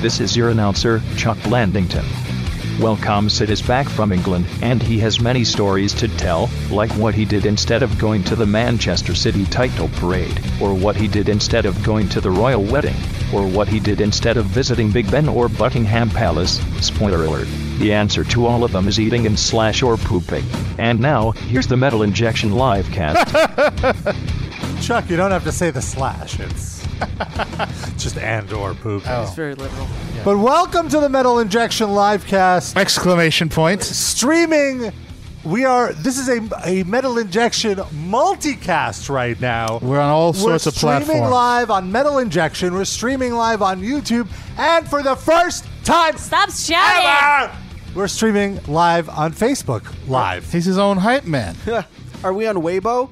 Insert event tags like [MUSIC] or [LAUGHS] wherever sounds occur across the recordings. This is your announcer, Chuck Blandington. Welcome Sid is back from England, and he has many stories to tell, like what he did instead of going to the Manchester City title parade, or what he did instead of going to the royal wedding, or what he did instead of visiting Big Ben or Buckingham Palace. Spoiler alert, the answer to all of them is eating and slash or pooping. And now, here's the Metal Injection live cast. [LAUGHS] Chuck, you don't have to say the slash. It's [LAUGHS] just and or poop. Oh. It's very literal. But welcome to the Metal Injection Livecast. Exclamation point. Streaming, we are. This is a, a Metal Injection multicast right now. We're on all sorts of streaming platforms. live on Metal Injection. We're streaming live on YouTube, and for the first time Stop shouting! ever, we're streaming live on Facebook Live. He's his own hype man. [LAUGHS] Are we on Weibo?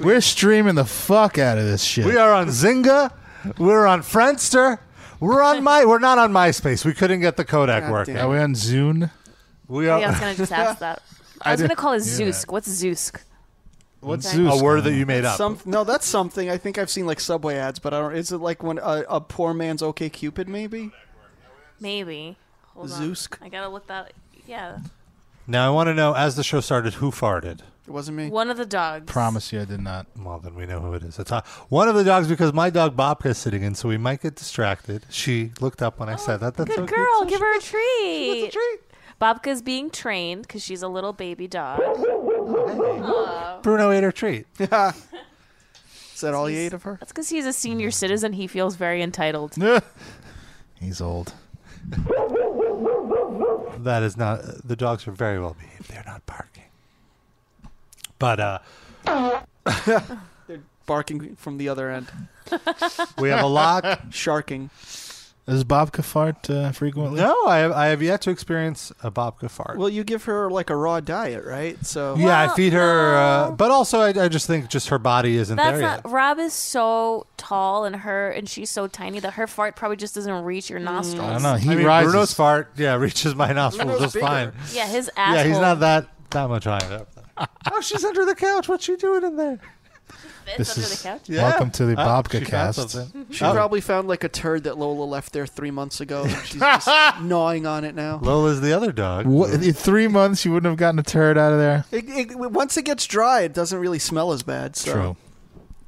We're streaming the fuck out of this shit. We are on Zynga. We're on Friendster. We're on my. We're not on MySpace. We couldn't get the Kodak working. Are we on Zune? We Oh, I was are gonna [LAUGHS] just ask that. I was didn't gonna call it do Zeusk. What's Zeusk? What's Okay. a Zeus? word that you made up. Some no, that's something. I think I've seen like Subway ads, but I don't. Is it like when a, a poor man's OK Cupid? Maybe. Maybe. Hold on. Zeusk. I gotta look that. Yeah, Now I want to know, as the show started, who farted. It wasn't me. one of the dogs. Promise you, I did not. Well, then we know who it is. It's uh, one of the dogs because my dog Bobca's sitting in, so we might get distracted. She looked up when I said that. That's Oh, Good okay. girl. Give her a treat. Bobka's being trained because she's a little baby dog. Bruno ate her treat. Is that all you ate of her? That's because he's a senior citizen. He feels [LAUGHS] very entitled. He's old. That is not. the dogs are very well behaved. They're not barking. But uh, They're barking from the other [LAUGHS] end, we have a lot. sharking. Does Bobka fart uh, frequently? no, I have, I have yet to experience a Bobca fart. Well, you give her like a raw diet, right? So yeah, I Well, feed her, uh, no. but also I, I just think just her body isn't That's there not. yet. Rob is so tall, and her and she's so tiny that her fart probably just doesn't reach your nostrils. I don't know. He I mean, rises. Bruno's fart, yeah, [LAUGHS] reaches my nostrils Bruno's just bigger. fine. Yeah, his asshole. Yeah, he's not that that much higher up. there. oh, she's under the couch. What's she doing in there? fits This under is the couch. Yeah. welcome to the Oh, Bobka she found cast. something. she Oh. probably found like a turd that Lola left there three months ago. And she's [LAUGHS] just gnawing on it now. Lola's the other dog. What, in three months, you wouldn't have gotten a turd out of there. It, it, once it gets dry, it doesn't really smell as bad. So True.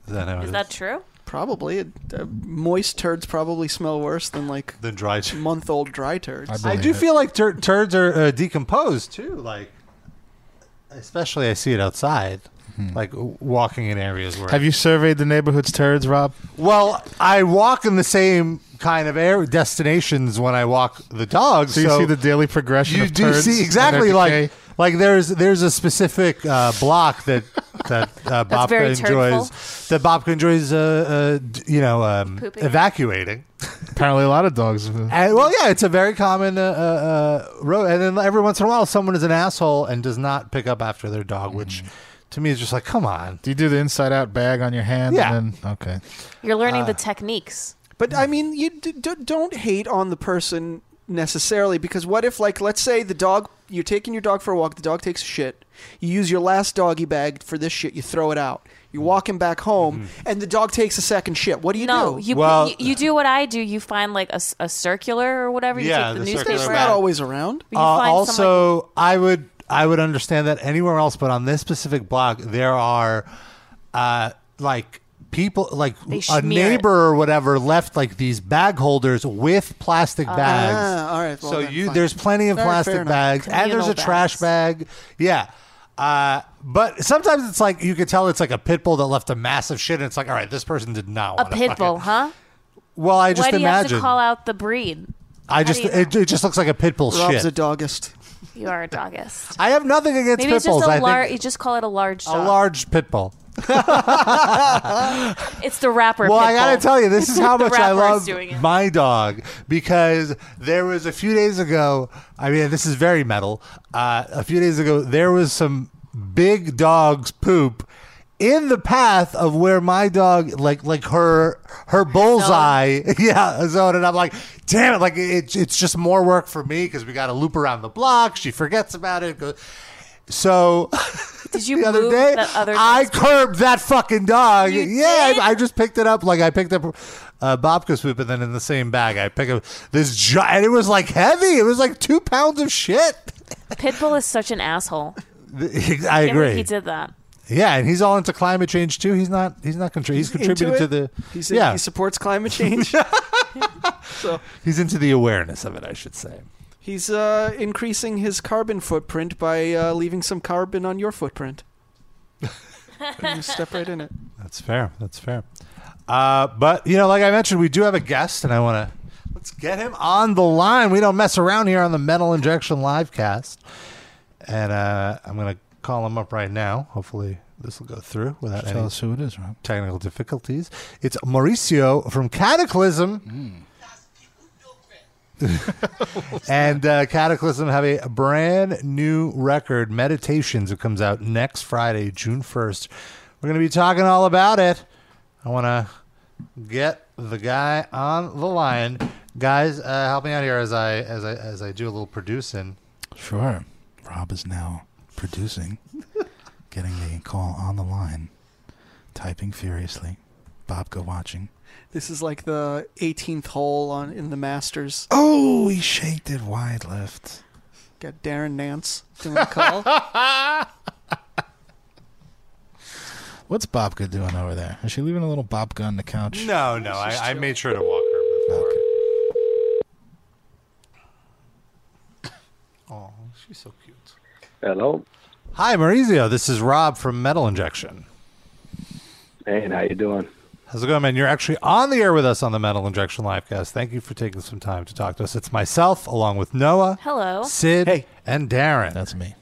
Is that how it Is that true? probably it, uh, moist turds probably smell worse than like Then dry. tur- month old dry turds. I I do feel like tur- turds are uh, decomposed too. Like, especially I see it outside, like w- walking in areas where. Hmm. Have you surveyed the neighborhood's turds, Rob? well, I walk in the same kind of air destinations when I walk the dogs. So you see the daily progression you of do turds and see their exactly decay? like like there's there's a specific uh, block that that [LAUGHS] uh, very Bobka enjoys that Bobka enjoys uh, uh, d- you know um, Pooping. evacuating. apparently a lot of dogs. And, well, yeah, it's a very common uh, uh, uh, road. And then every once in a while, someone is an asshole and does not pick up after their dog, which to me is just like, come on. Mm-hmm. Do you do the inside out bag on your hand? Yeah. And then, okay. You're Ah. learning the techniques. But I mean, you d- d- don't hate on the person necessarily because what if, like, let's say the dog, you're taking your dog for a walk, the dog takes a shit, you use your last doggy bag for this shit, you throw it out, Mm. you're walking back home, and the dog takes a second shit. What do you no, do? you, Mm-hmm. Well- you you do what I do. You find like a, s- a circular or whatever. You Yeah, take the, the circular newspaper. it's bag. not out. always around. You Uh, find some, like- also, I would I would understand that anywhere else, but on this specific block, there are uh, like people like They smear a neighbor or whatever left like these bag holders with plastic Uh-huh. bags. Ah, all right. well so then, you fine. there's plenty of All right, fair plastic enough. bags, and there's a Communal trash bag. Yeah. Uh, but sometimes it's like you could tell it's like a pit bull that left a massive shit, and it's like, all right, this person did not a want pit bull, huh? Well, I Why just do you have to imagine. call out the breed? I just do you know? it, it just looks like a pit bull Rob's shit. a dogist. You are a [LAUGHS] dogist. I have nothing against Maybe pit it's just bulls. I a think large. You just call it a large a dog. large pit bull. [LAUGHS] it's the rapper. Well, pit I gotta bull. tell [LAUGHS] you, this is how The much rapper I is love doing it. my dog because there was a few days ago. I mean, this is very metal. Uh, a few days ago, there was some big dog's poop in the path of where my dog, like like her her bullseye, [LAUGHS] yeah, zone. And I'm like, damn it! Like it, it's just more work for me because we got to loop around the block. She forgets about it. Go- So [LAUGHS] Did you the other move day. that other I dog's- curbed that fucking dog. You yeah, did? I, I just picked it up like I picked up uh, Bobka's poop, and then in the same bag I pick up this giant. And it was like heavy. It was like two pounds of [LAUGHS] shit. Pitbull is such an asshole. [LAUGHS] I Can't believe agree. He did that. Yeah, and he's all into climate change too. He's not. He's not. Contri- he's contributed Into to it? the. He said yeah, he supports [LAUGHS] climate change. so he's into the awareness of it. I should say. he's uh, increasing his carbon footprint by uh, leaving some carbon on your footprint. [LAUGHS] you step right in it. That's fair. That's fair. Uh, but you know, like I mentioned, we do have a guest, and I want to let's get him on the line. We don't mess around here on the Metal Injection Livecast, and uh, I'm gonna call him up right now. Hopefully, this will go through without Tell any us who it is, Rob. technical difficulties. It's Mauricio from Cataclysm. Mm. [LAUGHS] and uh, Cataclysm have a brand new record, Meditations, that comes out next Friday, June 1st. We're going to be talking all about it. I want to get the guy on the line. Guys, uh, help me out here as I as I as I do a little [LAUGHS] producing. Sure. Rob is now [LAUGHS] producing, getting the call on the line, typing furiously. Bobka watching. This is like the 18th hole on in the Masters. Oh, he shaked it wide left. Got Darren Nance doing the [LAUGHS] call. What's Bobka doing over there? Is she leaving a little Bobka on the couch? No, no, I, I made sure to walk her before. Okay. Oh, she's so cute. Hello. Hi, Maurizio. This is Rob from Metal Injection. Hey, how you doing? How's it going, man? You're actually on the air with us on the Metal Injection Livecast. Thank you for taking some time to talk to us. It's myself, along with Noah, Hello. Sid, Hey. and Darren. That's me.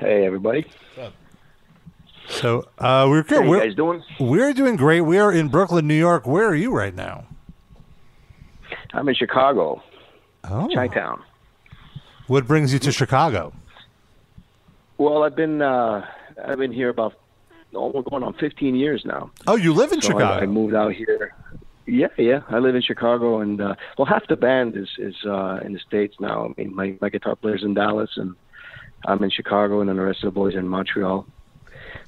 Hey, everybody. so uh, we're How good. you We're, guys doing? we're doing great. We are in Brooklyn, New York. Where are you right now? I'm in Chicago, Oh, Chinatown. what brings you to Chicago? Well, I've been uh, I've been here about almost going on 15 years now. Oh, you live in So I- Chicago. I, moved out [LAUGHS] here. Yeah, yeah. I live in Chicago, and uh, well, half the band is is uh, in the states now. I mean, my my guitar player's in Dallas, and I'm in Chicago, and then the rest of the boys are in Montreal.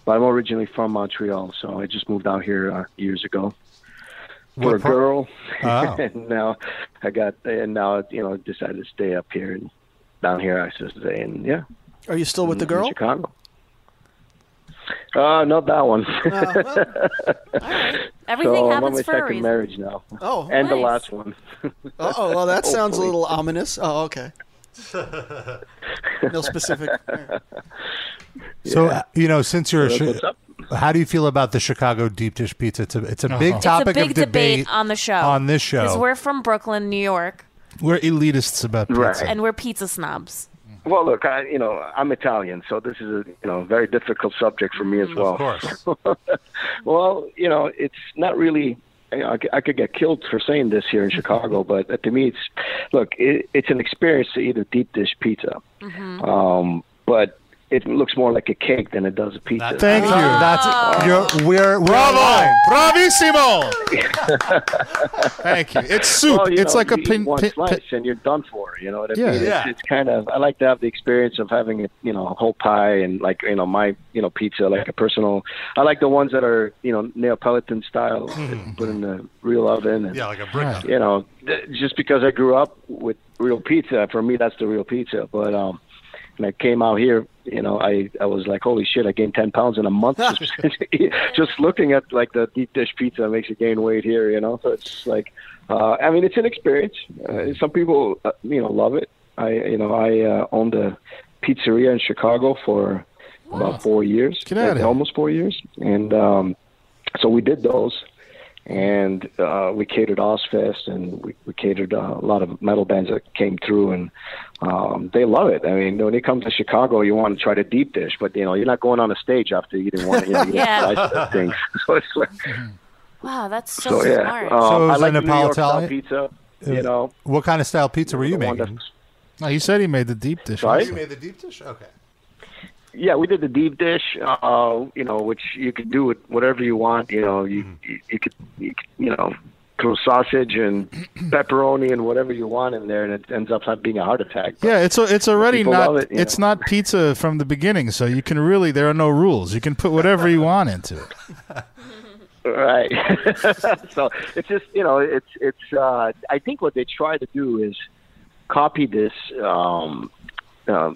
But I'm originally from Montreal, so I just moved out here uh, years ago for What a part- girl, [LAUGHS] Oh. [LAUGHS] and now I got and now you know decided to stay up here and down here I should say, and yeah, Are you still with the in girl? Chicago. Uh, not that one. Uh, well, Oh, [LAUGHS] All right. Everything so I'm on my happens for a second reason. marriage now. oh, And the Nice. last one. oh, [LAUGHS] well, that sounds a Hopefully. little ominous. Oh, okay. [LAUGHS] No specific. so uh, you know, since you're, a That's chi- what's up. how do you feel about the Chicago deep dish pizza? It's a, it's a big Uh-huh. It's a topic big of debate, on the show. on this show. Because we're from Brooklyn, New York, We're elitists about pizza. Right. and we're pizza snobs. Well, look, I, you know, I'm Italian, so this is a you know very difficult subject for me as well. of course. [LAUGHS] Well, you know, it's not really. You know, I, c- I could get killed for saying this here in Chicago, [LAUGHS] but uh, to me, it's look, it, it's an experience to eat a deep dish pizza, Mm-hmm. um, but it looks more like a cake than it does a pizza. Thank you. That's you're, we're we're aligned. [LAUGHS] Bravissimo! Thank you. It's soup. Well, Oh, you it's know, like a you eat pin, one pin, slice pin- and you're done for. You know what I Yeah. mean? It's, Yeah. it's kind of. I like to have the experience of having a you know a whole pie and like you know my you know pizza like a personal. I like the ones that are you know Neapolitan style, Mm-hmm. put in the real oven. And, Yeah, like a brick. Right. You know, th- just because I grew up with real pizza, for me that's the real pizza. But um, when I came out here, you know, I I was like, holy shit, I gained ten pounds in a month. just, [LAUGHS] just looking at like the deep dish pizza makes you gain weight here. You know, so it's like, uh, I mean, it's an experience. Uh, some people, uh, you know, love it. I you know I uh, owned a pizzeria in Chicago for about four years, Get outta like, here. almost four years, and um, so we did those and uh, we catered Ozfest and we, we catered uh, a lot of metal bands that came through and um, they love it. I mean, when you come to Chicago, you want to try the deep dish, but you know you're not going on a stage after eating one. You know, you [LAUGHS] Yeah. slice of things. [LAUGHS] So it's like, Wow, that's so, so yeah. smart. Um, So it was I like a the New York Napolitani- style pizza. You know, What kind of style pizza were you the one making? that's- No, he said he made the deep dish. Sorry? also. made the deep dish. Okay. yeah, we did the deep dish, uh, you know, which you could do with whatever you want. You know, you you, you could you, could, you know throw sausage and pepperoni and whatever you want in there, and it ends up not being a heart attack. Yeah, it's a- it's already People not love it, you it's know. not pizza from the beginning, so you can really there are no rules. You can put whatever you want into it. Right. [LAUGHS] so it's just you know it's it's uh, I think what they try to do is copy this um, uh,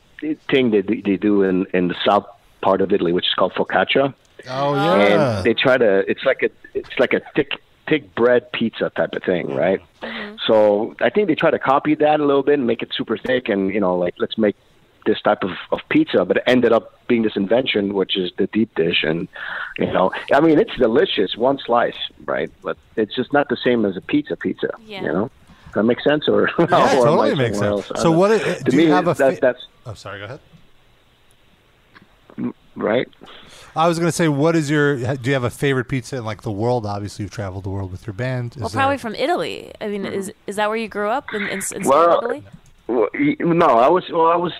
thing that they, they do in in the south part of Italy, which is called focaccia, Oh and Um, they try to it's like a it's like a thick thick bread pizza type of thing, right? So I think they try to copy that a little bit and make it super thick, and you know like let's make this type of, of pizza, but it ended up being this invention, which is the deep dish. And, you know, I mean, it's delicious, one slice, right? But it's just not the same as a pizza pizza, Yeah. you know? Does that make sense? Or, [LAUGHS] or Yeah, am I totally makes somewhere sense. else? I So don't- what? i- to Do me, you have a? that, fa- that's oh, sorry. Go ahead. right. I was going to say, what is your? Do you have a favorite pizza in like the world? Obviously, you've traveled the world with your band. Is Well, there- probably from Italy. I mean, is is that where you grew up in, in, in Well, Italy? Well, y- no, I was well, I was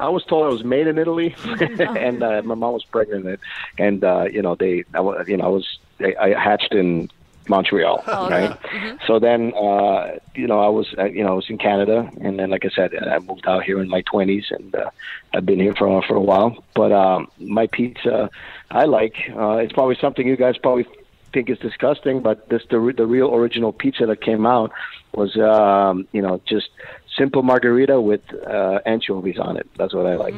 I was told I was made in Italy, [LAUGHS] and uh, my mom was pregnant, and, and uh, you know they, I, wa- you know, I was I, I hatched in Montreal, Oh, okay. right? So then, uh, you know, I was uh, you know I was in Canada, and then like I said, I moved out here in my twenties, and uh, I've been here for for a while. But um, my pizza, I like. Uh, it's probably something you guys probably think is disgusting, but this the re- the real original pizza that came out was um, you know just simple margarita with uh, anchovies on it. That's what I like.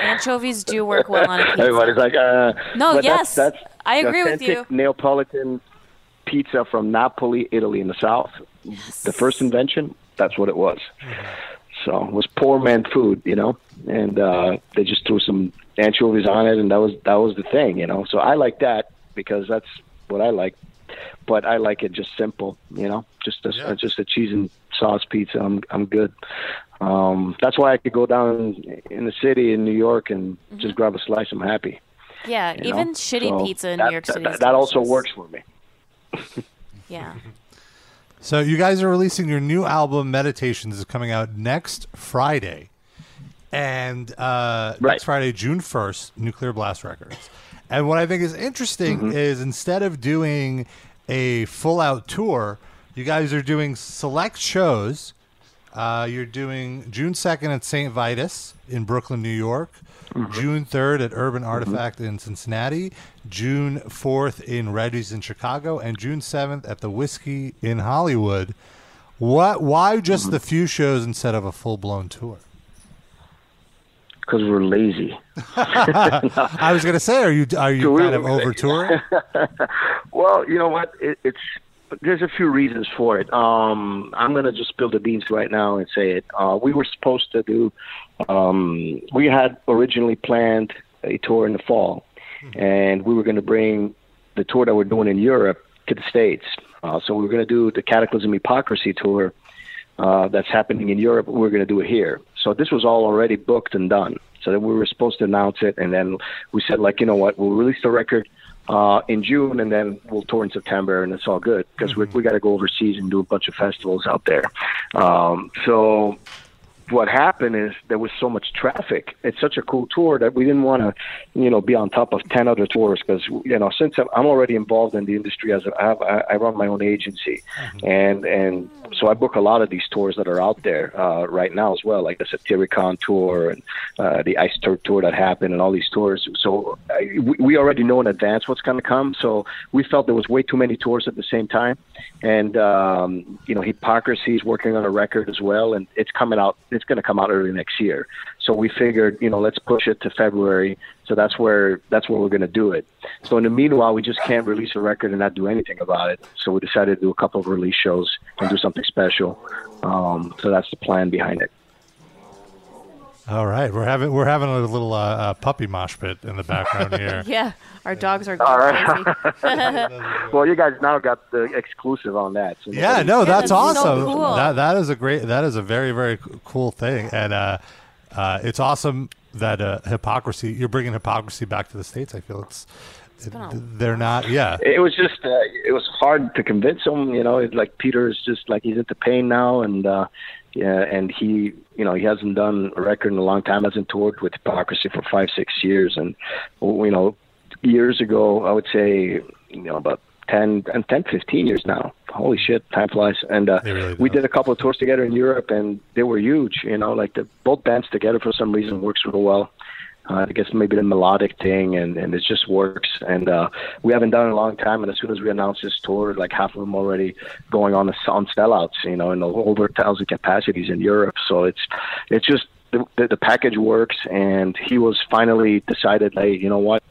Anchovies do work well on Mm, a [LAUGHS] pizza. Everybody's like, uh, No, but yes. that's, that's I the agree with authentic you. Neapolitan pizza from Napoli, Italy, in the south. The first invention, that's what it was. So it was poor man food, you know, and uh, they just threw some anchovies on it, and that was that was the thing, you know. So I like that because that's what I like, but I like it just simple, you know, just a, just a cheese and sauce pizza. I'm I'm good. Um, that's why I could go down in the city in New York and Mm-hmm. just grab a slice. I'm happy. yeah, you know? Uh, even shitty So pizza in that- New York that- City. That, is that also delicious. works for me. Yeah. So you guys are releasing your new album, Meditations, is coming out next Friday, and uh, Right. next Friday, June first, Nuclear Blast Records. And what I think is interesting is instead of doing a full-out tour, you guys are doing select shows. Uh, you're doing June 2nd at St. Vitus in Brooklyn, New York. June 3rd at Urban Artifact in Cincinnati. June 4th in Reddy's in Chicago. And June 7th at the Whiskey in Hollywood. What? Why just the few shows instead of a full blown tour? [LAUGHS] Because we're lazy. [LAUGHS] I was gonna say, are you are [LAUGHS] you Tour, kind of we say. [LAUGHS] over touring? Well, you know what? It, it's there's a few reasons for it. Um, I'm gonna just spill the beans right now and say it. Uh, we were supposed to do. Um, we had originally planned a tour in the fall, Mm-hmm. and we were gonna bring the tour that we're doing in Europe to the states. Uh, so we were gonna do the Cataclysm Hypocrisy tour uh, that's happening in Europe. We're going to do it here. So this was all already booked and done. So that we were supposed to announce it, and then we said, like, you know what? We'll release the record uh, in June, and then we'll tour in September, and it's all good because we, we got to go overseas and do a bunch of festivals out there. Um, so what happened is there was so much traffic. It's such a cool tour that we didn't want to, you know, be on top of ten other tours because you know since I'm, I'm already involved in the industry as a, I, have, I- I run my own agency, and and so I book a lot of these tours that are out there uh, right now as well, like the Satyricon tour and uh, the Ice Turk tour that happened, and all these tours. So I, we, we already know in advance what's going to come. So we felt there was way too many tours at the same time, and um, you know, Hypocrisy is working on a record as well, and it's coming out. It's going to come out early next year. So we figured, you know, let's push it to February. So that's where that's where we're going to do it. So in the meanwhile, we just can't release a record and not do anything about it. So we decided to do a couple of release shows and do something special. Um, so that's the plan behind it. All right, we're having we're having a little uh, uh, puppy mosh pit in the background here. [LAUGHS] Yeah. Our dogs are going crazy. Well, you guys now got the exclusive on that. So Yeah, nobody- no, that's that's so awesome. cool. That that is a great that is a very very c- cool thing, and uh, uh, it's awesome that uh, hypocrisy. You're bringing hypocrisy back to the states. I feel it's, been a- they're not. Yeah, it was just uh, it was hard to convince him you know it's like peter is just like he's into pain now and uh yeah and he you know he hasn't done a record in a long time hasn't toured with hypocrisy for five six years and you know years ago i would say you know about 10 and 10 15 years now holy shit, time flies. And uh, [LAUGHS] It really we does. did a couple of tours together in Europe, and they were huge. You know, like the both bands together for some reason works real well. Uh, I guess maybe the melodic thing, and, and it just works. And uh, we haven't done it in a long time. And as soon as we announced this tour, like half of them already going on the on sellouts, you know, and over thousand capacities in Europe. So it's it's just the, the, the package works. And he was finally decided, hey, you know what,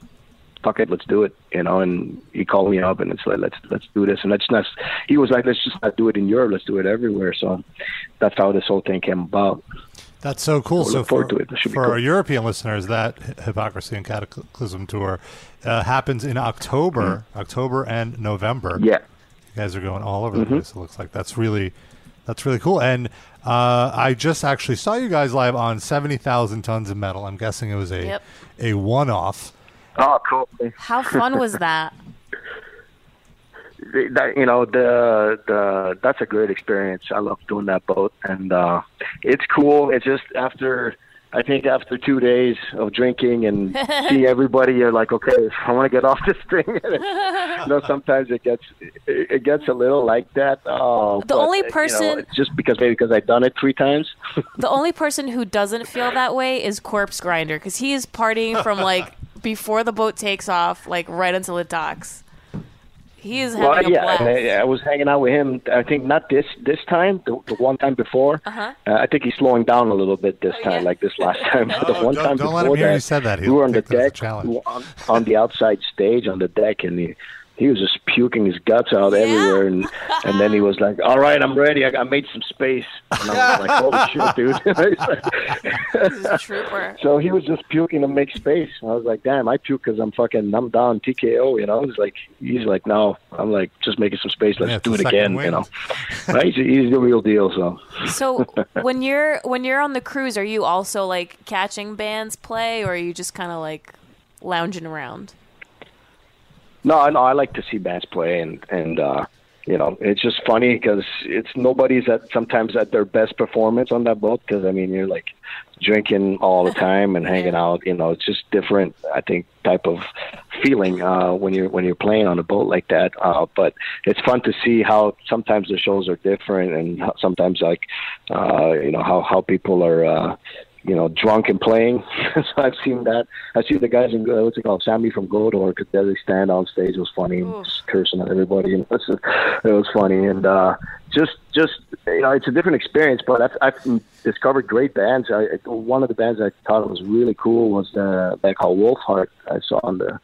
fuck it, let's do it, you know. And he called me up, and it's like, let's let's do this, and let's not. He was like, let's just not do it in Europe, let's do it everywhere. So that's how this whole thing came about. That's so cool. We'll So look for, forward to it. That should be for cool. our European listeners, that Hy- Hypocrisy and Cataclysm tour uh, happens in October, October and November. Mm-hmm. Yeah. Mm-hmm. you guys are going all over the place. It looks like that's really, that's really cool. And uh, I just actually saw you guys live on seventy thousand tons of metal. I'm guessing it was a Yep. a one off. [LAUGHS] Oh, cool. How fun was that? That, you know, the the that's a great experience. I love doing that boat, and uh, it's cool. It's just after. I think after two days of drinking and seeing everybody, you're like, okay, I want to get off this thing. [LAUGHS] you know, sometimes it gets it, it gets a little like that. Oh, The but, only you know, person- it's just because maybe because I've done it three times. The only person who doesn't feel that way is Corpse Grinder because he is partying from like before the boat takes off, like right until it docks. He is having Well, a yeah, blast. and I, I was hanging out with him. I think not this this time, the, the one time before. Uh-huh. Uh, I think he's slowing down a little bit this Oh, time, yeah. like this last [LAUGHS] time. [LAUGHS] the Oh, one don't- time don't before let him hear that, you said that. We He'll were on the take that as a deck, challenge. we were on, on the outside stage, on the deck, and he, he was just puking his guts out everywhere. And and then he was like, "All right, I'm ready. I, I made some space." And I was like, [LAUGHS] "Holy shit, dude!" [LAUGHS] He's like- He's a trooper. so he was just puking to make space. And I was like, damn, I puke because I'm fucking, I'm down TKO, you know? He's like, he's like, no, I'm like, just making some space. Let's Yeah, it's do the it second again, you wind. [LAUGHS] know? Right? he's, he's the real deal, so. So when you're when you're on the cruise, are you also like catching bands play, or are you just kind of like lounging around? No, I know. I like to see bands play, and and uh, you know, it's just funny because it's nobody's at sometimes at their best performance on that boat. Because I mean, you're like drinking all the time and hanging out. You know, it's just different. I think type of feeling uh, when you're when you're playing on a boat like that. Uh, but it's fun to see how sometimes the shows are different, and how, sometimes like uh, you know how how people are. Uh, you know, drunk and playing. [LAUGHS] so I've seen that. I see the guys in uh, what's it called, Sammy from Goldor, could barely stand on stage. It was funny, and just cursing at everybody. [LAUGHS] And it was funny, and uh, just just you know, it's a different experience. But I've, I've discovered great bands. I, I- one of the bands I thought was really cool was the band called Wolfheart. I saw on the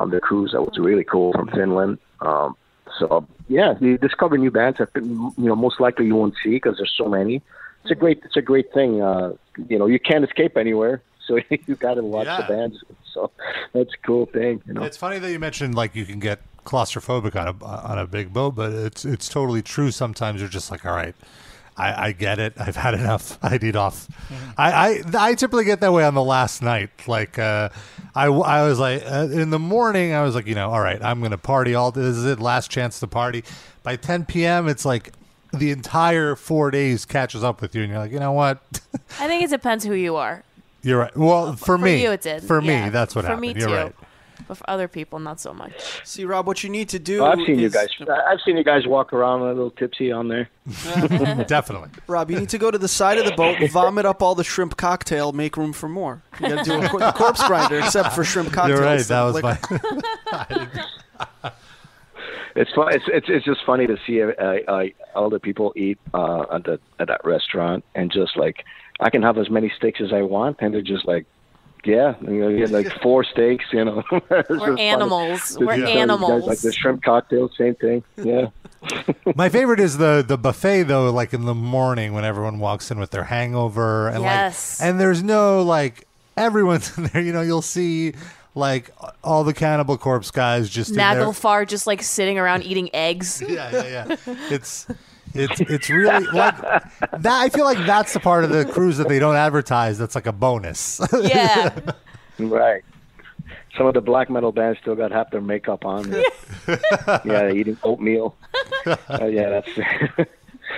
on the cruise. That was really cool from Finland. Um, so yeah, you discover new bands that you know most likely you won't see because there's so many. It's a great it's a great thing. Uh, you know you can't escape anywhere, [LAUGHS] so you got to watch Yeah. the bands. So that's a cool thing. You know. It's funny that you mentioned like you can get claustrophobic on a on a big boat, but it's it's totally true. Sometimes you're just like, all right, I, I get it. I've had enough. [LAUGHS] I need off. Mm-hmm. I, I I typically get that way on the last night. Like uh, I w- I was like uh, in the morning, I was like, you know, all right, I'm gonna party. All this is it. Last chance to party. By 10 p.m., it's like the entire four days catches up with you, and you're like, you know what? I think it depends who you are. you're right. Well, for, Uh, For me, you, it did. For Yeah. me, that's what for happened. me you're too. right. But for other people, not so much. See, Rob, what you need to do. Oh, I've seen you is- guys. I've seen you guys walk around a little tipsy on there. Definitely. Rob, you need to go to the side of [LAUGHS] the boat, vomit up all the shrimp cocktail, make room for more. You got to do a cor- the corpse grinder, except for shrimp cocktail. You're right. instead That of was liquor. my. [LAUGHS] It's fun. It's it's, it's just funny to see uh, uh, all the people eat uh, at the at that restaurant, and just like I can have as many steaks as I want, and they're just like, yeah, you know, you get like four steaks, you know. [LAUGHS] It's just We're funny. animals. Just We're those guys, animals. Like the shrimp cocktail, same [LAUGHS] thing. Yeah. My favorite is the the buffet though, like in the morning when everyone walks in with their hangover and Yes. like and there's no like everyone's [LAUGHS] in there, you know, you'll see like all the cannibal corpse guys just in there. Nagelfar just like sitting around eating eggs. [LAUGHS] Yeah, yeah, yeah. It's it's it's really like that I feel like that's the part of the cruise that they don't advertise that's like a bonus. [LAUGHS] Yeah. Right. Some of the black metal bands still got half their makeup on. yeah, eating [LAUGHS] oatmeal. Uh, yeah, that's. [LAUGHS]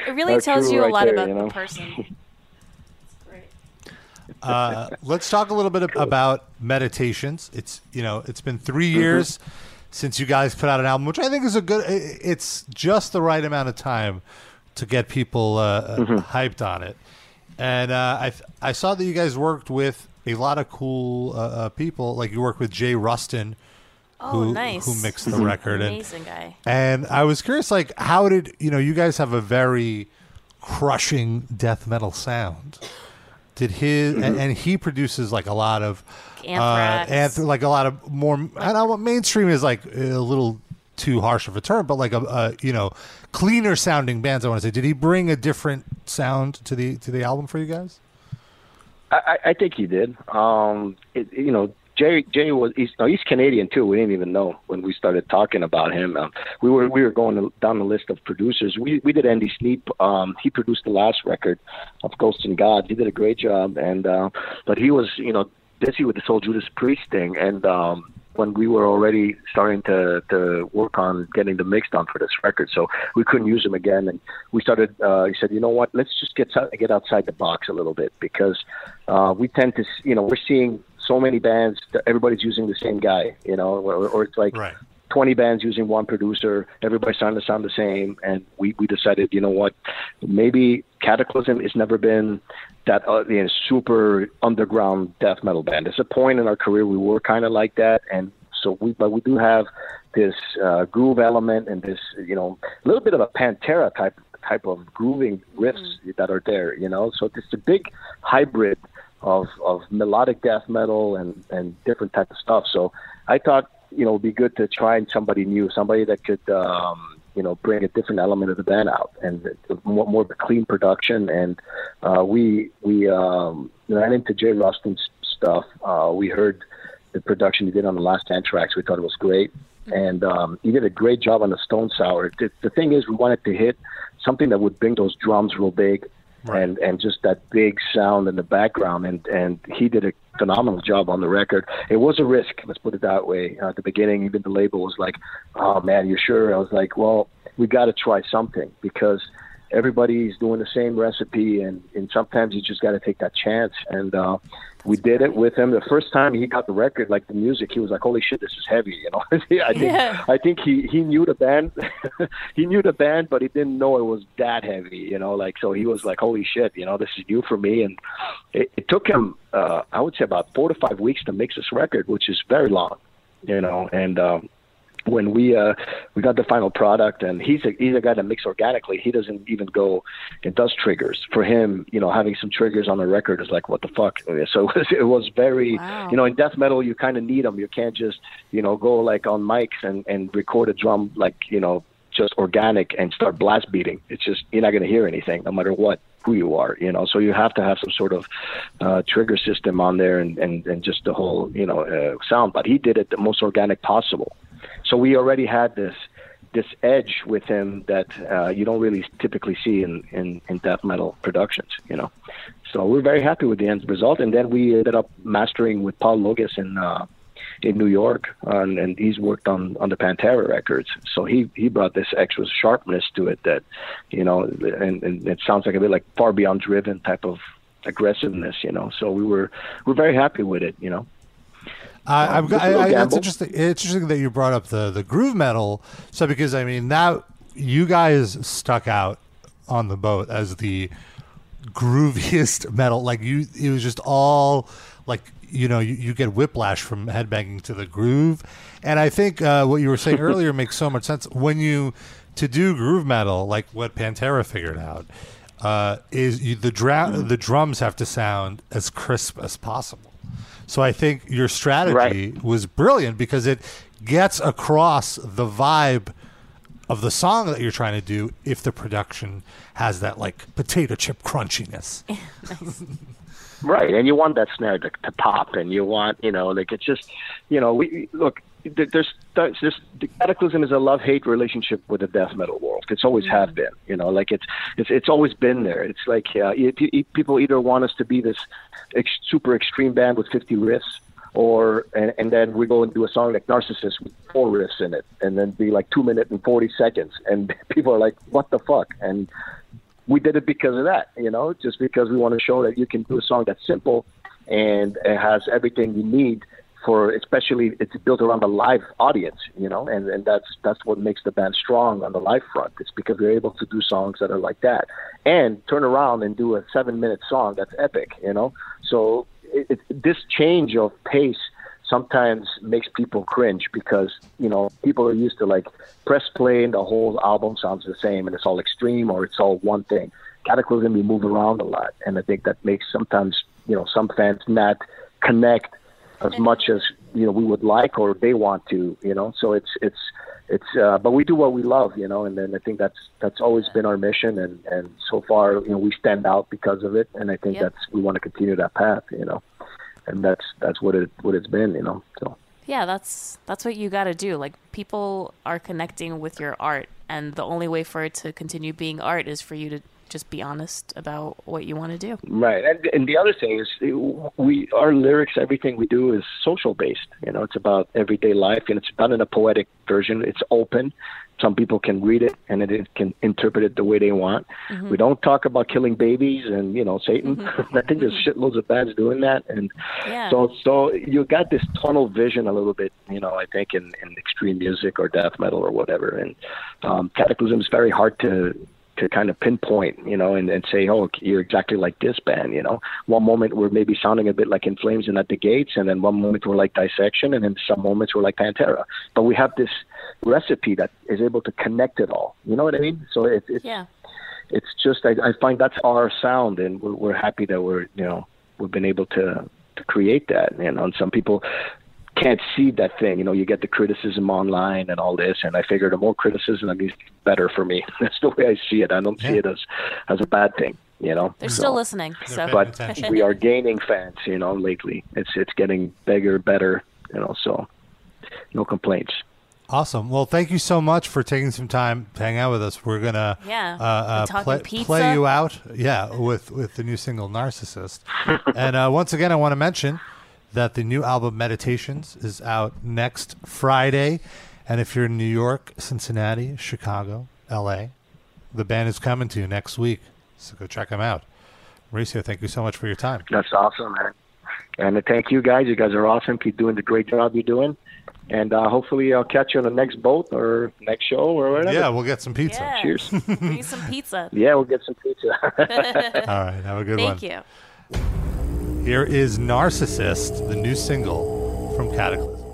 It really That's tells true you a right lot there, about you know? the person. uh, let's talk a little bit ab- about meditations. It's you know it's been three years since you guys put out an album, which I think is a good. i- i- It's just the right amount of time to get people uh, uh, hyped on it. And uh, I th- I saw that you guys worked with a lot of cool uh, uh, people. Like you worked with Jay Rustin, Oh, who nice. who mixed the record. and Amazing guy. and I was curious, like, how did you know? You guys have a very crushing death metal sound. Did his and, and he produces like a lot of uh, Anthrax. anth- like a lot of more. I don't want mainstream is like a little too harsh of a term, but like a, a you know cleaner sounding bands. I want to say, did he bring a different sound to the to the album for you guys? I, I I think he did. Um, it, you know, Jay Jay was he's, no, he's Canadian too. We didn't even know when we started talking about him. Um, we were we were going to, down the list of producers. We we did Andy Sneap. Um, he produced the last record of Ghost and God. He did a great job. And uh, but he was you know busy with this whole Judas Priest thing. And um, when we were already starting to, to work on getting the mix done for this record, so we couldn't use him again. And we started. Uh, he said, you know what? Let's just get out- get outside the box a little bit because uh, we tend to, s- you know, we're seeing so many bands that everybody's using the same guy, you know, or, or it's like. 20 bands using one producer. Everybody sounded sound the same, and we, we decided, you know what, maybe Cataclysm has never been that uh, you know, super underground death metal band. There's a point in our career we were kind of like that, and so we but we do have this uh, groove element and this you know a little bit of a Pantera type type of grooving riffs that are there, you know. So it's a big hybrid of of melodic death metal and and different type of stuff. So I thought you know it'd be good to try somebody new, somebody that could um, you know bring a different element of the band out and it was more, more of a clean production. And uh, we we um, ran into Jay Rustin's stuff. Uh, we heard the production he did on the last Anthrax. We thought it was great. And um, he did a great job on the Stone Sour. The, the thing is, we wanted to hit something that would bring those drums real big, and and just that big sound in the background and and he did a phenomenal job on the record it was a risk let's put it that way uh, at the beginning even the label was like oh man you're sure i was like well we got to try something because everybody's doing the same recipe and and sometimes you just got to take that chance and uh we did it with him the first time he got the record like the music he was like holy shit this is heavy you know [LAUGHS] i think Yeah. I think he he knew the band, [LAUGHS] he knew the band, but he didn't know it was that heavy, you know. Like so, he was like, "Holy shit, you know, this is new for me." And it, it took him, uh, I would say, about four to five weeks to mix this record, which is very long, you know. And um, when we uh, we got the final product, and he's a he's a guy that mixes organically. He doesn't even go and does triggers. For him, you know, having some triggers on a record is like what the fuck. [LAUGHS] So it was, it was very, Wow. you know, in death metal you kind of need them. You can't just you know go like on mics and and record a drum like you know just organic and start blast beating. It's just you're not going to hear anything no matter what who you are, you know. So you have to have some sort of uh, trigger system on there and, and, and just the whole, you know, uh, sound. But he did it the most organic possible. So we already had this this edge with him that uh, you don't really typically see in, in, in death metal productions, you know. So we're very happy with the end result. And then we ended up mastering with Paul Logus in uh, in New York, uh, and, and he's worked on, on the Pantera records. So he, he brought this extra sharpness to it that, you know, and, and it sounds like a bit like far beyond driven type of aggressiveness, you know. So we were we're very happy with it, you know. I, I've got, Just a little I, I, that's gamble. interesting. It's interesting that you brought up the the groove metal. So because I mean that you guys stuck out on the boat as the grooviest [LAUGHS] metal. Like you, it was just all like you know you, you get whiplash from headbanging to the groove. And I think uh, what you were saying earlier makes so much sense when you to do groove metal like what Pantera figured out uh, is you, the dra- the drums have to sound as crisp as possible. So I think your strategy was brilliant because it gets across the vibe of the song that you're trying to do if the production has that like potato chip crunchiness. Right, and you want that snare to, to pop, and you want you know like it's just you know we look th- there's there's just the cataclysm is a love hate relationship with the death metal world. It's always have been, you know, like it's it's it's always been there. It's like uh, it, it, people either want us to be this ex- super extreme band with 50 riffs. Or and, and then we go and do a song like Narcissist with four riffs in it, and then be like two minutes and forty seconds, and [LAUGHS] people are like, "What the fuck?" And we did it because of that, you know, just because we want to show that you can do a song that's simple and it has everything you need for especially it's built around the live audience, you know, and, and that's that's what makes the band strong on the live front. It's because we're able to do songs that are like that and turn around and do a seven minute song that's epic, you know. So it, it, this change of pace sometimes makes people cringe because you know people are used to like press play and the whole album sounds the same and it's all extreme or it's all one thing. Cataclysm, we move around a lot, and I think that makes sometimes you know some fans not connect as much as you know we would like or they want to you know so it's it's it's uh, but we do what we love you know and then i think that's that's always been our mission and and so far you know we stand out because of it and i think Yep. that's we want to continue that path you know and that's that's what it what it's been you know so yeah that's that's what you got to do like people are connecting with your art and the only way for it to continue being art is for you to just be honest about what you want to [LAUGHS] do Right, and and the other thing is, we our lyrics, everything we do is social based. You know, it's about everyday life, and it's done in a poetic version. It's open. Some people can read it, and it, it can interpret it the way they want. [LAUGHS] We don't talk about killing babies and you know Satan. [LAUGHS] I think there's shitloads of bands doing that, and Yeah. so so you got this tunnel vision a little bit. You know, I think in, in extreme music or death metal or whatever, and um, Cataclysm is very hard to to kind of pinpoint, you know, and, and say, oh, you're exactly like this band, you know. One moment we're maybe sounding a bit like In Flames and At the Gates, and then one moment we're like Dissection, and then some moments we're like Pantera. But we have this recipe that is able to connect it all. You know what I mean? So it, it, yeah it's just, I, I find that's our sound, and we're, we're happy that we're, you know, we've been able to, to create that. You know, and some people can't see that thing. You know, you get the criticism online and all this, and I figure the more criticism, that means better for me. [LAUGHS] That's the way I see it. I don't see it as as a bad thing. You know, they're So, still listening so paying but attention. we are gaining fans. You know, lately it's it's getting bigger, better. You know, so no complaints. Awesome. Well, thank you so much for taking some time to hang out with us. We're gonna Yeah. uh, uh, We're talking play, pizza. play you out, yeah, with with the new single [LAUGHS] "Narcissist." and uh, once again, I want to mention that the new album "Meditations" is out next Friday, and if you're in New York, Cincinnati, Chicago, L.A., the band is coming to you next week, so go check them out. Mauricio, thank you so much for your time. That's awesome, man. And I thank you guys. You guys are awesome. Keep doing the great job you're doing. And uh, hopefully I'll catch you on the next boat or next show or whatever. Yeah, we'll get some pizza. yeah Cheers. bring some pizza yeah, we'll get some pizza. [LAUGHS] All right, have a good one. thank you Here is Narcissist, the new single from Cataclysm.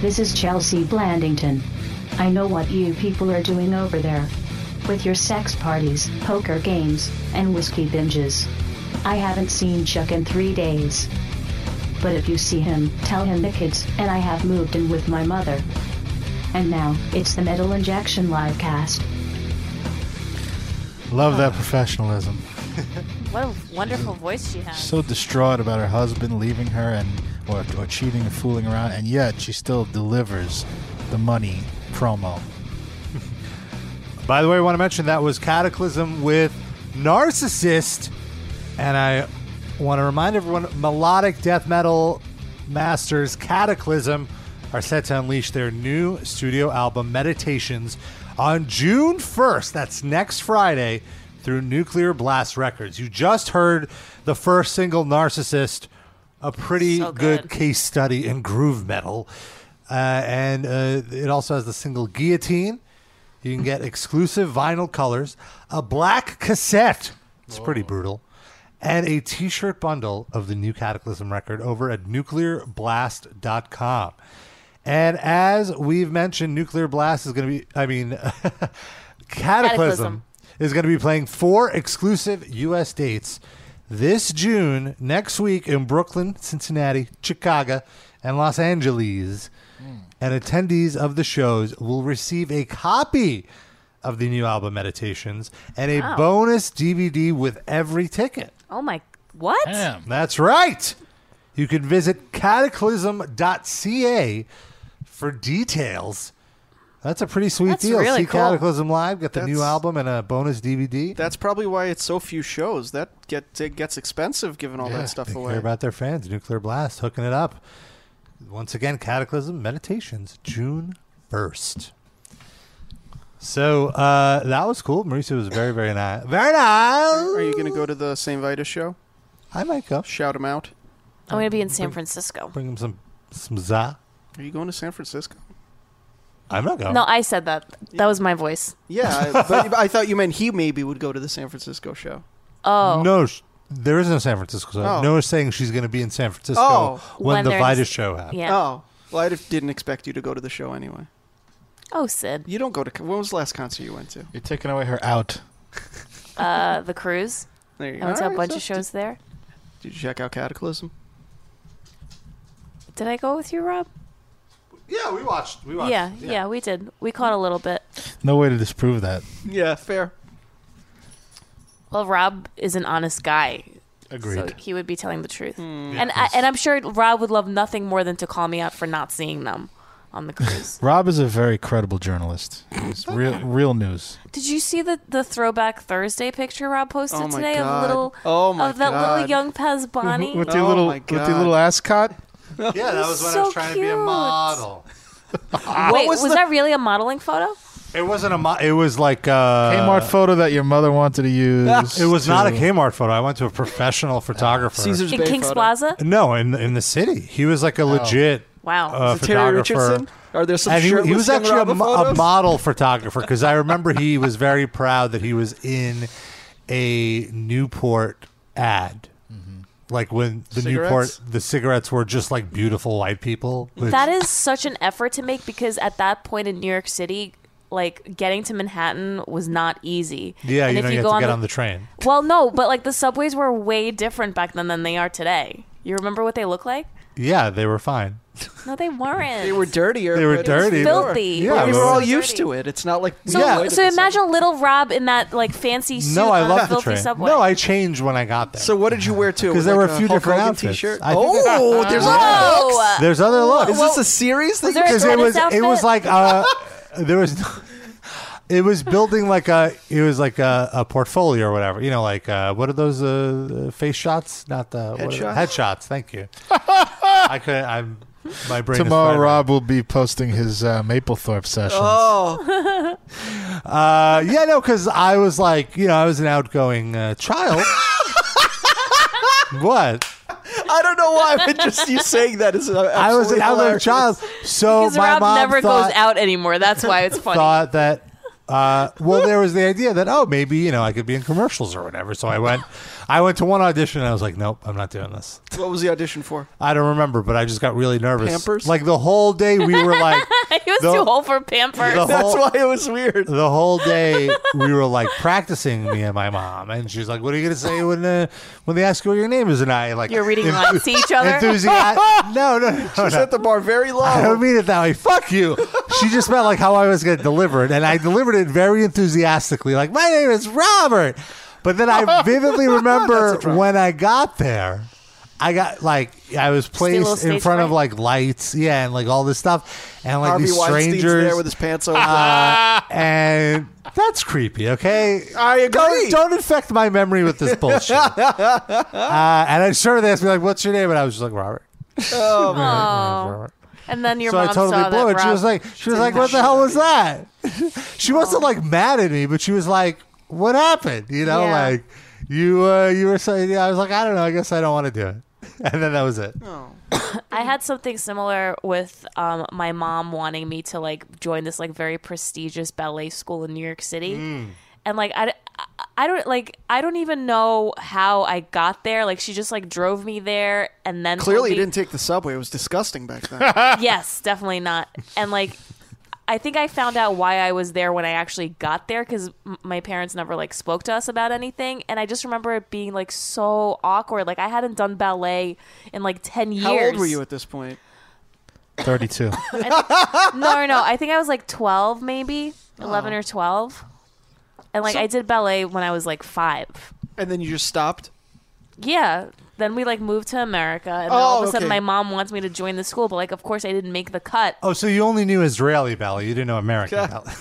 This is Chelsea Blandington. I know what you people are doing over there. With your sex parties, poker games, and whiskey binges. I haven't seen Chuck in three days. But if you see him, tell him the kids and I have moved in with my mother. And now, it's the Metal Injection live cast. Love that [LAUGHS] professionalism. What a wonderful voice she has. So distraught about her husband leaving her and or, or cheating and fooling around, and yet she still delivers the money promo. By the way, I want to mention that was Cataclysm with Narcissist. And I want to remind everyone melodic death metal masters Cataclysm are set to unleash their new studio album, Meditations, on June 1st. That's next Friday through Nuclear Blast Records. You just heard the first single, Narcissist, a pretty So good. good. case study in groove metal. Uh, and uh, it also has the single Guillotine. You can get exclusive vinyl colors, a black cassette. It's pretty brutal. And a t shirt bundle of the new Cataclysm record over at nuclearblast.com. And as we've mentioned, Nuclear Blast is going to be, I mean, [LAUGHS] Cataclysm Cataclysm. is going to be playing four exclusive U.S. dates this June, next week in Brooklyn, Cincinnati, Chicago, and Los Angeles. And attendees of the shows will receive a copy of the new album Meditations and a Wow. bonus DVD with every ticket. Oh my, what? Damn. That's right. You can visit cataclysm.ca for details. That's a pretty sweet That's deal. really See cool. Cataclysm Live, get the new That's- album and a bonus DVD. That's probably why it's so few shows. That get it gets expensive giving all that stuff they away. care about their fans. Nuclear Blast hooking it up. Once again, Cataclysm Meditations, June 1st. So uh, that was cool. Mauricio was very, very nice. Very Are nice. you going to go to the St. Vitus show? I might go. Shout him out. I'm gonna be in San Francisco. Bring him some, some za. Are you going to San Francisco? I'm not going. No, I said that. That was my voice. [LAUGHS] [LAUGHS] Yeah, I- but I thought you meant he maybe would go to the San Francisco show. Oh, No, sh- there is no San Francisco. So Oh. No one's saying she's going to be in San Francisco Oh. when, When the there's- Vitus show happens. yeah. Oh, Oh, well, I d- didn't expect you to go to the show anyway. Oh, Sid, You don't go to. co- When was the last concert you went to? You're taking away her out. uh, the cruise. There you I went to a Alright, bunch so of shows there. Did, did you check out Cataclysm? Did I go with you, Rob? Yeah, we watched. We Yeah, yeah, we did. We caught a little bit. No way to disprove that. Yeah, fair. Well, Rob is an honest guy, so Agreed. he would be telling the truth. Hmm. And I, and I'm sure Rob would love nothing more than to call me out for not seeing them on the [LAUGHS] cruise. Rob is a very credible journalist. It's real, real news. did you see the the throwback Thursday picture Rob posted Oh my today God. of little Oh my of that little God. young Pez [LAUGHS] Bonnie? With your your Oh little- little, my with your God. little little ascot. yeah, that was when I was so trying to be a cute. model. Wait, was was, the- that really a modeling photo? It wasn't a. Mo- it was like uh, Kmart photo that your mother wanted to use. [LAUGHS] It was not a to- Kmart photo. I went to [LAUGHS] a professional photographer. Caesar's In Bay Kings photo. Oh. Plaza? No, in in the city, he was like a legit Wow. uh, Is it Terry photographer. Richardson? Are there some and he, shirtless he was young actually a, Robin mo- a photos? model photographer because I remember he was very proud that he was in a Newport ad. Like when the Mm-hmm. Cigarettes? Newport, the cigarettes were just like beautiful white people. with- That is such an effort to make because at that point in New York City, like getting to Manhattan was not easy. yeah, and you if know, you you have go to on get the, on the train. well, no, but like the subways were way different back then than they are today. You remember what they look like? Yeah, they were fine. No, they weren't. They were dirtier. They were but- dirty. but- filthy. Yeah, But We They were but- all so used dirty. to it. It's [LAUGHS] not like So, Yeah. so imagine little Rob in that like fancy suit no, I on the love the filthy train. [LAUGHS] subway. No, I changed when I got there. So what did you wear too? because there were a few different outfits. T-shirt. I think oh, there's other looks. Whoa! There's other looks. Is this a series? That there you- a because it Jordan's was it was outfit? like uh there was no, it was building like a it was like a, a portfolio or whatever you know like uh what are those uh face shots not the what are they? Headshots? headshots thank you i couldn't i'm my brain is Tomorrow, fried. Rob will be posting his uh, Maplethorpe sessions. oh, uh yeah no because i was like you know i was an outgoing uh, child what [LAUGHS] I don't know why, but just you [LAUGHS] saying that is. Uh, i was an outgoing child so because "Oh, my Rob mom never thought, goes out anymore. That's why it's funny. [LAUGHS] [LAUGHS] thought that Uh, well, there was the idea that oh maybe you know I could be in commercials or whatever. So I went, I went to one audition and I was like, nope, I'm not doing this. What was the audition for? I don't remember, but I just got really nervous. Pampers? Like the whole day we were like, he was The- too old for Pampers. the That's whole- why it was weird. the whole day we were like practicing me and my mom, and she's like, "What are you gonna say when uh, when they ask you what your name is?" And I like [LAUGHS] You're reading lines to [LAUGHS] each other. [LAUGHS] enthusiastic. no, no, no, She no. set the bar very low. I don't mean it that way. Fuck you. She just meant like how I was going to deliver it, and I delivered it very enthusiastically, like my name is Robert. But [LAUGHS] then I vividly remember when I got there, I got like I was little placed in stage front of fright. like lights, yeah, and like all this stuff, and like Harvey these Weinstein's strangers there with his pants open. [LAUGHS] uh, and that's creepy. Okay, I agree. Don't, don't infect my memory with this [LAUGHS] bullshit. uh, and I'm sure they asked me like, "What's your name?" And I was just like, "Robert." Oh, oh. And then your so I mom totally saw blew that. it. She Rob- was like, "She was like, what the hell was that?" [LAUGHS] she wasn't like mad at me, but she was like, "What happened?" You know, Yeah. like you uh, you were saying. Yeah, I was like, "I don't know. I guess I don't want to do it." [LAUGHS] And then that was it. Oh. I had something similar with um, my mom wanting me to like join this like very prestigious ballet school in New York City, Mm. Mm. and like I, I- I don't like I don't even know how I got there. Like she just like drove me there, and then told Clearly, you me- didn't take the subway. It was disgusting back [LAUGHS] then. [LAUGHS] [LAUGHS] yes, definitely not. And like, I think I found out why I was there when I actually got there because m- my parents never like spoke to us about anything, and I just remember it being like so awkward. Like I hadn't done ballet in like ten years. How old were you at this point? Thirty-two. [LAUGHS] no, no, no. I think I was like 12, maybe Oh. 11 or 12. And like I did ballet when I was like five. And then you just stopped. Yeah. Then we like moved to America, and then all Oh, of a sudden okay. my mom wants me to join the school, but like of course I didn't make the cut. Oh, so you only knew Israeli ballet. You didn't know American Yeah. ballet.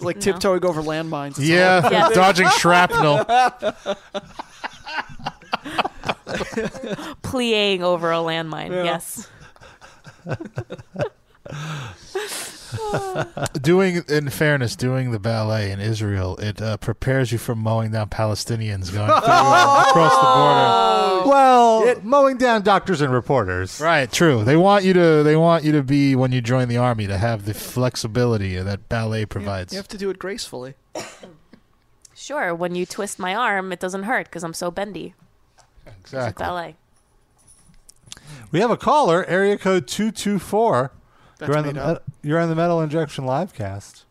Like tiptoeing over landmines. It's Yeah, [LAUGHS] Yeah. dodging [LAUGHS] shrapnel. Pleaing over a landmine. [LAUGHS] Yes. [LAUGHS] doing, in fairness, doing the ballet in Israel, it uh, prepares you for mowing down Palestinians [LAUGHS] going through, uh, across the border. well, Oh. mowing down doctors and reporters. Right, true. They want you to. They want you to be when you join the army to have the flexibility that ballet provides. You have to do it gracefully. Sure. When you twist my arm, it doesn't hurt because I'm so bendy. Exactly. Ballet. We have a caller, area code 224. you're, on the, made up. Met- you're on the Metal Injection Livecast.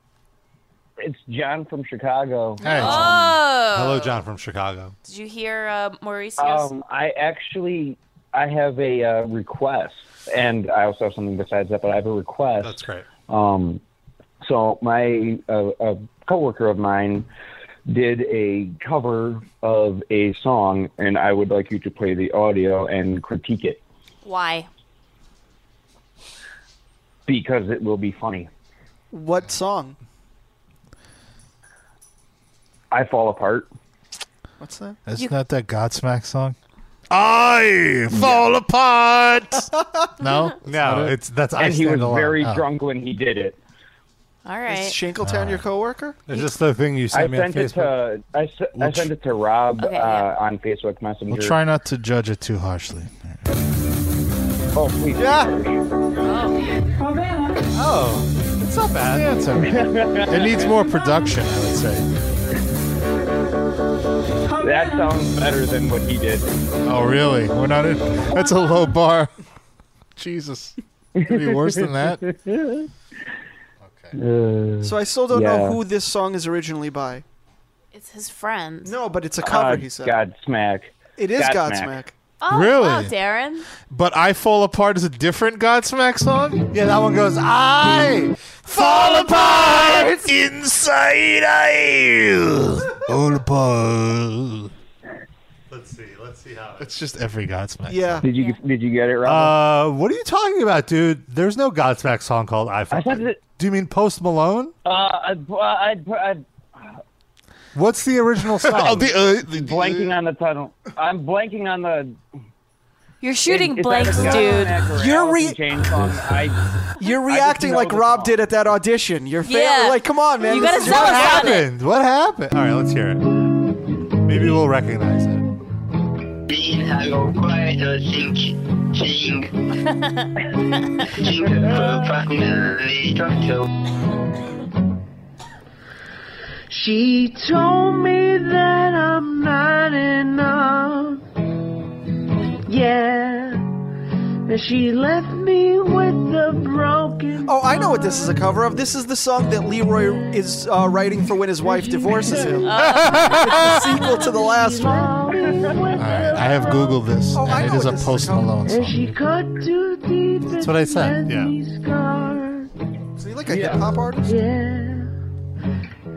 It's John from Chicago. Hey, Oh. Hello, John from Chicago. Did you hear uh, Mauricio's? Um, I actually I have a uh, request, and I also have something besides that, but I have a request. That's great. Um, so my uh, a coworker of mine did a cover of a song, and I would like you to play the audio and critique it Why? because it will be funny. What song? I fall apart. What's that? That's not that Godsmack song. I fall apart. no, No, it's that's I And he Stand was Alone. very Oh. drunk when he did it. All Is right. Shankletown Uh, your coworker? It's just the thing you I sent me on sent it Facebook. to I, s- I We'll tr- sent it to Rob Okay, uh, yeah. on Facebook Messenger. We'll try not to judge it too harshly. Oh, please. Oh, it's not bad. That's all right. [LAUGHS] it needs more production, I would say. That sounds better than what he did. Oh, really? We're not in. That's a low bar. Jesus, [LAUGHS] could be worse than that. So I still don't know Yeah. who this song is originally by. It's his friend. No, but it's a cover. Uh, he said Godsmack. it is Godsmack. Godsmack. Oh, Really? wow, Darren. But I fall apart is a different Godsmack song. Yeah, that one goes. I Fall apart inside I. All apart. Let's see. Let's see how. It's just every Godsmack. Yeah. Did you did you get it right? Uh, what are you talking about, dude? There's no Godsmack song called "I Fall." I thought that- Do you mean Post Malone? Uh, I, I, I, am What's the [LAUGHS] original song? Oh, the, uh, the, blanking on the title. I'm blanking on the. You're shooting It's blanks, either dude. Godsmack or You're Alice re- in Chains song. I, You're just reacting know like the Rob song. did at that audition. You're failing. Yeah. Like, come on, man. You this gotta is sell your- what us on it. happened? What happened? All right, let's hear it. Maybe we'll recognize it. Being a little quiet, I think, [LAUGHS] think, think of a partner, talk to. She told me that I'm not enough. Yeah. And she left me with a broken. Oh, I know what this is a cover of. This is the song that Leroy is uh, writing for when his wife divorces him. "Oh." it's the [LAUGHS] sequel to the last one. [LAUGHS] All right, I have Googled this, Oh, I and it know is a this is a Post cover. Malone And song. she cut too deep. That's what I said, yeah. So you like a hip hop artist? Yeah.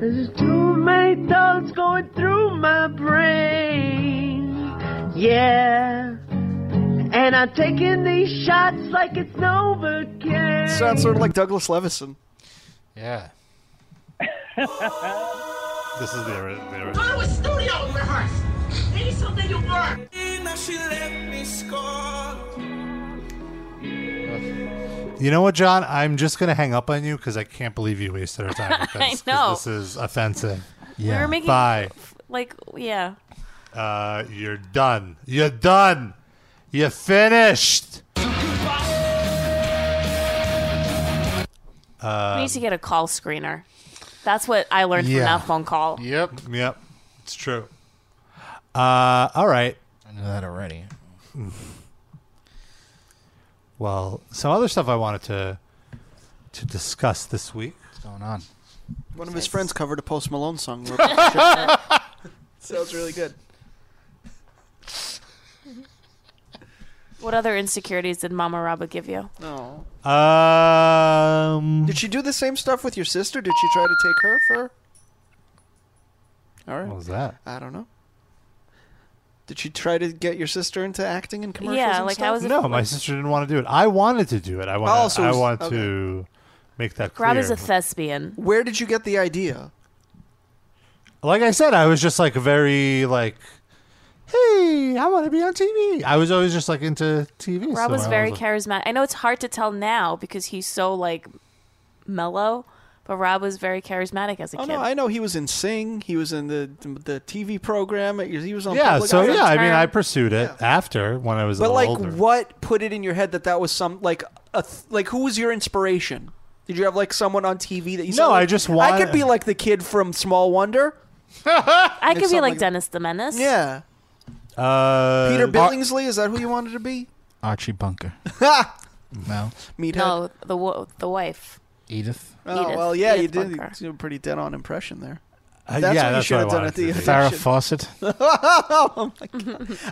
There's too many thoughts going through my brain. Yeah. And I'm taking these shots like it's Novocaine. Sounds sort of like Douglas Levison. Yeah. [LAUGHS] this is the ori- the ori- Go to a studio and rehearse. Maybe something you learn. You know what, John? I'm just gonna hang up on you because I can't believe you wasted [LAUGHS] our time with this. I 'cause know. This is offensive. We Yeah. were making Bye. like yeah. Uh, you're done. You're done. You finished. we need to get a call screener. That's what I learned Yeah. from that phone call. Yep. Yep. It's true. Uh, all right. I knew that already. [LAUGHS] Well, some other stuff I wanted to to discuss this week. What's going on? One of his friends covered a Post Malone song. [LAUGHS] Sounds really good. What other insecurities did Mama Raba give you? No. Um, Did she do the same stuff with your sister? Did she try to take her for? All what right. was that? I don't know. Did she try to get your sister into acting in commercials? Yeah, and like, stuff? how is it- No, my sister didn't want to do it. I wanted to do it. I want. Oh, so I it's- want okay. to make that clear. Rob is a thespian. Where did you get the idea? like I said, I was just like very like, hey, I want to be on TV. I was always just like into TV. Rob so was I very like- charismatic. I know it's hard to tell now because he's so like mellow, but Rob was very charismatic as a Oh kid. no, I know he was in Sing. He was in the the TV program. He was on. Yeah, Public so Eye. yeah, I mean, term. I pursued it after when I was a But little like, older. what put it in your head that that was some like a th- like who was your inspiration? Did you have like someone on TV that you? No, saw, like, I just I wanted- could be like the kid from Small [LAUGHS] Wonder. I could be something like like- Dennis the Menace. Yeah, Uh, Peter Billingsley. Is that who you wanted to be? Archie Bunker. no. Meathead. No, the wo- the wife. [LAUGHS] Edith. oh Edith- well, yeah, Edith you did. Bunker. You did a pretty dead on impression there. uh, That's yeah, what you that's should have I done wanted at to the do. end. Oh Farrah Fawcett. [LAUGHS]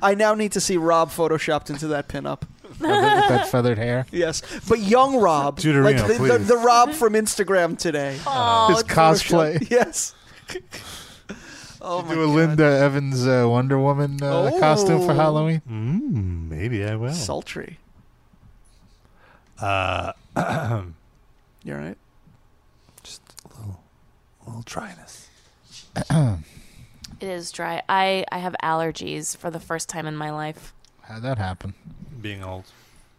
I now need to see Rob photoshopped into that pinup. With that feathered hair. Yes, but young Rob, Judarino, like the, the, please. the Rob from Instagram today. Oh, His cosplay. Yes. oh my Do a Linda Evans uh, Wonder Woman uh, Oh. costume for Halloween. Mm, maybe I will. sultry. Uh, [CLEARS THROAT] You all right? little [CLEARS THROAT] dryness. it is dry. I I have allergies for the first time in my life. How'd that happen? Being old.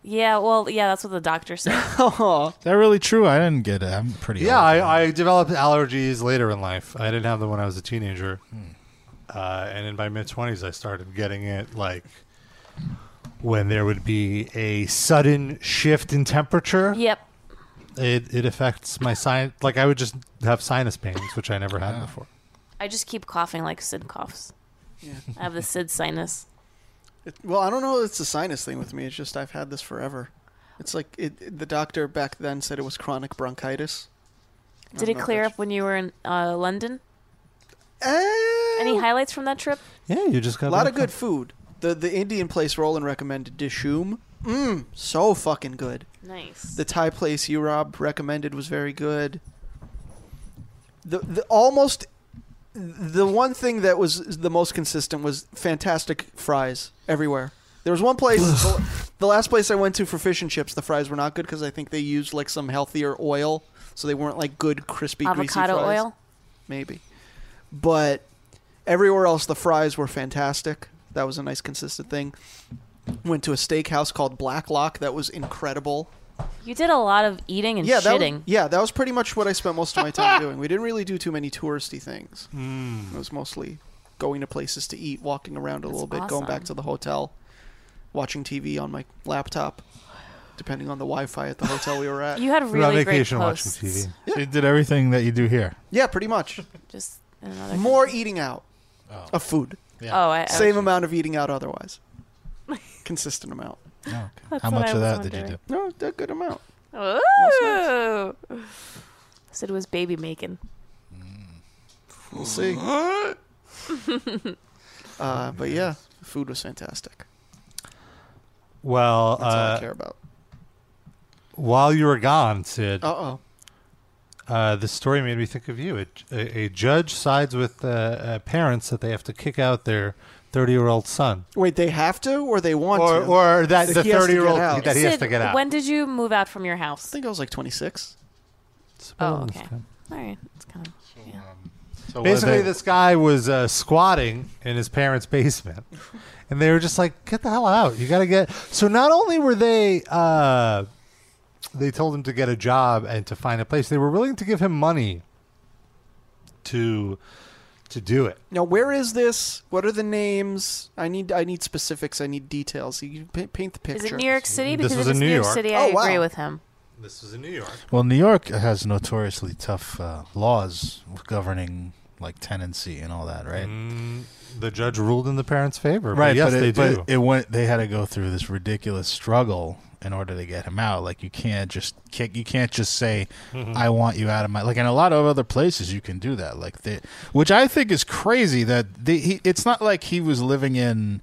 Yeah, well, yeah, that's what the doctor [LAUGHS] said. Oh, Is that really true? I didn't get it. I'm pretty Yeah, old. I, I developed allergies later in life. I didn't have them when I was a teenager, uh, and in my mid twenties, I started getting it like when there would be a sudden shift in temperature. yep. It it affects my sin. Like I would just have sinus pains, which I never had before. I just keep coughing like Sid coughs. Yeah. I have the Sid sinus. It- well, I don't know. if It's a sinus thing with me. It's just I've had this forever. It's like it, it- the doctor back then said it was chronic bronchitis. Did I it don't know if clear that's- up when you were in uh, London? Eh, Any highlights from that trip? Yeah, you just a got lot of good food. The the Indian place Roland recommended Dishoom. Mmm, so fucking good. Nice. The Thai place you Rob recommended was very good. The the almost the one thing that was the most consistent was fantastic fries everywhere. There was one place, the, the last place I went to for fish and chips, the fries were not good because I think they used like some healthier oil, so they weren't like good crispy greasy Avocado fries. oil. maybe. But everywhere else, the fries were fantastic. That was a nice consistent thing. Went to a steakhouse called Blacklock. That was incredible You did a lot of eating and yeah, that shitting. was, yeah, that was pretty much what I spent most of my [LAUGHS] time doing. We didn't really do too many touristy things. Hmm. It was mostly going to places to eat, walking around a little bit, going back awesome. to the hotel, watching TV on my laptop, depending on the Wi-Fi at the hotel we were at. You had We're on really great vacation posts. watching TV. So you did everything that you do here. yeah, pretty much. Just another More eating out of food. Yeah. Oh, I- I same see. amount of eating out [LAUGHS] otherwise. Consistent amount. That's Oh, How what much I of was that did you wondering. No, a good amount. Ooh. Sid was baby making. We'll see. uh, but yeah, the food was fantastic. Well, That's all I uh, care about. while you were gone, Sid, Uh oh. uh, this story made me think of you. A, a, a judge sides with uh, uh, parents that they have to kick out their 30 year old son. Wait, they have to or they want Or- to? or that the he has to get 30-year-old out. that he has to get out. When did you move out from your house? I think I was like 26. Oh, okay. All right. It's kind of. yeah. Basically, they- this guy was uh, squatting in his [LAUGHS] parents' basement, and they were just like, "Get the hell out! You got to get." So not only were they, uh, they told him to get a job and to find a place. They were willing to give him money to to do it. Now, where is this? What are the names? I need I need specifics. I need details. You pa- paint the Is picture. it New York City? Because This was if in it's New New York York. City, Oh, I wow. agree with him. This was in New York. Well, New York has notoriously tough uh, laws governing like tenancy and all that, right? The judge ruled in the parents' favor. Right, but Mm. yes, but, they it, do. but it went. They had to go through this ridiculous struggle in order to get him out. Like you can't just kick. You can't just say, Mhm. "I want you out of my." Like in a lot of other places, you can do that. Like they, which I think is crazy that they. He, it's not like he was living in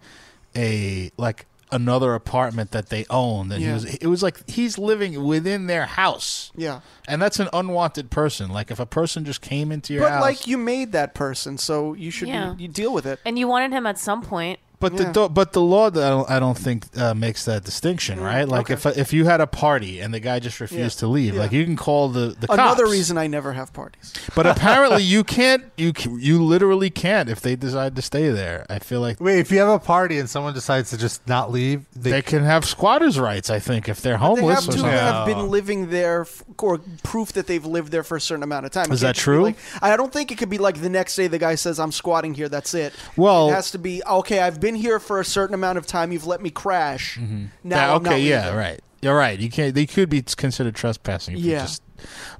a like another apartment that they owned. And he Yeah. was. It was like he's living within their house. Yeah. and that's an unwanted person. Like if a person just came into your But house, like you made that person, so you should Yeah. be, you deal with it. And you wanted him at some point. But the do- but the law that I don't, I don't think uh, makes that distinction, Mm, right? Like if if you had a party and the guy just refused to leave, like you can call the the Another cops. reason I never have parties. [LAUGHS] But apparently you can't you c- you literally can't if they decide to stay there. I feel like Wait, if you have a party and someone decides to just not leave, they, can have squatters' rights. I think if they're homeless [LAUGHS] They have or to something. have Oh. been living there, f- or proof that they've lived there for a certain amount of time. It Is that can't just be true? like- I don't think it could be like the next day the guy says, "I'm squatting here. That's it." Well- it has to be okay. I've been here for a certain amount of time. You've let me crash. Yeah, Now, I'm Mm-hmm. okay, not yeah, leaving. right. You're right. You can't. They could be considered trespassing. If You Yeah. just,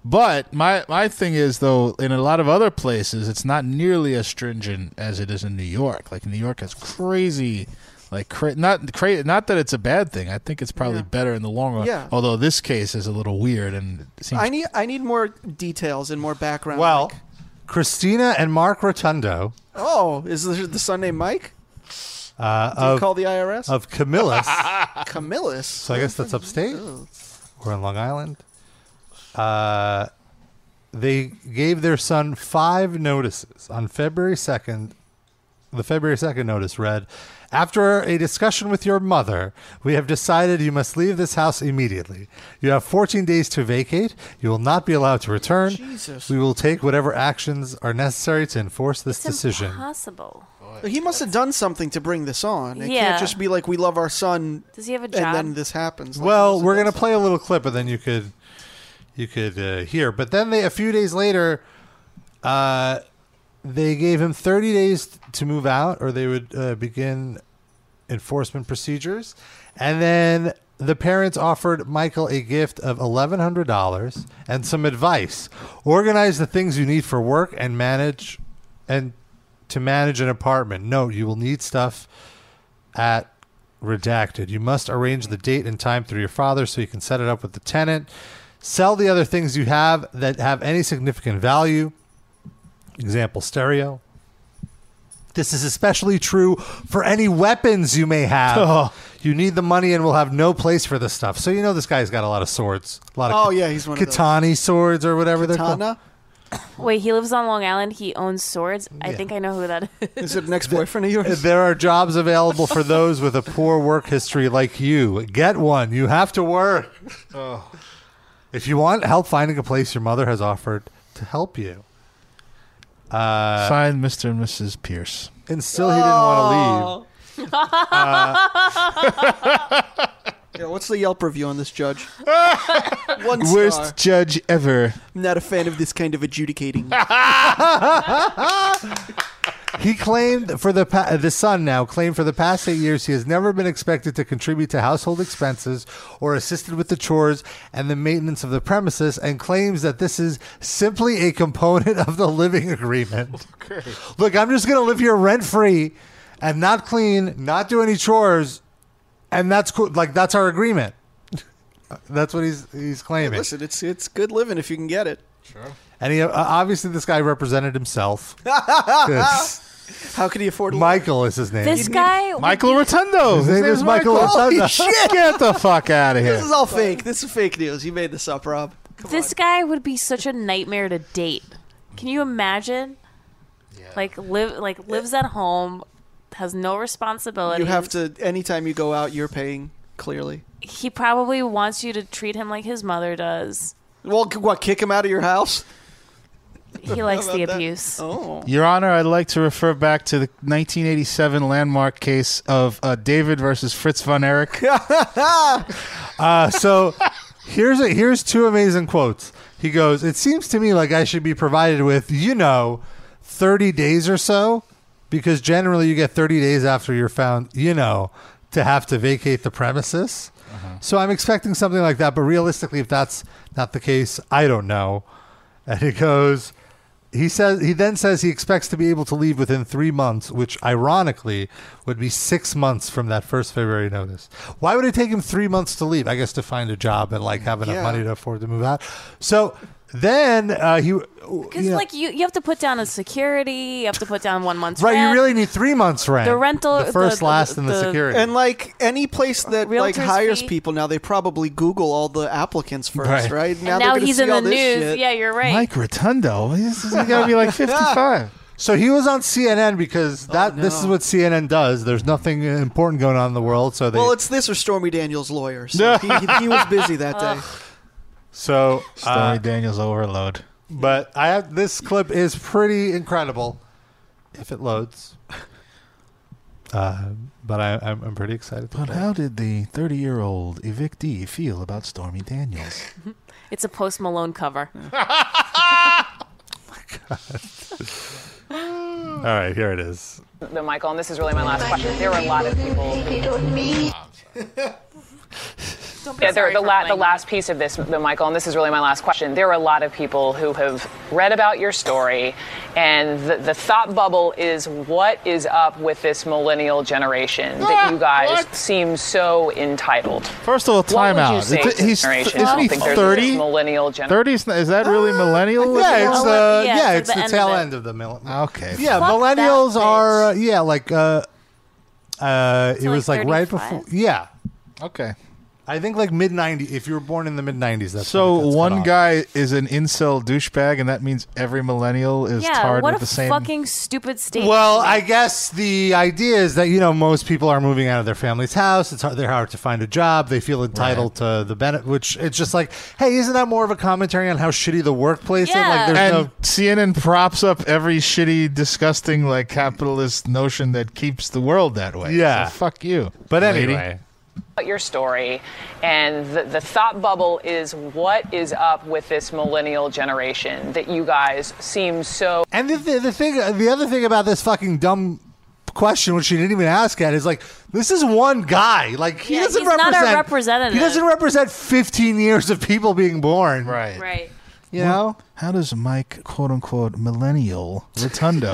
but my my thing is though, in a lot of other places, it's not nearly as stringent as it is in New York. Like New York has crazy, like cra- not cra- not that it's a bad thing. I think it's probably better in the long run. Yeah. Although this case is a little weird and it seems. I need I need more details and more background. well, Christina and Mark Rotundo oh, is this the son named Mike? uh, Do you of call the IRS? [LAUGHS] of [LAUGHS] Camillus. Camillus. So I guess that's upstate or in Long Island. Uh, they gave their son five notices on February 2nd. The February 2nd notice read After a discussion with your mother, we have decided you must leave this house immediately. You have 14 days to vacate. You will not be allowed to return. Jesus. We will take whatever actions are necessary to enforce this decision. Possible. He must have done something to bring this on. It Yeah. can't just be like we love our son. Does he have a And then job? this happens. Like, Well, we're gonna play a little clip, and then you could you could uh, hear. But then they a few days later, uh, they gave him 30 days to move out, or they would uh, begin enforcement procedures. And then the parents offered Michael a gift of $1,100 and some advice: organize the things you need for work and manage and to manage an apartment. Note: you will need stuff at redacted. You must arrange the date and time through your father so you can set it up with the tenant. Sell the other things you have that have any significant value. Example stereo. This is especially true for any weapons you may have. Oh. You need the money and will have no place for this stuff. So you know this guy's got a lot of swords. A lot of Oh, yeah, he's one of those. Katani swords or whatever they're called. Katana? Wait, he lives on Long Island. He owns swords. I think I know who that is. Is it an ex-boyfriend of yours? There are jobs available for those with a poor work history like you. Get one. You have to work. Oh. If you want help finding a place, your mother has offered to help you. Uh, Signed, Mr. and Mrs. Pierce. And still, he didn't want to leave. [LAUGHS] Yeah, what's the Yelp review on this judge? Uh, [LAUGHS] One star. Worst judge ever. I'm not a fan of this kind of adjudicating. He claimed for the pa- the son now claimed for the past eight years he has never been expected to contribute to household expenses or assisted with the chores and the maintenance of the premises, and claims that this is simply a component of the living agreement. [LAUGHS] Look, I'm just gonna live here rent free, and not clean, not do any chores, and that's cool. Like that's our agreement. [LAUGHS] that's what he's he's claiming. Listen, it's it's good living if you can get it. [LAUGHS] Sure. And he, uh, obviously, this guy represented himself. How could he afford? Michael is his name. This guy would Michael be- Rotundo. His name is Michael Rotundo. Holy shit! Get the fuck out of This here. is all fake. This is fake news. You made this up, Rob. [LAUGHS] This guy would be such a nightmare to date. Can you imagine? Like live like lives at home, has no responsibility. You have to. Anytime you go out, you're paying. Clearly. He probably wants you to treat him like his mother does. Well, c- what? Kick him out of your house? [LAUGHS] He likes the about that? abuse. Oh. Your Honor, I'd like to refer back to the 1987 landmark case of uh, David versus Fritz [LAUGHS] von Erich. Uh, so here's a, here's two amazing quotes. He goes, "It seems to me like I should be provided with, you know, 30 days or so, because generally you get 30 days after you're found, you know, to have to vacate the premises. So I'm expecting something like that, but realistically, if that's not the case, I don't know." And he goes, he says he then says he expects to be able to leave within three months, which ironically would be six months from that first February notice. Why would it take him three months to leave? I guess to find a job and like have enough Yeah. money to afford to move out. So then uh, he, Because you know- like you, you have to put down a security. You have to put down one month's right, you rent. really need three months rent. The rental- the first, the- the- last, and the, the- security. And like any place that like Realtor's hires fee. people now, they probably Google all the applicants first, Right. right? And they're now gonna he's see in the all news. this shit. Yeah, you're right. Mike Rotundo. He's, he's got to be [LAUGHS] like 55. So he was on CNN because that Oh, this is what CNN does. There's nothing important going on in the world, so they Well, it's this or Stormy Daniels' lawyer. [LAUGHS] So he, he, he was busy that day. so Story uh, Daniels overload. But I have this clip is pretty incredible if it loads. Uh, but I, I'm, I'm pretty excited. But how did the 30 year old evictee feel about [LAUGHS] Stormy Daniels? It's a Post Malone cover. [LAUGHS] All right, here it is. the Michael, and this is really my last question. There were a lot of people. Yeah, there, the, la- the last piece of this, the Michael, and this is really my last question. There are a lot of people who have read about your story, and the, the thought bubble is what is up with this millennial generation that you guys seem so entitled. First of all, What would you timeout. say It's- to He's, the generation? isn't I don't he think there's this 30? millennial generation. 30 is, is that Ah, really millennial? Yeah, it's oh, it's uh, like- yeah, it's, the, end of tail it. end of the mill. Okay. Yeah, Fuck that millennials bitch. are uh, yeah, like uh, uh, it like was like right 35? before. Yeah, Okay. I think like mid '90s. If you were born in the mid '90s, that's So when it gets cut one off. guy is an incel douchebag, and that means every millennial is yeah, tarred what with a the same. fucking stupid statement. Well, I guess the idea is that you know most people are moving out of their family's house. It's hard, they're hard to find a job. They feel entitled to the benefit, which it's just like, hey, isn't that more of a commentary on how shitty the workplace is? Like, Yeah. there's and no. CNN props up every shitty, disgusting, like capitalist notion that keeps the world that way. Yeah. So fuck you. But lady. anyway, about your story, and the, the thought bubble is what is up with this millennial generation that you guys seem so and the, the, the thing, the other thing about this fucking dumb question, which she didn't even ask at, is like, this is one guy. Like, he Yeah, doesn't he's not a represent. representative. He doesn't represent 15 years of people being born. right. right. You [LAUGHS] know. How does Mike, quote unquote, millennial [LAUGHS] Rotundo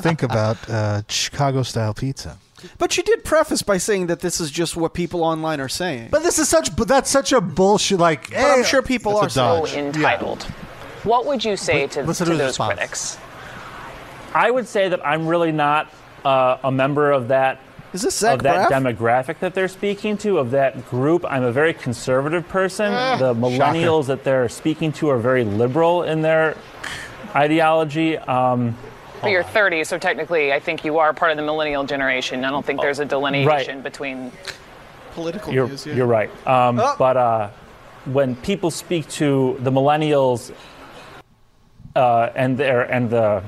think about uh, Chicago style pizza? But you did preface by saying that this is just what people online are saying. But this is such, but that's such a bullshit. Like, But I'm hey, sure people are. that's a saying- dodge. entitled. What would you say to, listen to to his those response. critics? I would say that I'm really not uh, a member of that Is this Zach of that Braff? demographic that they're speaking to, of that group. I'm a very conservative person. Eh, the millennials that they're speaking to are very liberal in their ideology. Um, But you're 30, so technically, I think you are part of the millennial generation. I don't think Oh, there's a delineation between. political you're, news. Yeah. you're right. Um, Oh. But uh, when people speak to the millennials uh, and their and the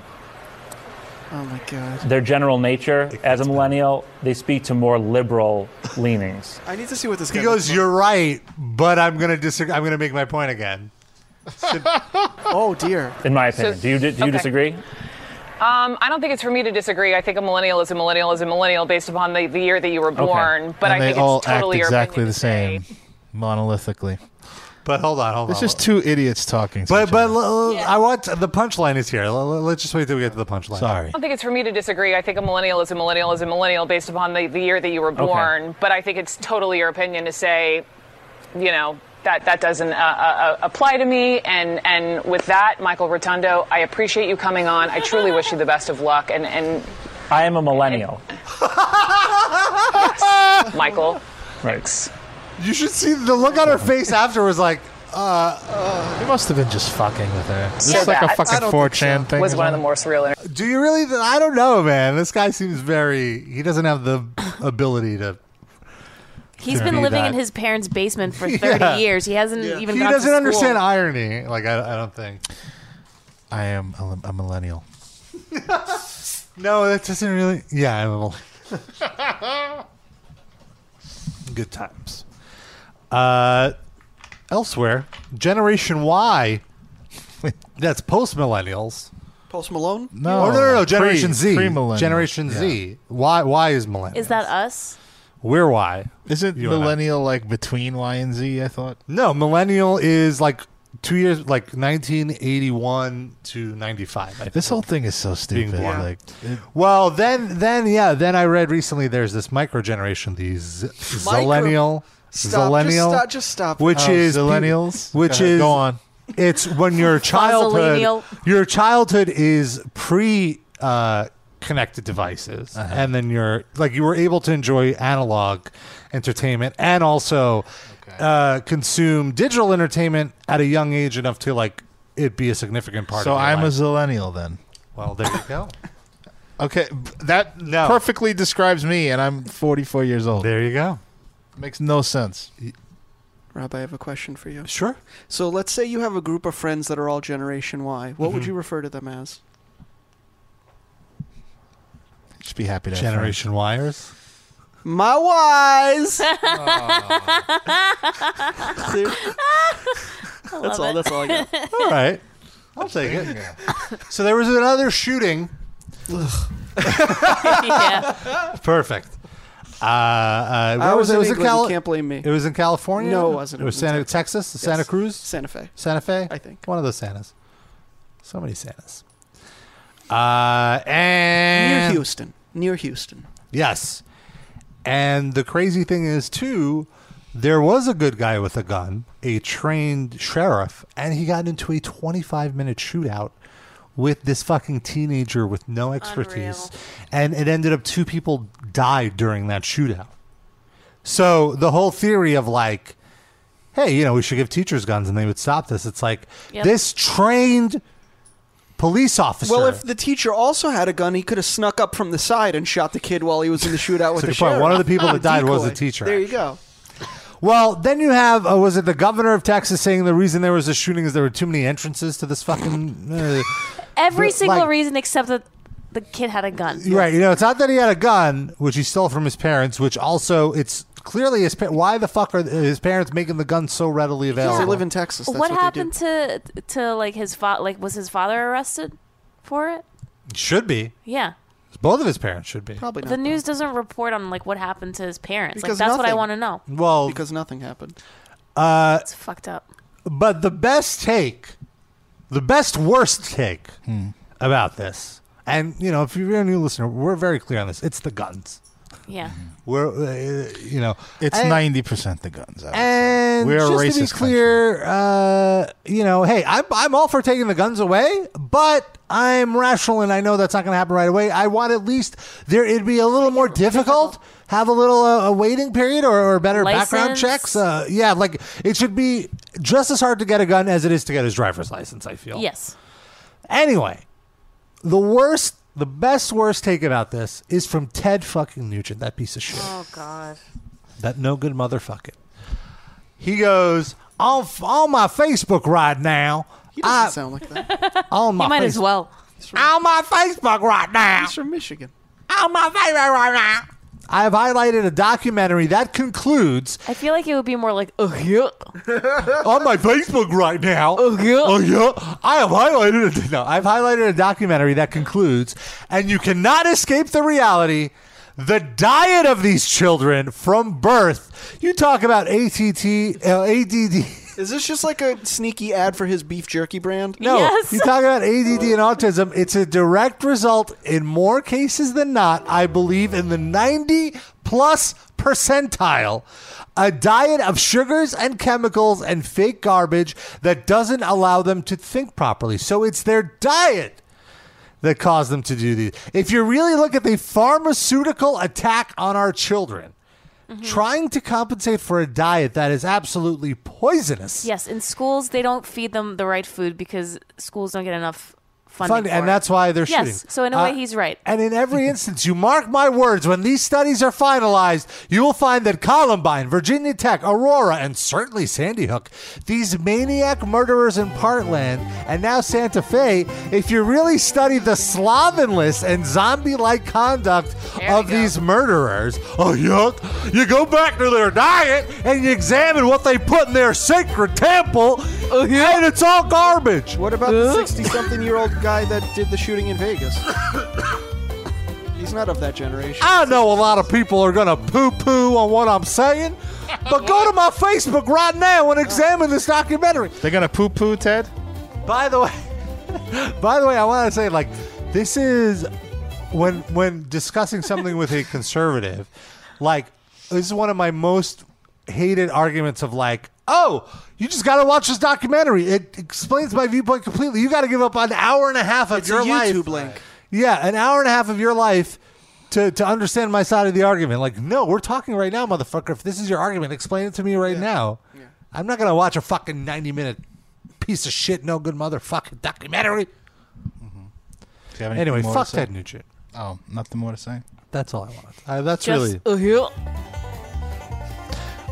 Oh my god. their general nature as a millennial, they speak to more liberal leanings. I need to see what this He guy looks goes, like. "You're right, but I'm gonna disagree. I'm gonna make my point again." Oh dear. In my opinion, So- do you do you okay. disagree? Um, I don't think it's for me to disagree. I think a millennial is a millennial is a millennial based upon the, the year that you were born. But and I they think all it's totally act your exactly opinion. the same, monolithically. But hold on, hold It's on. just two idiots talking. to But each but l- l- I want the punchline is here. L- l- let's just wait till we get to the punchline. I Sorry. don't think it's for me to disagree. I think a millennial is a millennial is a millennial based upon the, the year that you were Okay. born. But I think it's totally your opinion to say, you know, that that doesn't uh, uh, uh, apply to me. And and with that, Michael Rotundo, I appreciate you coming on. I truly wish you the best of luck. And and I am a millennial. yes, Michael. Right. You should see the look on her face after was like, uh, uh. He must have been just fucking with her. It's So like a that fucking 4chan thing. Was or one of the something. more surreal. Do you really? th- I don't know, man. This guy seems very. He doesn't have the ability to. He's to been be living that. in his parents' basement [LAUGHS] for Yeah. 30 years. He hasn't even He gone doesn't to understand school. irony. Like I, I don't think. I am a, a millennial. No, that doesn't really. Yeah, I'm a little- [LAUGHS] good times. Uh, elsewhere, Generation Y. [LAUGHS] That's post millennials. Post Malone? No. Oh, no, no, no. Generation Pre- Z. pre-millennial. Generation Z. Y, y is millennial. Is that us? We're Y. Isn't You and I. millennial like between Y and Z? I thought. No, millennial is like two years, like 1981 to 95. I think. This whole thing is so Being stupid. born. Like, well, then, then, yeah, then I read recently there's this micro generation, these Micro- Zillennial. Stop, just Zillennial. stop, just stop. Which Oh, is. Zillennials? Which Go ahead, is. go on. It's [LAUGHS] when your childhood. Fuzzillennial. Your childhood is pre. Uh, connected devices Uh-huh. and then you're like you were able to enjoy analog entertainment and also uh, consume digital entertainment at a young age enough to like it be a significant part so of your I'm life. a zillennial then. Well, there you go. [LAUGHS] Okay, b- that perfectly describes me, and I'm 44 years old. There you go. Makes no sense. Rob, I have a question for you. Sure. So let's say you have a group of friends that are all Generation Y. What Mm-hmm. would you refer to them as? Just be happy to have Generation Wires. My [LAUGHS] Ys. [LAUGHS] Ah. that's all. That's all I [LAUGHS] got. All right. I'll take it. So there was another shooting. Perfect. Uh, uh, where I was it? in It was England, Cali- you can't blame me. It was in California. No, it wasn't. It It was was Santa Texas, Santa Cruz, Santa Fe. Santa Fe. I think one of those Santas. So many Santas. Uh, and Near Houston. Near Houston. Yes. And the crazy thing is, too, there was a good guy with a gun, a trained sheriff, and he got into a 25 minute shootout with this fucking teenager with no expertise. And it ended up two people died during that shootout. So the whole theory of like, hey, you know, we should give teachers guns and they would stop this. It's like Yep. this trained police officer. Well, if the teacher also had a gun, he could have snuck up from the side and shot the kid while he was in the shootout with a the good point. sheriff. One of the people that died was Decoy. a teacher, There you go. Well, then you have uh, was it the governor of Texas saying the reason there was a shooting is there were too many entrances to this fucking uh, Every but, single like- reason except that the kid had a gun. right. You know, it's not that he had a gun, which he stole from his parents, which also it's clearly his. Pa- why the fuck are uh, his parents making the gun so readily available? they live in Texas. What, happened to to like his father? Like, was his father arrested for it? Should be Yeah. both of his parents should be probably The news doesn't report on like what happened to his parents. Because like that's what I nothing. want to know. Well, because nothing happened. Uh, It's fucked up. But the best take, the best worst take about this, and you know, if you're a new listener, we're very clear on this. It's the guns. Yeah. We're uh, you know, It's and- ninety percent the guns. I would say. And We're a just to be racist. country. clear, uh, you know, hey, I'm, I'm all for taking the guns away, but I'm rational and I know that's not going to happen right away. I want at least there it'd be a little more difficult. Have a little uh, a waiting period or, or better background License. checks. Uh, yeah, like it should be just as hard to get a gun as it is to get his driver's license. I feel. Yes. Anyway, the worst, the best worst take about this is from Ted fucking Nugent, that piece of shit Oh God. that no good motherfucker. He goes on on my Facebook right now. He doesn't I, sound like that. [LAUGHS] On my might as Face- well. On my Facebook right now. He's from Michigan. On my Facebook right now. I have highlighted a documentary [LAUGHS] that concludes I feel like it would be more like, oh yeah. on my Facebook right now. Oh yeah. Oh yeah. I have highlighted a, no, I've highlighted a documentary that concludes, and you cannot escape the reality. The diet of these children from birth. You talk about ATT, uh, [LAUGHS] ADD. Is this just like a sneaky ad for his beef jerky brand? No, you talk about ADD and autism. It's a direct result in more cases than not, I believe, in the 90 plus percentile. A diet of sugars and chemicals and fake garbage that doesn't allow them to think properly. So it's their diet that caused them to do these. If you really look at the pharmaceutical attack on our children, Mm-hmm. trying to compensate for a diet that is absolutely poisonous. Yes, in schools they don't feed them the right food because schools don't get enough funding. Funding, for and it. that's why they're yes, shooting. So in a Uh, way, he's right. And in every instance, you mark my words, when these studies are finalized, you will find that Columbine, Virginia Tech, Aurora, and certainly Sandy Hook, these maniac murderers in Parkland, and now Santa Fe, if you really study the slovenless and zombie like conduct of these murderers, oh, yuck, you go back to their diet and you examine what they put in their sacred temple, and it's all garbage. Oh, What about the 60 something year old guy that did the shooting in Vegas? He's not of that generation. I know a lot of people are going to poo poo on what I'm saying, but go to my Facebook right now and examine this documentary. They're gonna poo poo, Ted. By the way, [LAUGHS] by the way, I want to say like this is when when discussing something with a conservative, like this is one of my most hated arguments of like, oh, you just got to watch this documentary. It explains my viewpoint completely. You got to give up an hour and a half of It's a your life. YouTube link. Yeah, an hour and a half of your life to, to understand my side of the argument. Like, no, we're talking right now, motherfucker. If this is your argument, explain it to me right now. I'm not gonna watch a fucking 90 minute piece of shit, no good motherfucking documentary. Do you have anything Anyway, more to fuck say? Ted Nugent. Oh, nothing more to say. That's all I want. Uh, that's Just, really. oh yeah.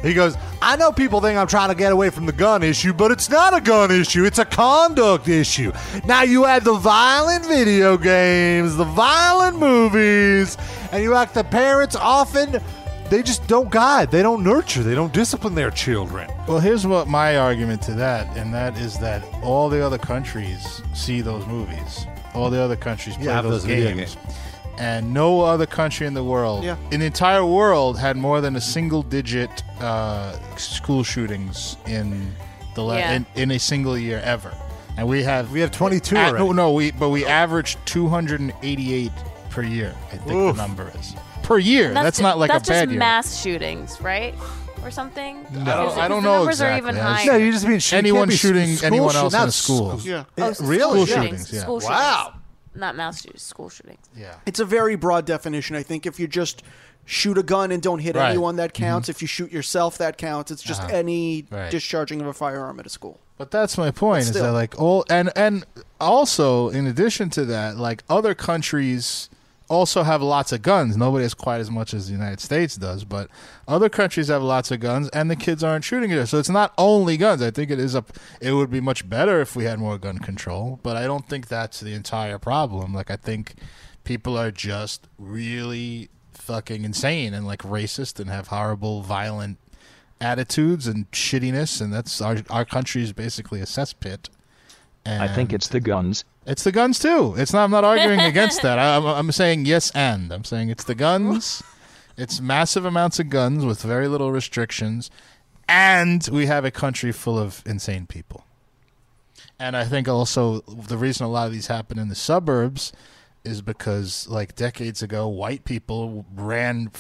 He goes. I know people think I'm trying to get away from the gun issue, but it's not a gun issue. It's a conduct issue. Now you add the violent video games, the violent movies, and you act the parents often. They just don't guide. They don't nurture. They don't discipline their children. Well, here's what my argument to that, and that is that all the other countries see those movies. All the other countries play have those, those video games. games. And no other country in the world, Yeah. in the entire world, had more than a single digit uh, school shootings in the la- Yeah. in, in a single year ever. And we have we have 22 at- already. No, no, we but we average 288 per year. I think Oof. the number is per year. That's, not like that's a bad just year. mass shootings, right? Or something. No. Because- I don't- because I don't the know numbers are exactly. even I higher. just- No, you just mean shoot- Anyone can't be shooting school anyone shoot- else in not a school. school- Yeah. Yeah, really? School Yeah. shootings. Yeah. School shootings. Wow. Not mass shootings. School shootings. Yeah. It's a very broad definition. I think if you just shoot a gun and don't hit Right. anyone, Mm-hmm. that counts. If you shoot yourself, that counts. It's just Uh-huh. any Right. discharging of a firearm at a school. But that's my But point. Is still. that like all and and also in addition to that, like other countries also have lots of guns. Nobody has quite as much as the United States does, but other countries have lots of guns, and the kids aren't shooting at us. So it's not only guns. I think it is a. It would be much better if we had more gun control, but I don't think that's the entire problem. Like I think people are just really fucking insane and like racist and have horrible, violent attitudes and shittiness, and that's our our country is basically a cesspit. And I think it's the guns. it's the guns too. It's not. I'm not arguing against that. I, I'm, I'm saying yes, and I'm saying it's the guns. It's massive amounts of guns with very little restrictions, and we have a country full of insane people. And I think also the reason a lot of these happen in the suburbs is because like decades ago, white people ran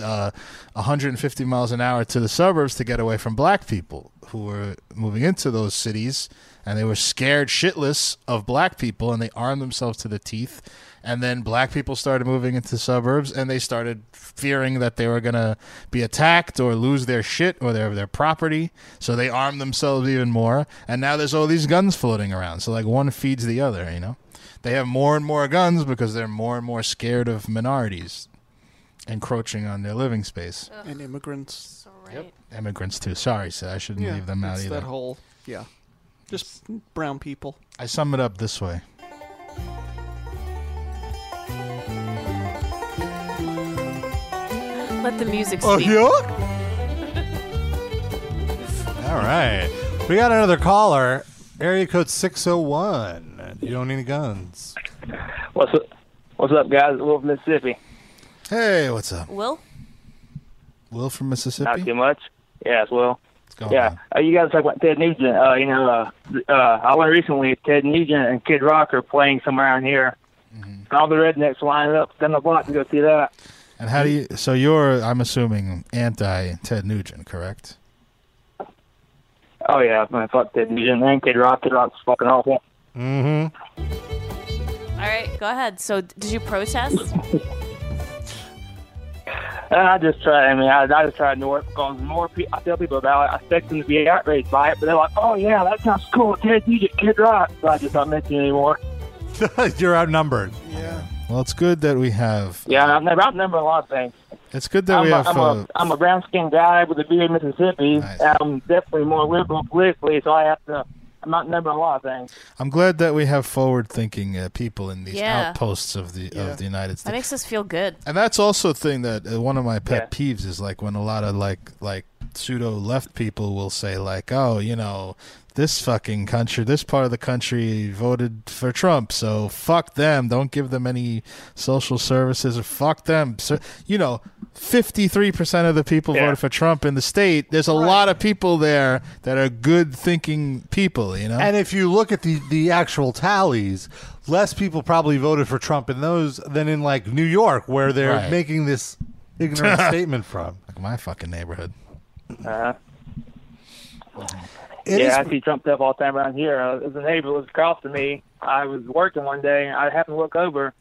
uh, 150 miles an hour to the suburbs to get away from black people who were moving into those cities, and they were scared shitless of black people, and they armed themselves to the teeth. And then black people started moving into suburbs, and they started fearing that they were gonna be attacked or lose their shit or their their property. So they armed themselves even more, and now there's all these guns floating around. So like one feeds the other, you know they have more and more guns because they're more and more scared of minorities encroaching on their living space. And immigrants. Yep. Immigrants too. Sorry, so I shouldn't leave them out it's either. That whole yeah, just brown people. I sum it up this way. Let the music Oh, speak. yeah? All right. We got another caller. Area code 601. You don't need any guns. [LAUGHS] What's up? What's up, guys? Wolf, Mississippi. Hey, what's up? Will? Will from Mississippi? Not too much. Yeah, as well. going Yeah, uh, you guys talk about Ted Nugent. Uh, you know, uh, uh, I learned recently Ted Nugent and Kid Rock are playing somewhere around here. Mm-hmm. All the rednecks lining up, ten o'clock to go see that. And how do you? So you're, I'm assuming, anti Ted Nugent, correct? Oh yeah, man, fuck Ted Nugent and Kid Rock. Kid Rock's fucking awful. Mm-hmm. All right, go ahead. So, d- did you protest? And Uh, I just try. I mean, I, I just try to ignore it because the more pe- I tell people about it, I expect them to be outraged by it, but they're like, "Oh yeah, that sounds cool, Ted Nugent, Kid Rock." So I just don't mention it anymore. [LAUGHS] You're outnumbered. Well, it's good that we have. Yeah, I've never, I've never a lot of things. It's good that I'm we a, have. I'm, uh, a, I'm a brown skinned guy with a beard in Mississippi. I'm definitely more liberal politically, so I have to. I'm not number a lot of things. I'm glad that we have forward-thinking uh, people in these Yeah. outposts of the of the United that States. makes us feel good. And that's also a thing that uh, one of my pet peeves is like when a lot of like like pseudo left people will say like, oh, you know, this fucking country, this part of the country voted for Trump, so fuck them. Don't give them any social services or fuck them. So you know, fifty three percent of the people voted for Trump in the state. There's a lot of people there that are good thinking people. You know, And if you look at the, the actual tallies, less people probably voted for Trump in those than in like New York, where they're Right. making this ignorant statement from. Like my fucking neighborhood. Uh, It yeah, is- I see Trump stuff all the time around here. Uh, there's a neighbor lives across from me. I was working one day, and I happened to look over.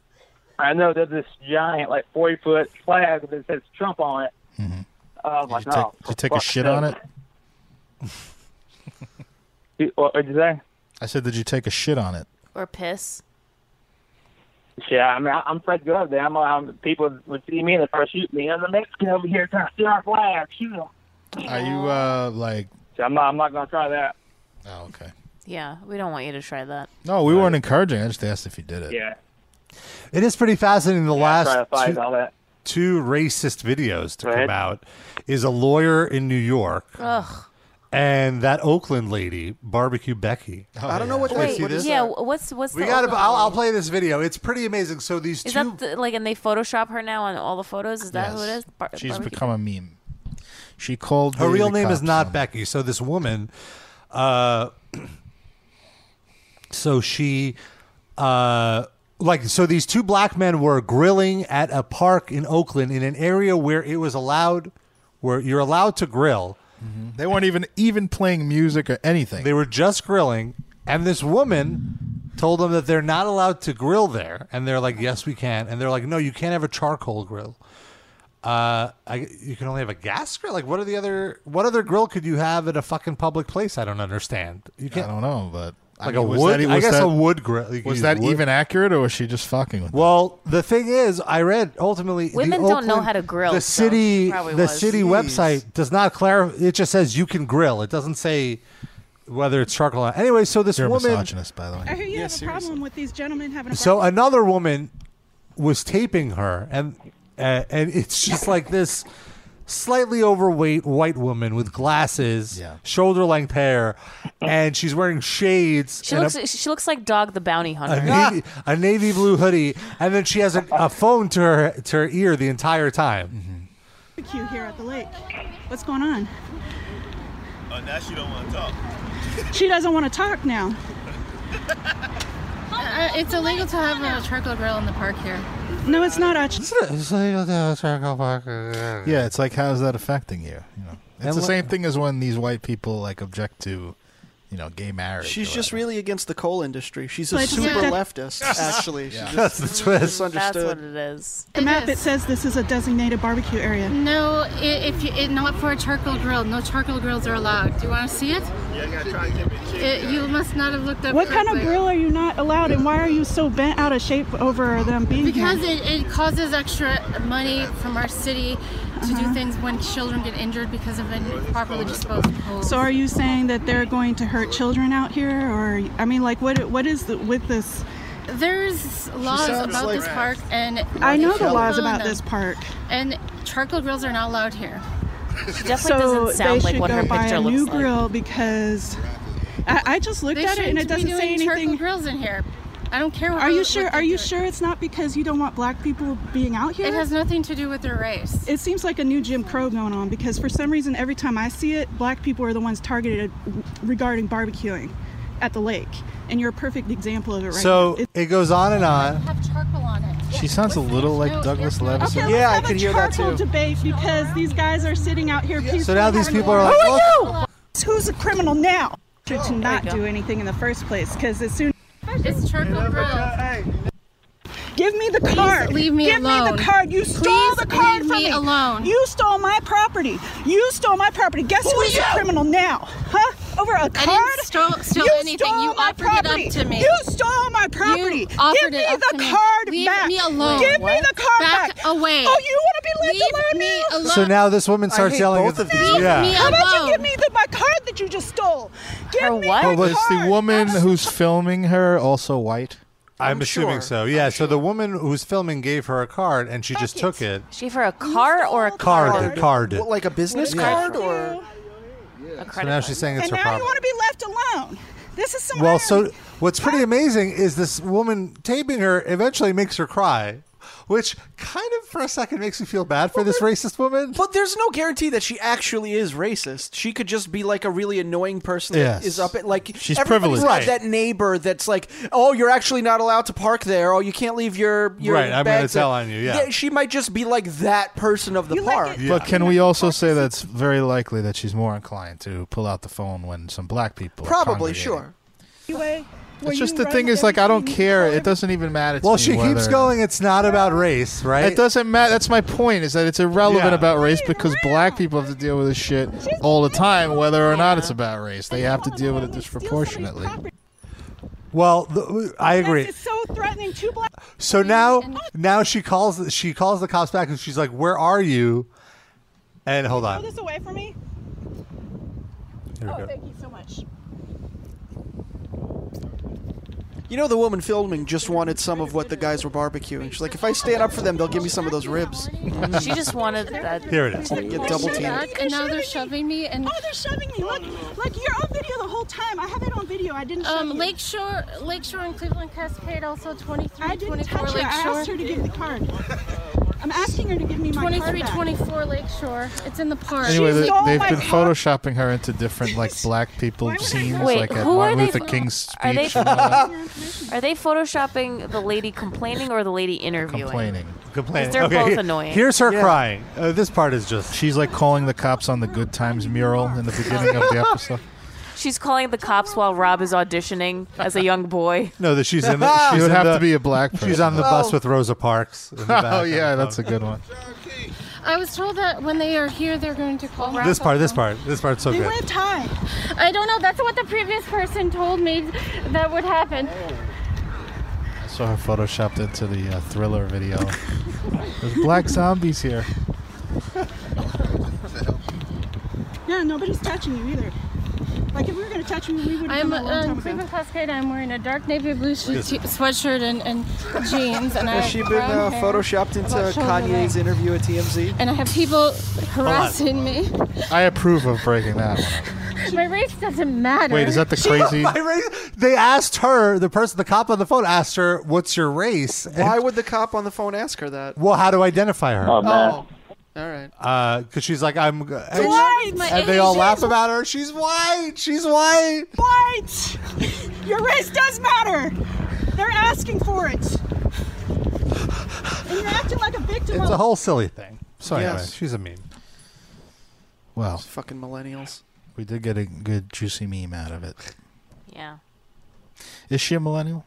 I know there's this giant, like forty foot flag that says Trump on it. Mm-hmm. Uh, I'm like, Did you oh, take, did you take a shit on it? [LAUGHS] You- What would you say? I said, did you take a shit on it? Or piss. Yeah, I mean, I, I'm afraid to go up there. I'm, I'm, people would see me and they'd probably shoot me. And the Mexican over here trying to steal our flag. Shoot him. Are you uh like? So I'm not. I'm not going to try that. Oh, okay. Yeah, we don't want you to try that. No, we weren't encouraging. I just asked if you did it. Yeah. It is pretty fascinating. The try to last fight two, all that. two racist videos to come out is a lawyer in New York Ugh. and that Oakland lady, Barbecue Becky. Uh, I don't know what Did you that- see what is this? Yeah, wh- what's what's We the got. old- I'll, I'll play this video. It's pretty amazing. So these Is two. that the, like, and they Photoshop her now on all the photos? Is that who it is? Bar- She's barbecue? become a meme. She called. her the- real the name is cops not on- Becky. So this woman, uh, [CLEARS THROAT] so she, uh, like, so these two black men were grilling at a park in Oakland in an area where it was allowed, where you're allowed to grill. Mm-hmm. They weren't even even playing music or anything. They were just grilling, and this woman told them that they're not allowed to grill there, and they're like, "Yes, we can," and they're like, "No, you can't have a charcoal grill. Uh, I, you can only have a gas grill. Like, what are the other what other grill could you have at a fucking public place? I don't understand. You can't. I don't know, but I like mean, a was wood. that- e-, I was guess that- a wood grill. You could Was use that wood. even accurate, or was she just fucking with? Well, the thing is, I read ultimately the Women don't know Oakland- how to grill, The so city, it probably the was. city Jeez. website does not clarify. It just says you can grill. It doesn't say whether it's charcoal. or not. Anyway, so this You're a woman, misogynist, by the way. I hear you have a problem with these gentlemen having a so another woman was taping her, and uh, and it's just like this slightly overweight white woman with glasses, shoulder length hair, and she's wearing shades. She and a- looks she looks like Dog the [LAUGHS] Bounty Hunter. a navy, a navy blue hoodie, and then she has a, a phone to her to her ear the entire time. barbecue here at the lake. What's going on? Oh, now she don't want to talk. She doesn't want to talk now. Uh, it's illegal to have a charcoal grill in the park here. No, it's not. Actually. oh, Yeah, it's like how is that affecting you? You know, it's And the wh- same thing as when these white people like object to, you know, gay marriage. She's or just really against the coal industry. She's a But- super Yeah. [LAUGHS] leftist, actually. She Yeah. just- That's the twist. That's Misunderstood. what it is. The map it says this is a designated barbecue area. No, i- if you, it, not for a charcoal grill. No charcoal grills are allowed. Do you want to see it? Yeah, yeah, try and it You must not have looked up. What kind of correctly. grill are you not allowed, and why are you so bent out of shape over them being Because here? it, it causes extra money from our city to Uh-huh. do things when children get injured because of improperly disposed poles. So are you saying that they're going to hurt children out here, or I mean, like, what what is the, with this There's laws sounds about like- this park, and I know the Well, laws no, about no. this park. And charcoal grills are not allowed here. She so they should go buy a new grill because I, I just looked They at it and it shouldn't doesn't be say doing anything. grills in here. I don't care. What Are they- you what sure? they Are you do. sure it's not because you don't want black people being out here? It has nothing to do with their race. It seems like a new Jim Crow going on because for some reason every time I see it, black people are the ones targeted regarding barbecuing at the lake, and you're a perfect example of it right so now. It- it goes on and on. Have charcoal on it. She sounds a little like Douglas Levinson. Okay, let's have a charcoal debate because these guys are sitting out here peacefully. So now these having a people are laugh. like, who are you? Who's a criminal now? Should to not do anything in the first place because as soon It's charcoal grill. give me the Please card, leave me give me alone. the card. You stole Please the card leave from me alone. You stole my property. You stole my property. Guess Who who's are a you? criminal now? Huh? Over a card? didn't stole- steal you anything. Stole You my offered it up property. to me. You stole my property. give offered me it up the to me. card Leave back. me alone. Give me What? the card back. Back away. Oh, you want to be left alone now? So now this woman starts yelling at the No. yeah. How about you give me the, my card that you just stole? Give me But my was the card. woman who's filming her also white? I'm, assuming so. Yeah. So the woman who's filming gave her a card, and she just took it. She gave her a car or a Card, card. What, like a business Yeah. card or? a So now she's saying it's and her now problem. you want to be left alone. This is some Well, irony. so what's pretty amazing is this woman taping her eventually makes her cry, which kind of for a second makes me feel bad for this racist woman. But there's no guarantee that she actually is racist. She could just be like a really annoying person that Yes. is up at like She's everybody's privileged. got Right. That neighbor that's like, oh, you're actually not allowed to park there. Oh, you can't leave your your Right, I'm gonna bags tell there." on you, yeah. she might just be like that person of the park. But can we also say that's very likely that she's more inclined to pull out the phone when some black people are Probably congregating? sure. Anyway, were It's you just the right thing is like I don't care. It doesn't even matter. To Well, me she keeps whether- going. It's not about race, right? It doesn't matter. That's my point. Is that it's irrelevant Yeah. about race because black people have to deal with this shit all the time, whether or not it's about race. They have to deal with it disproportionately. Well, the, I agree. It's so threatening to black. So now, now she calls. She calls the cops back, and she's like, "Where are you?" And hold Throw on. this away from me. Here we oh, go. thank you so much. You know, the woman filming just wanted some of what the guys were barbecuing. She's like, if I stand up for them, they'll give me some of those ribs. [LAUGHS] She just wanted that. Here it is. Get double Shut teamed. up, And now they're shoving me. And oh, they're shoving me. Look, look, you're on video the whole time. I have it on video. I didn't. um, shove you. Lakeshore, Lakeshore and Cleveland Cascade also 23, I didn't 24 touch her. Lakeshore. I asked her to give the card. I'm asking her to give me my card 23, back. 24 Lakeshore. It's in the park. Anyway, they, stole they've my been car. photoshopping her into different like black people scenes, Wait, like at who are Martin they Luther pho- King's Are they, speech. and all that. are they photoshopping the lady complaining or the lady interviewing? Because Complaining. they're both annoying. crying. Uh, this part is just. She's like calling the cops on the Good Times mural in the beginning of the episode. She's calling the cops while Rob is auditioning as a young boy. No, that she's in. The, she's It would in have the- to be a black She's person. on the Oh. bus with Rosa Parks. in the back [LAUGHS] Oh of the yeah, phone. that's a good one. I was told that when they are here, they're going to call. This part, this part, this part's so good. high. I don't know. That's what the previous person told me that would happen. [LAUGHS] I saw her photoshopped into the uh, Thriller video. There's black zombies here. Yeah, nobody's touching you either. Like if we were gonna touch you, we would have I'm done that a long uh, in time ago. Cleveland Cascade. I'm wearing a dark navy blue sh- t- sweatshirt and, [LAUGHS] and jeans, and I [LAUGHS] Has have she been brown uh, hair. photoshopped into About shoulder length. Kanye's interview at TMZ? And I have people on. harassing me. I approve of breaking that one. My race doesn't matter. Wait, is that [LAUGHS] the crazy? My race- They asked her. The person, the cop on the phone, asked her, "What's your race?" And- Oh, Why would the cop on the phone ask her that? well, how do I identify her? Oh, man. Oh. All right. Because she's like, I'm. And, She's white. and they all She's laugh about her. She's white. She's white. White. Your race does matter. They're asking for it. And you're acting like a victim. It's of- a whole silly thing. So anyway, Yes. she's a meme. Well, fucking millennials. we did get a good juicy meme out of it. Yeah. Is she a millennial?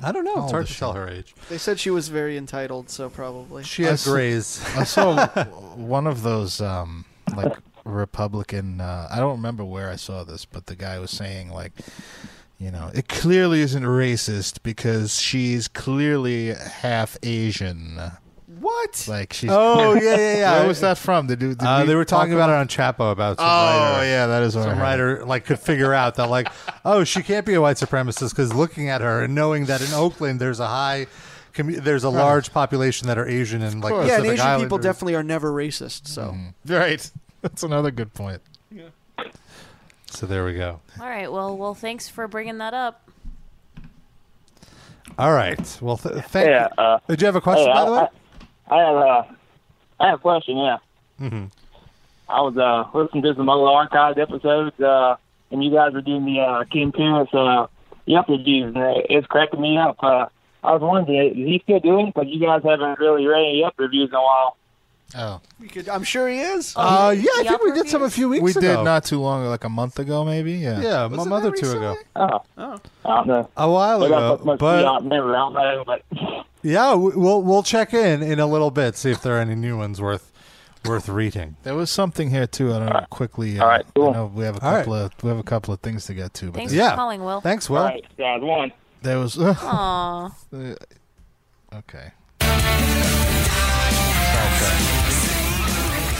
I don't know. How it's old hard is to she? tell her age. They said she was very entitled, so probably. She has [LAUGHS] grays. [LAUGHS] I saw one of those um, like Republican. Uh, I don't remember where I saw this, but the guy was saying like, you know, it clearly isn't racist because she's clearly half Asian. What? Like she's. [LAUGHS] Oh, yeah, yeah, [LAUGHS] yeah. Where was that from? The dude. Uh, they were talking about it on Chapo about some Oh, writer, yeah, that is what I some heard. writer like could figure out that [LAUGHS] like oh she can't be a white supremacist because looking at her and knowing that in Oakland there's a high commu- there's a Right. large population that are Asian and like yeah, and Pacific Asian people Islanders. definitely are never racist. So right, that's another good point. So there we go. All right. Well, well, thanks for bringing that up. All right. Well, th- thank Yeah, you. uh, Did you have a question hey, by the way? I, I have a, I have a question. Yeah, hmm I was uh, listening to some old archived episodes, uh, and you guys were doing the uh, King Terrence uh, Yelp reviews, and it's cracking me up. Uh, I was wondering, is he still doing it? But you guys haven't really read any Yelp reviews in a while. Oh, We could- I'm sure he [LAUGHS] is. Uh, yeah, I think we did some a few weeks we ago. did not too long, like a month ago, maybe. Yeah, Yeah, a month or two ago. Oh, oh. I don't know. A while They got ago, so much but- beyond memory, I don't know, but Yeah, we- we'll we'll check in in a little bit see if there are any new ones worth worth reading. There was something here too. I don't know. Quickly. uh, All right, cool. I know we have a All right. couple of we have a couple of things to get to. But Thanks there- for calling, Will. Will. All right, guys, one. There was. [LAUGHS] [LAUGHS] uh, Aw. Okay.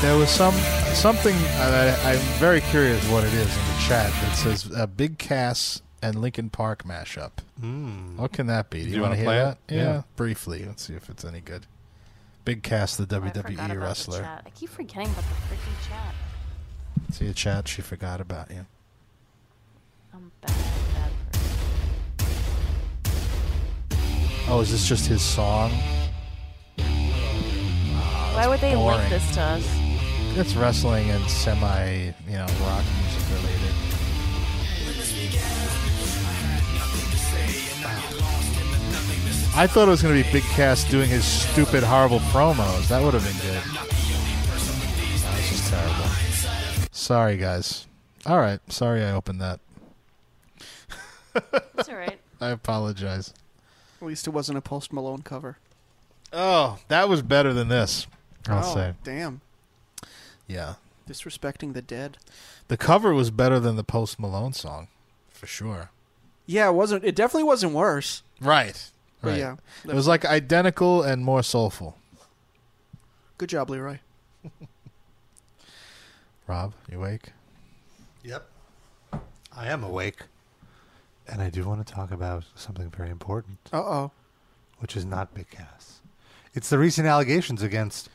There was some something that I, I'm very curious what it is in the chat that says a big Cass and Lincoln Park mashup. Mm. What can that be? Do, Do you, you want to wanna hear play that? it? Yeah. Yeah. briefly. Let's see if it's any good. Big Cass, the E WWE wrestler. Chat. I keep forgetting about the freaking chat. See a chat. She forgot about you. I'm bad. bad person. Oh, is this just his song? Why would they boring. link this to us? It's wrestling and semi, you know, rock music related. I thought it was going to be Big Cass doing his stupid, horrible promos. That would have been good. Nah, this is terrible. Sorry, guys. All right. Sorry I opened that. It's all right. I apologize. At least it wasn't a Post Malone cover. Oh, that was better than this, I'll oh, say. Damn. Yeah. Disrespecting the dead. The cover was better than the Post Malone song, for sure. Yeah, it wasn't. It definitely wasn't worse. Right. But Right. yeah, It was like identical and more soulful. Good job, Leroy. Rob, you awake? Yep. I am awake. And I do want to talk about something very important. Uh oh. Which is not Big Cass. It's the recent allegations against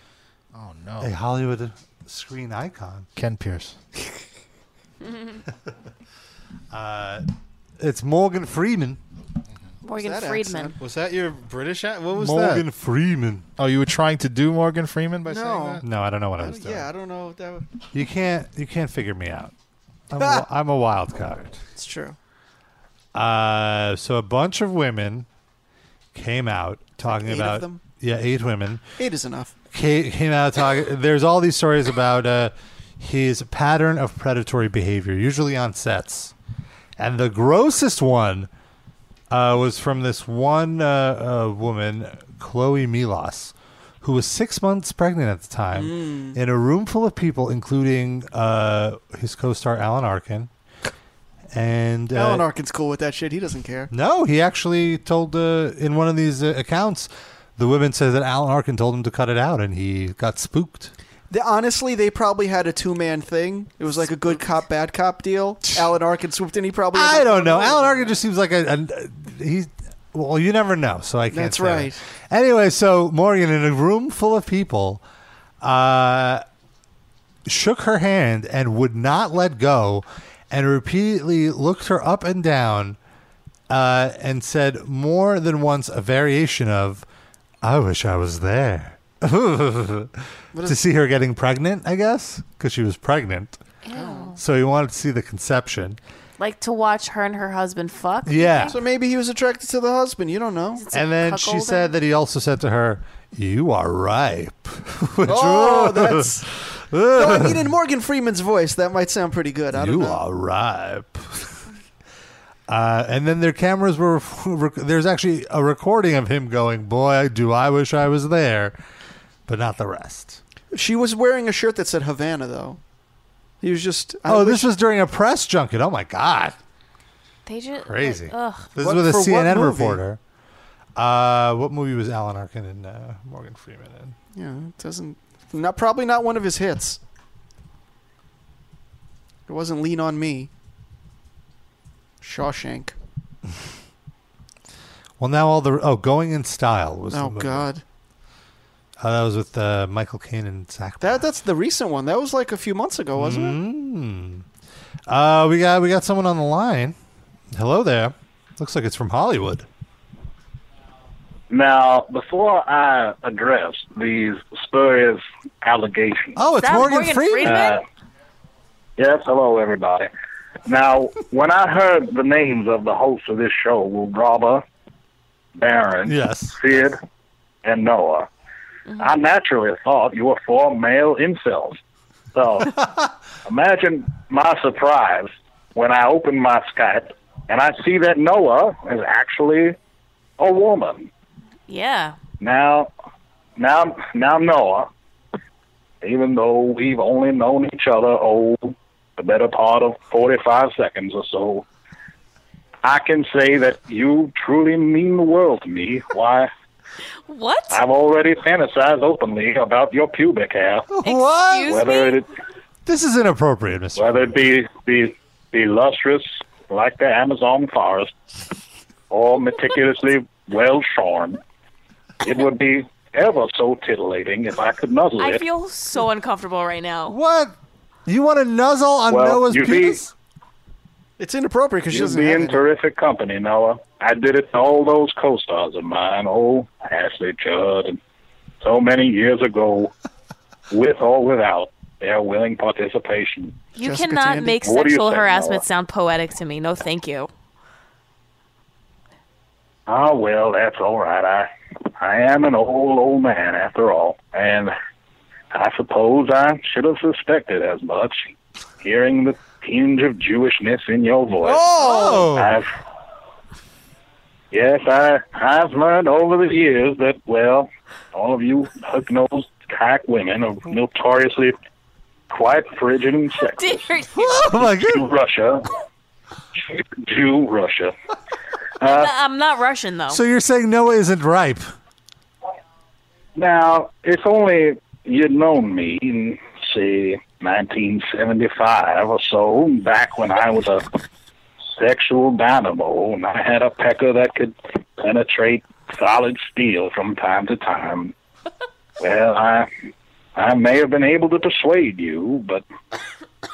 oh, no. a Hollywood screen icon. Ken Pierce. Uh, it's Morgan Freeman. Morgan Friedman. Was that your British accent? What was Morgan that? Freeman. Oh, you were trying to do Morgan Freeman by No. saying that? No, I don't know what I was doing. Uh, Yeah, I don't know. If that You can't you can't figure me out. [LAUGHS] I'm a, I'm a wild card. It's true. Uh, so a bunch of women came out talking eight of about them? yeah, eight women. Eight is enough. ca- came out talking. There's all these stories about uh, his pattern of predatory behavior, usually on sets. And the grossest one uh, was from this one uh, uh, woman, Chloe Milos, who was six months pregnant at the time, in a room full of people, including uh, his co-star Alan Arkin. And uh, Alan Arkin's cool with that shit. He doesn't care. no, he actually told uh, in one of these uh, accounts, the women said that Alan Arkin told him to cut it out, and he got spooked. They, honestly, they probably had a two man thing. It was like a good cop, bad cop [LAUGHS] deal. Alan Arkin swooped in. He probably. I don't know. Alan Arkin just seems like a, a he's well, you never know, so I can't. That's say that. right. Anyway, so Morgan in a room full of people, uh, shook her hand and would not let go, and repeatedly looked her up and down, uh, and said more than once a variation of, "I wish I [LAUGHS] was there." to is- see her getting pregnant, I guess, because she was pregnant. Oh. Oh. So he wanted to see the conception. Like to watch her and her husband fuck. Yeah. So maybe he was attracted to the husband. You don't know. and then she said that he also said to her, "You are ripe." [LAUGHS] Which- Oh, [LAUGHS] that's- [LAUGHS] No, I mean, in Morgan Freeman's voice, that might sound pretty good. I don't you know. are ripe. [LAUGHS] uh, and then their cameras were. [LAUGHS] Rec- there's actually a recording of him going, "Boy, do I wish I was there," but not the rest. She was wearing a shirt that said Havana, though. He was just. I oh, wish- this was during a press junket. Oh my god, They just crazy! Like, ugh. This is with a for what CNN movie? reporter. Uh, what movie was Alan Arkin and uh, Morgan Freeman in? Yeah, it doesn't. Not probably not one of his hits. It wasn't "Lean on Me." Shawshank. Well, now all the oh, Going in Style was. Oh, the movie. God. Oh, that was with uh, Michael Caine and Zach. That that's the recent one. That was like a few months Oh, ago, wasn't Mm-hmm. it? Mm. Uh, we got we got someone on the line. Hello there. Looks like it's from Hollywood. Now, before I address these spurious allegations. Oh, it's That Morgan Morgan Freeman? Freeman? Uh, yes, hello, everybody. Now, when I heard the names of the hosts of this show, well, Robert, Baron, yes. Sid, and Noah, Mm-hmm. I naturally thought you were four male incels. [LAUGHS] So imagine my surprise when I opened my Skype and I see that Noah is actually a woman. Yeah. Now, now, now, Noah. Even though we've only known each other oh, the better part of forty-five seconds or so, I can say that you truly mean the world to me. Why? What? I've already fantasized openly about your pubic hair. [LAUGHS] What? Whether it This is inappropriate, Mister. whether it be be be lustrous like the Amazon forest, or meticulously well shorn, it would be ever so titillating if I could nuzzle I it. feel so uncomfortable right now. What? You want to nuzzle on Well, Noah's you see- penis? it's inappropriate because she You'd doesn't be have in it. terrific company, Noah. I did it to all those co-stars of mine. Oh, Ashley Judd, and so many years ago, with or without their willing participation. You cannot make What do you sexual think, harassment Noah? sound poetic to me. No, [LAUGHS] thank you. [LAUGHS] Ah, well, that's all right. I, I am an old, old man after all, and I suppose I should have suspected as much. Hearing the tinge of Jewishness in your voice, Oh! I've, yes, I, I've learned over the years that well, all of you hook-nosed cock women are notoriously quite frigid and sexist. [LAUGHS] oh Jew Russia, Jew Russia. Uh, I'm not Russian though. So you're saying Noah isn't ripe? Now, it's only you'd known me in, say, 1975 or so, back when I was a sexual dynamo and I had a pecker that could penetrate solid steel from time to [LAUGHS] time. Well, I. I may have been able to persuade you, but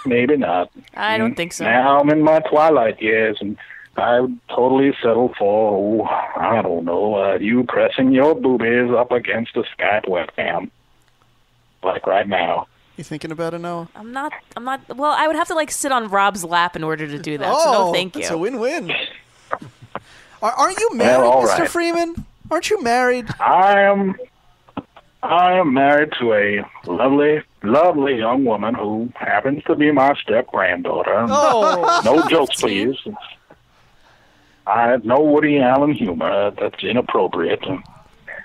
maybe not. I don't think so. Now I'm in my twilight years, and I would totally settle for, oh, I don't know, uh, you pressing your boobies up against a Skype webcam, like right now. You thinking about it now? I'm not. I'm not. Well, I would have to like sit on Rob's lap in order to do that. so Oh, no, thank you. that's a win-win. Are, aren't you married, all Mr. right. Freeman? Aren't you married? I am, I am married to a lovely, lovely young woman who happens to be my step granddaughter. Oh. no jokes, please. I have no Woody Allen humor. That's inappropriate.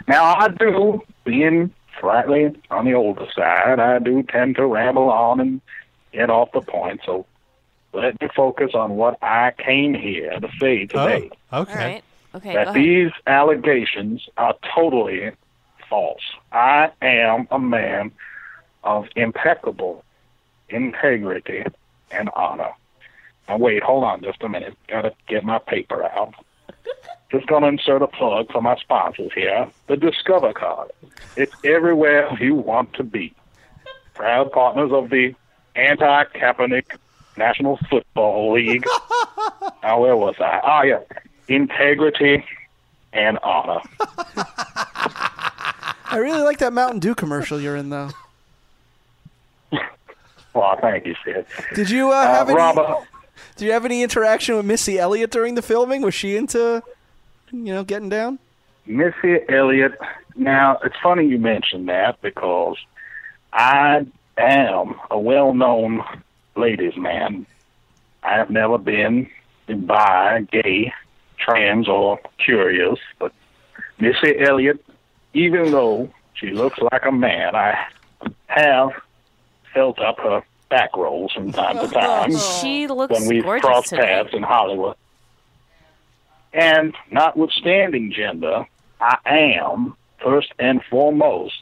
Now I do, being slightly on the older side, I do tend to ramble on and get off the point. So let me focus on what I came here to say today. All right. Okay. that go ahead. these allegations are totally false. I am a man of impeccable integrity and honor. Now, wait, hold on just a minute. Gotta get my paper [LAUGHS] out. Just gonna insert a plug for my sponsors here the Discover Card. It's everywhere you want to be. Proud partners of the Anti Kaepernick National Football [LAUGHS] League. now, where was I? Oh, yeah. Integrity and honor. [LAUGHS] I really like that Mountain Dew commercial you're in, though. Well, thank you, Sid. Did you uh, Uh, have any? Robbo. Did you have any interaction with Missy Elliott during the filming? Was she into, you know, getting down? Missy Elliott. Now, it's funny you mentioned that because I am a well known ladies' man. I have never been bi, gay, trans, or curious, but Missy Elliott, even though she looks like a man, I have felt up her back rolls from time to [LAUGHS] time. She looks when we gorgeous crossed today. paths in Hollywood. And notwithstanding gender, I am first and foremost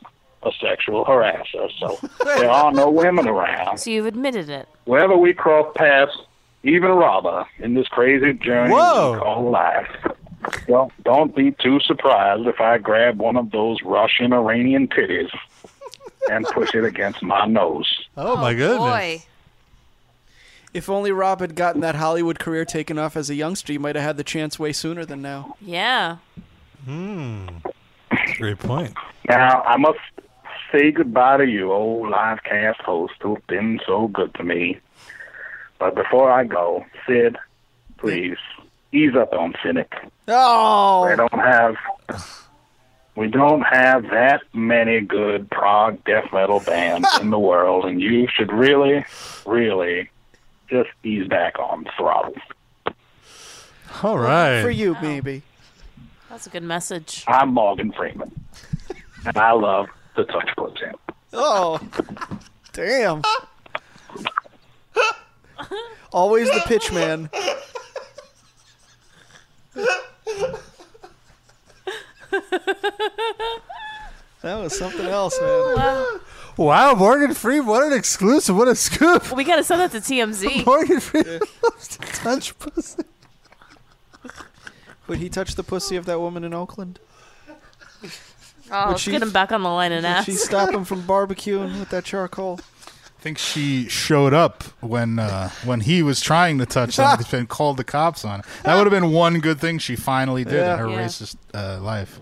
a sexual harasser. So there are no women around. So you've admitted it. Wherever we cross paths, even rather, in this crazy journey Whoa. we call life. Well, don't be too surprised if I grab one of those Russian Iranian titties and push it against my nose. Oh, my goodness. Boy. If only Rob had gotten that Hollywood career taken off as a youngster, you might have had the chance way sooner than now. Yeah. Hmm. Great point. Now, I must say goodbye to you, old live cast host, who've been so good to me. But before I go, Sid, please, ease up on Cynic. Oh. We don't have we don't have that many good prog death metal bands in the world, and you should really, really just ease back on throttle. All right. For you, maybe. That's a good message. I'm Morgan Freeman, and I love the Touch Club Jam. Oh, damn. Always the pitch man. that was something else, man. Wow, Morgan Freeman, what an exclusive, what a scoop. We gotta send that to TMZ. [LAUGHS] Morgan Freeman loves to touch pussy. Would he touch the pussy of that woman in Oakland? Oh, Would let's she- get him back on the line and Would ask. she stop him from barbecuing with that [LAUGHS] charcoal? I think she showed up when uh, when he was trying to [LAUGHS] touch them and called the cops on. it. That would have been one good thing she finally did Yeah. in her Yeah. racist uh, life.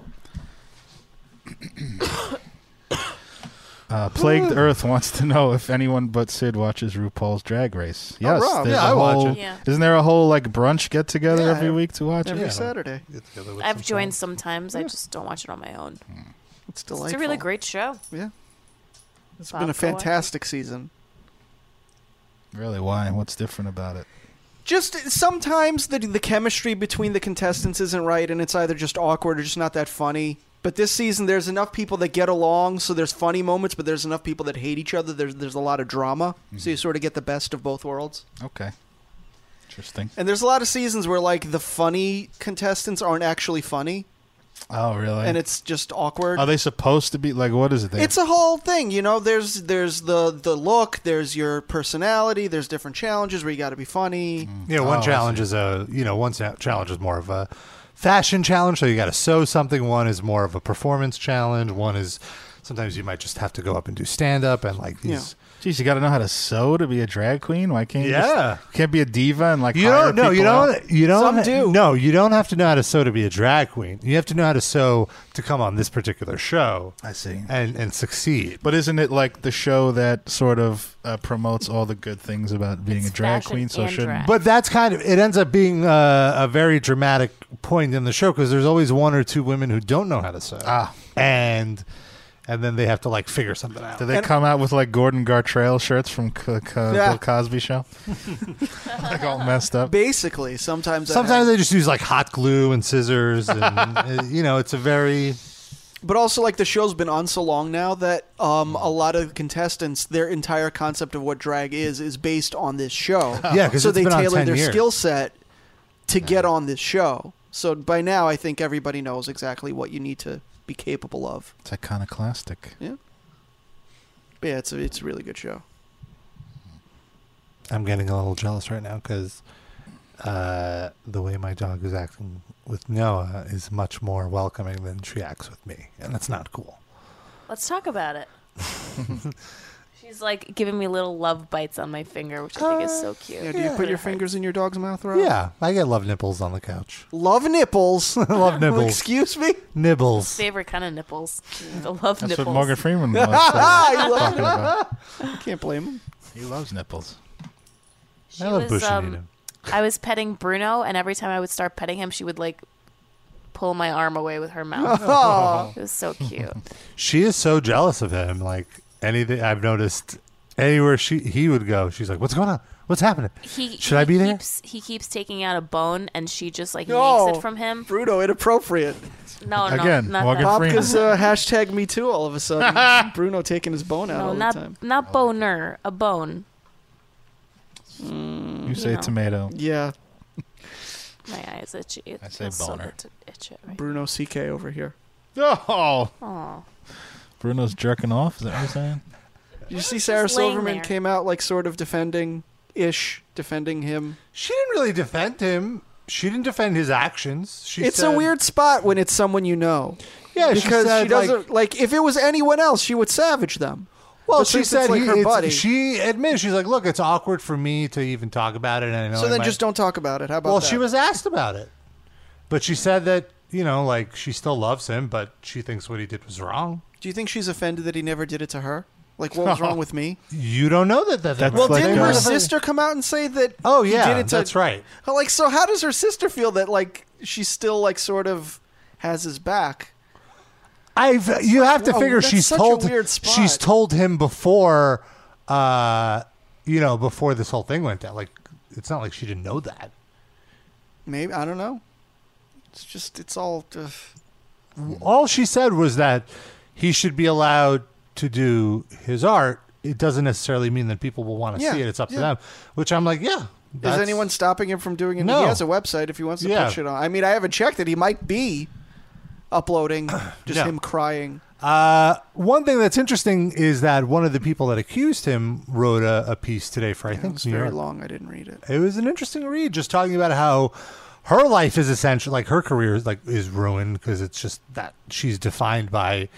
Uh, Plagued Earth [LAUGHS] wants to know if anyone but Sid watches RuPaul's Drag Race. Yes, Oh, Rob. there's Yeah, a I watch whole, it. Yeah. Isn't there a whole like brunch get together [LAUGHS] every week to watch every it? Saturday. I've joined sometimes. I just don't watch it on my own. Hmm. It's It's a delightful. really great show. Yeah. It's It's been a fantastic season. Really, why? What's different about it? Just sometimes the the chemistry between the contestants isn't right, and it's either just awkward or just not that funny. But this season, there's enough people that get along, so there's funny moments, but there's enough people that hate each other. There's there's a lot of drama, so you Mm-hmm. sort of get the best of both worlds. Okay. Interesting. And there's a lot of seasons where like the funny contestants aren't actually funny, Oh, really? and it's just awkward. Are they supposed to be like what is it? They, It's a whole thing, you know. There's there's the the look, there's your personality, there's different challenges where you got to be funny. Mm. Oh. Yeah, one Oh, one [LAUGHS] challenge is a, you know, one sa- challenge is more of a fashion challenge, so you got to sew something. One is more of a performance challenge. One is sometimes you might just have to go up and do stand up and like these. Geez, you got to know how to sew to be a drag queen. Why can't you? just- Yeah. can't be a diva and like You hire don't no, you people don't out? you don't ha- no, you don't have to know how to sew to be a drag queen. You have to know how to sew to come on this particular show. I see. And and succeed. But isn't it like the show that sort of uh, promotes all the good things about being a drag fashion queen? So and shouldn't But that's kind of it ends up being uh, a very dramatic point in the show because there's always one or two women who don't know how to sew. Ah. And and then they have to like figure something out. do they come out with like Gordon Gartrell shirts from C- C- Yeah. Bill Cosby show? like all messed up. Basically, sometimes that Sometimes they just use like hot glue and [LAUGHS] scissors and uh, you know, it's a very But also, like the show's been on so long now that um, a lot of contestants, their entire concept of what drag is, is based on this show. [LAUGHS] Yeah, 'cause so it's they been on tailor 10 their years. skill set to get on this show. So by now, I think everybody knows exactly what you need to be capable of. It's iconoclastic. Yeah. But yeah, it's a, it's a really good show. I'm getting a little jealous right now because uh, the way my dog is acting with Noah is much more welcoming than she acts with me, and that's not cool. Let's talk [LAUGHS] about it. She's like giving me little love bites on my finger, which I think is so cute. Uh, Yeah, do you put your fingers in your dog's mouth, Rob? Yeah, I get love nipples on the couch. Love nipples. [LAUGHS] [LAUGHS] Love nipples. Excuse me? Nibbles. favorite kind of nipples? The love That's nipples. what [LAUGHS] Morgan [LAUGHS] Freeman was. I uh, love talking about. I can't blame him. He loves nipples. She was, um, I was petting Bruno, and every time I would start petting him, she would like pull my arm away with her mouth. Aw. It was so cute. She is so jealous of him. Like anything I've noticed, anywhere she he would go, she's like, "What's going on? What's happening? He Should he I be there?" Keeps, he keeps taking out a bone, and she just like yanks Oh, it from him. Bruno, inappropriate. Oh, No, no, not that. Bobka's uh, hashtag me too all of a [LAUGHS] sudden. Bruno taking his bone out no, all not the time. not boner, a bone. You say know. tomato. Yeah. My eyes. it's itchy. It I say feels so boner. good to itch it. Bruno CK over here. Oh, Aw. Bruno's jerking off. Is that what you're saying? Did you see Sarah just laying Silverman there? came out like sort of defending ish, defending him? She didn't really defend him. She didn't defend his actions. She it's said- a weird spot when it's someone you know. Yeah, she because she, said, like- doesn't like, if it was anyone else, she would savage them. Well, But she since said it's like he- her it's- buddy. She admits she's like, look, it's awkward for me to even talk about it. And I know so I then might- just don't talk about it. How about Well, that? she was asked about it, but she said that you know, like she still loves him, but she thinks what he did was wrong. Do you think she's offended that he never did it to her? Like, what [LAUGHS] was wrong with me? You don't know that. that well, didn't her sister come out and say that? Oh he yeah, did it to, that's right. Like, so how does her sister feel that like she still like sort of has his back? I've you have to Whoa, figure Oh, that's she's such a told weird spot. she's told him before, uh, you know, before this whole thing went down. Like it's not like she didn't know that. Maybe I don't know. It's just it's all. uh, Ugh. All she said was that he should be allowed to do his art. It doesn't necessarily mean that people will want to Yeah, see it. It's up to yeah. them. Which I'm like, Is yeah. that's- anyone stopping him from doing it? No. He has a website if he wants to Yeah. push it on. I mean, I haven't checked it. He might be uploading [CLEARS THROAT] just No. him crying. Uh, one thing that's interesting is that one of the people that accused him wrote a, a piece today for I think It's New very York. long. I didn't read it. It was an interesting read, just talking about how her life is essential, like her career is like is ruined because it's just that she's defined by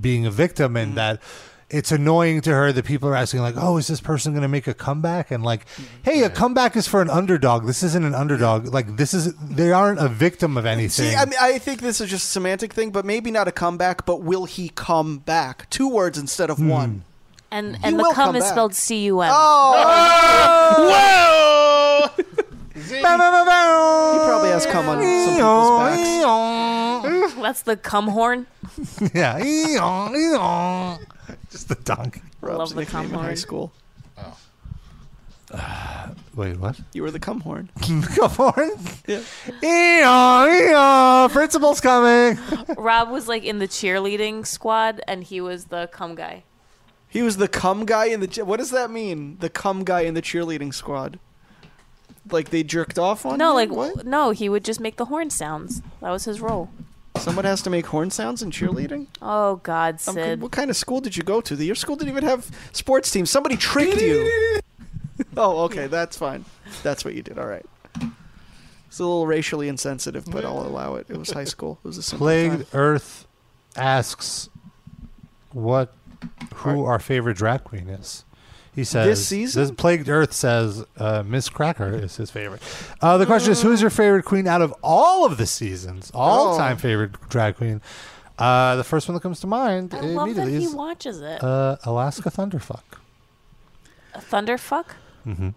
being a victim, Mm. and that it's annoying to her that people are asking like, "Oh, is this person going to make a comeback?" And like, Mm. "Hey, a comeback is for an underdog. This isn't an underdog. Like, this is they aren't a victim of anything." See, I, mean, I think this is just a semantic thing, but maybe not a comeback. But will he come back? Two words instead Hmm. of one. And He and the will come cum is back. spelled C U M. [LAUGHS] Oh! Whoa! he probably has come on some people's backs. [LAUGHS] That's the cum horn. [LAUGHS] yeah, [LAUGHS] just the donkey. Love the cum nickname in high horn. school. Wait, what? You were the cum horn. [LAUGHS] Come on. Yeah. Eeyaw, eeyaw, principal's coming. [LAUGHS] Rob was like in the cheerleading squad, and he was the cum guy. He was the cum guy in the. What does that mean? The cum guy in the cheerleading squad. Like they jerked off on? No, him? like what? no, he would just make the horn sounds. That was his role. Someone has to make horn sounds in cheerleading. Oh God, I'm Sid. con- what kind of school did you go to? Your school didn't even have sports teams. Somebody tricked [LAUGHS] you. oh, okay, that's fine. That's what you did. All right. It's a little racially insensitive, but I'll allow it. It was high school. It [LAUGHS] was a simple Plagued time. Earth asks what who our favorite drag queen is. He says season? This Plagued Earth says uh, Miss Cracker is his favorite. Uh, the question is, who Oh. is your favorite queen out of all of the seasons? All time favorite drag queen. Uh, the first one that comes to mind I love that immediately he is watches it. uh, Alaska Thunderfuck. A Thunderfuck. Mm-hmm.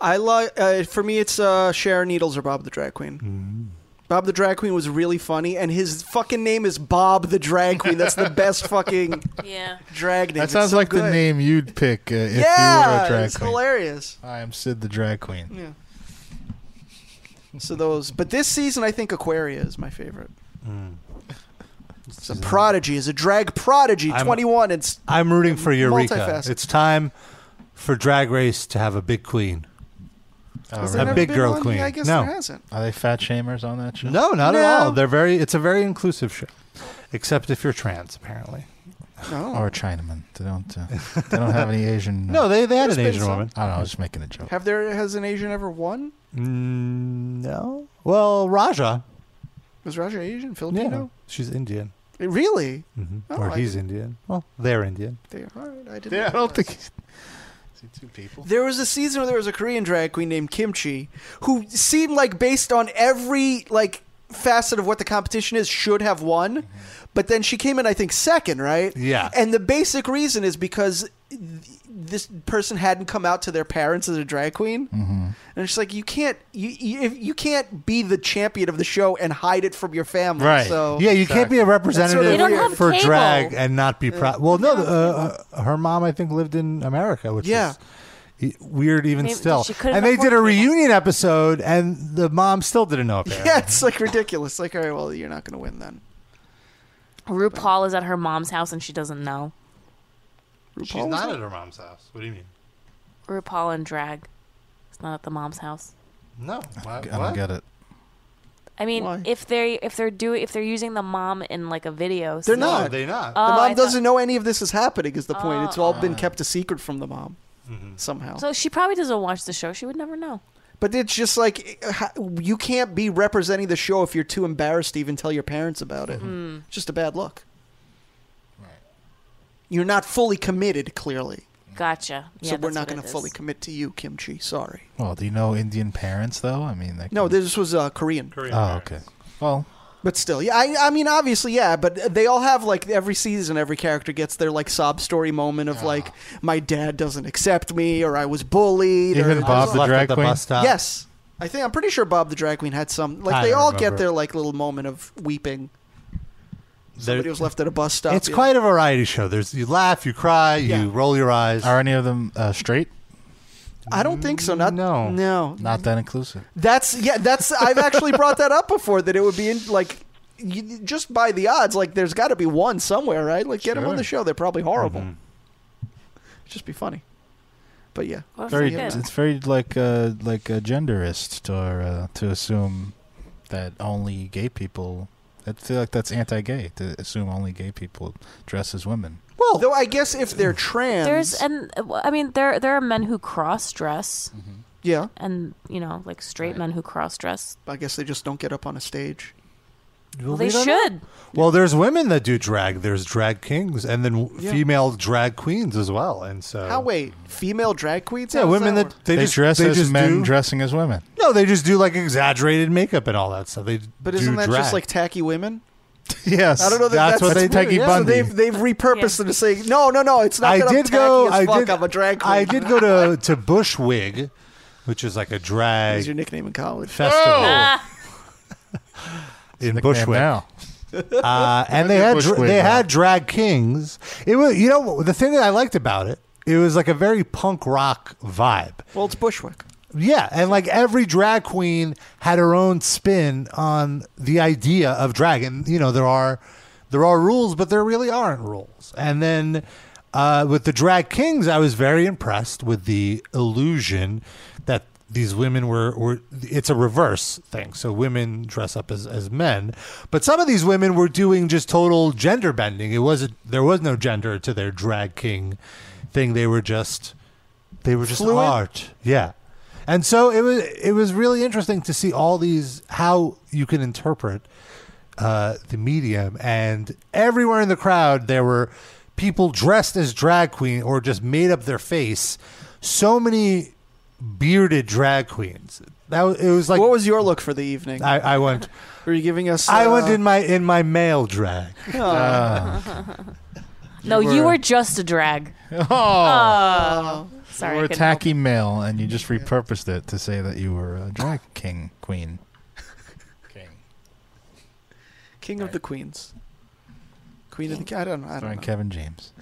I like. Uh, for me, it's uh, Sharon Needles or Bob the Drag Queen. Mm-hmm. Bob the Drag Queen was really funny, and his fucking name is Bob the Drag Queen. That's the [LAUGHS] best fucking yeah. drag name. That It's sounds so like the good. name you'd pick uh, if you were Yeah, a drag it's queen. hilarious. I am Sid the drag queen. Yeah. So those, but this season I think Aquaria is my favorite. Mm. It's a prodigy, is a drag prodigy. I'm- Twenty-one. It's I'm rooting for Eureka. Multifaceted. It's time for Drag Race to have a big queen. Has there a never big been girl one? queen. Yeah, I guess no. there hasn't. Oh, Are they fat shamers on that show? No, not No. at all. They're very. It's a very inclusive show, except if you're trans, apparently. no. [LAUGHS] Or Chinaman. They don't. Uh, they don't have [LAUGHS] any Asian. No, they- they had There's an been Asian some. woman. I don't know. I was just making a joke. Have there has an Asian ever won? Mm, no. Well, Raja. Was Raja Asian? Yeah, Filipino? she's Indian, Eh, Really? hmm Oh, or I he's didn't- Indian. Well, they're Indian. They, all right, I didn't. Yeah, I know don't that. think. [LAUGHS] See two people. There was a season where there was a Korean drag queen named Kimchi who seemed like based on every like facet of what the competition is should have won, but then she came in I think second, right? Mm-hmm. Yeah. And the basic reason is because th- this person hadn't come out to their parents as a drag queen. Mm-hmm. And she's like, you can't, you, you if- you can't be the champion of the show and hide it from your family. So yeah, you can't be a representative That's sort of for weird. drag and not be proud. Well, no, uh, uh, her mom I think lived in America, which Yeah. is i- weird even Maybe still. she couldn't And they did afford a reunion episode, and the mom still didn't know. Apparently. [LAUGHS] Yeah, it's like ridiculous. Like, all right, well, you're not going to win then. RuPaul is at her mom's house and she doesn't know. She's not at her mom's house. What do you mean? RuPaul and drag. It's not at the mom's house. No. I don't get it. I mean, if they if they're doing if they're using the mom in like a video, They're so- not. The Oh, I mom thought- doesn't know any of this is happening. Is the point? Oh, It's all been oh. kept a secret from the mom somehow. So she probably doesn't watch the show. She would never know. but it's just like eh, how- you can't be representing the show if you're too embarrassed to even tell your parents about it. Mhm. It's just a bad look. You're not fully committed, clearly. Gotcha. Yeah, so we're that's not what going it to is. fully commit to you, Kimchi. Sorry. Well, do you know Indian parents though? I mean, like, No, this was uh, Korean. Korean. oh, okay. Well, But still, yeah. I, I mean, obviously, yeah. But they all have like every season, every character gets their like sob story moment of like Ah. my dad doesn't accept me, or I was bullied. or, Even Bob the Left drag at the queen? bus stop? Yes, I think I'm pretty sure Bob the drag queen had some. Like I they don't all get remember. their like little moment of weeping. There- Somebody was left at a bus stop. it's yeah. quite a variety show. There's you laugh, you cry, you roll your eyes. Are any of them uh, straight? I don't think so. Not no. No. not that inclusive. That's yeah. That's I've actually brought that up before that it would be in like. You, just by the odds, like there's got to be one somewhere, right? Like get them on Sure. the show; they're probably horrible. Mm-hmm. It'd just be funny, but yeah, Very, Yeah. it's very like uh, like a genderist to uh, to assume that only gay people. I feel like that's anti-gay to assume only gay people dress as women. Well, though I guess if they're trans, There's and uh, well, I mean there there are men who cross dress. Mm-hmm. Yeah. And you know, like straight men who cross dress. I guess they just don't get up on a stage. Well, they we don't should. Well, there's women that do drag. There's drag kings, and then Yeah. female drag queens as well. And so, How wait, female drag queens? Uh, yeah, How does women that, work? they, They just dress they as just men do- dressing as women. No, they just do like exaggerated makeup and all that stuff. They But do isn't that drag. just like tacky women? yes? I don't know that that's, that's, what they weird. Peggy yeah, Bundy. So they've they've repurposed them to say no, no, no. It's not. I that I'm did go. tacky I As fuck, did. I'm a drag queen. I did go to to Bushwig, which is like a That drag was your nickname in college. Festival. [LAUGHS] Whoa! in nickname Bushwick. now. [LAUGHS] Uh, and they Look at had dra- Bushwick they now. had drag kings. It was you know the thing that I liked about it. It was like a very punk rock vibe. Well, it's Bushwick. Yeah, and like every drag queen had her own spin on the idea of drag, and you know there are there are rules, but there really aren't rules. And then uh, with the drag kings, I was very impressed with the illusion that these women were were it's a reverse thing. So women dress up as as men, but some of these women were doing just total gender bending. It wasn't there was no gender to their drag king thing. They were just they were just Fluid? art. Yeah. And so it was it was really interesting to see all these how you can interpret uh, the medium and everywhere in the crowd there were people dressed as drag queen or just made up their face. So many bearded drag queens. That wa- it was like what was your look for the evening? I, I went. Were you giving us? I went uh, in my in my male drag. Oh. Ah. Ah. [LAUGHS] No, You you were- were just a drag. Oh, sorry. Oh. you I were a couldn't tacky male, and you just repurposed it to say that you were a drag king queen. King of the Queens. Queen of the I don't know. I don't Starring know. Kevin James.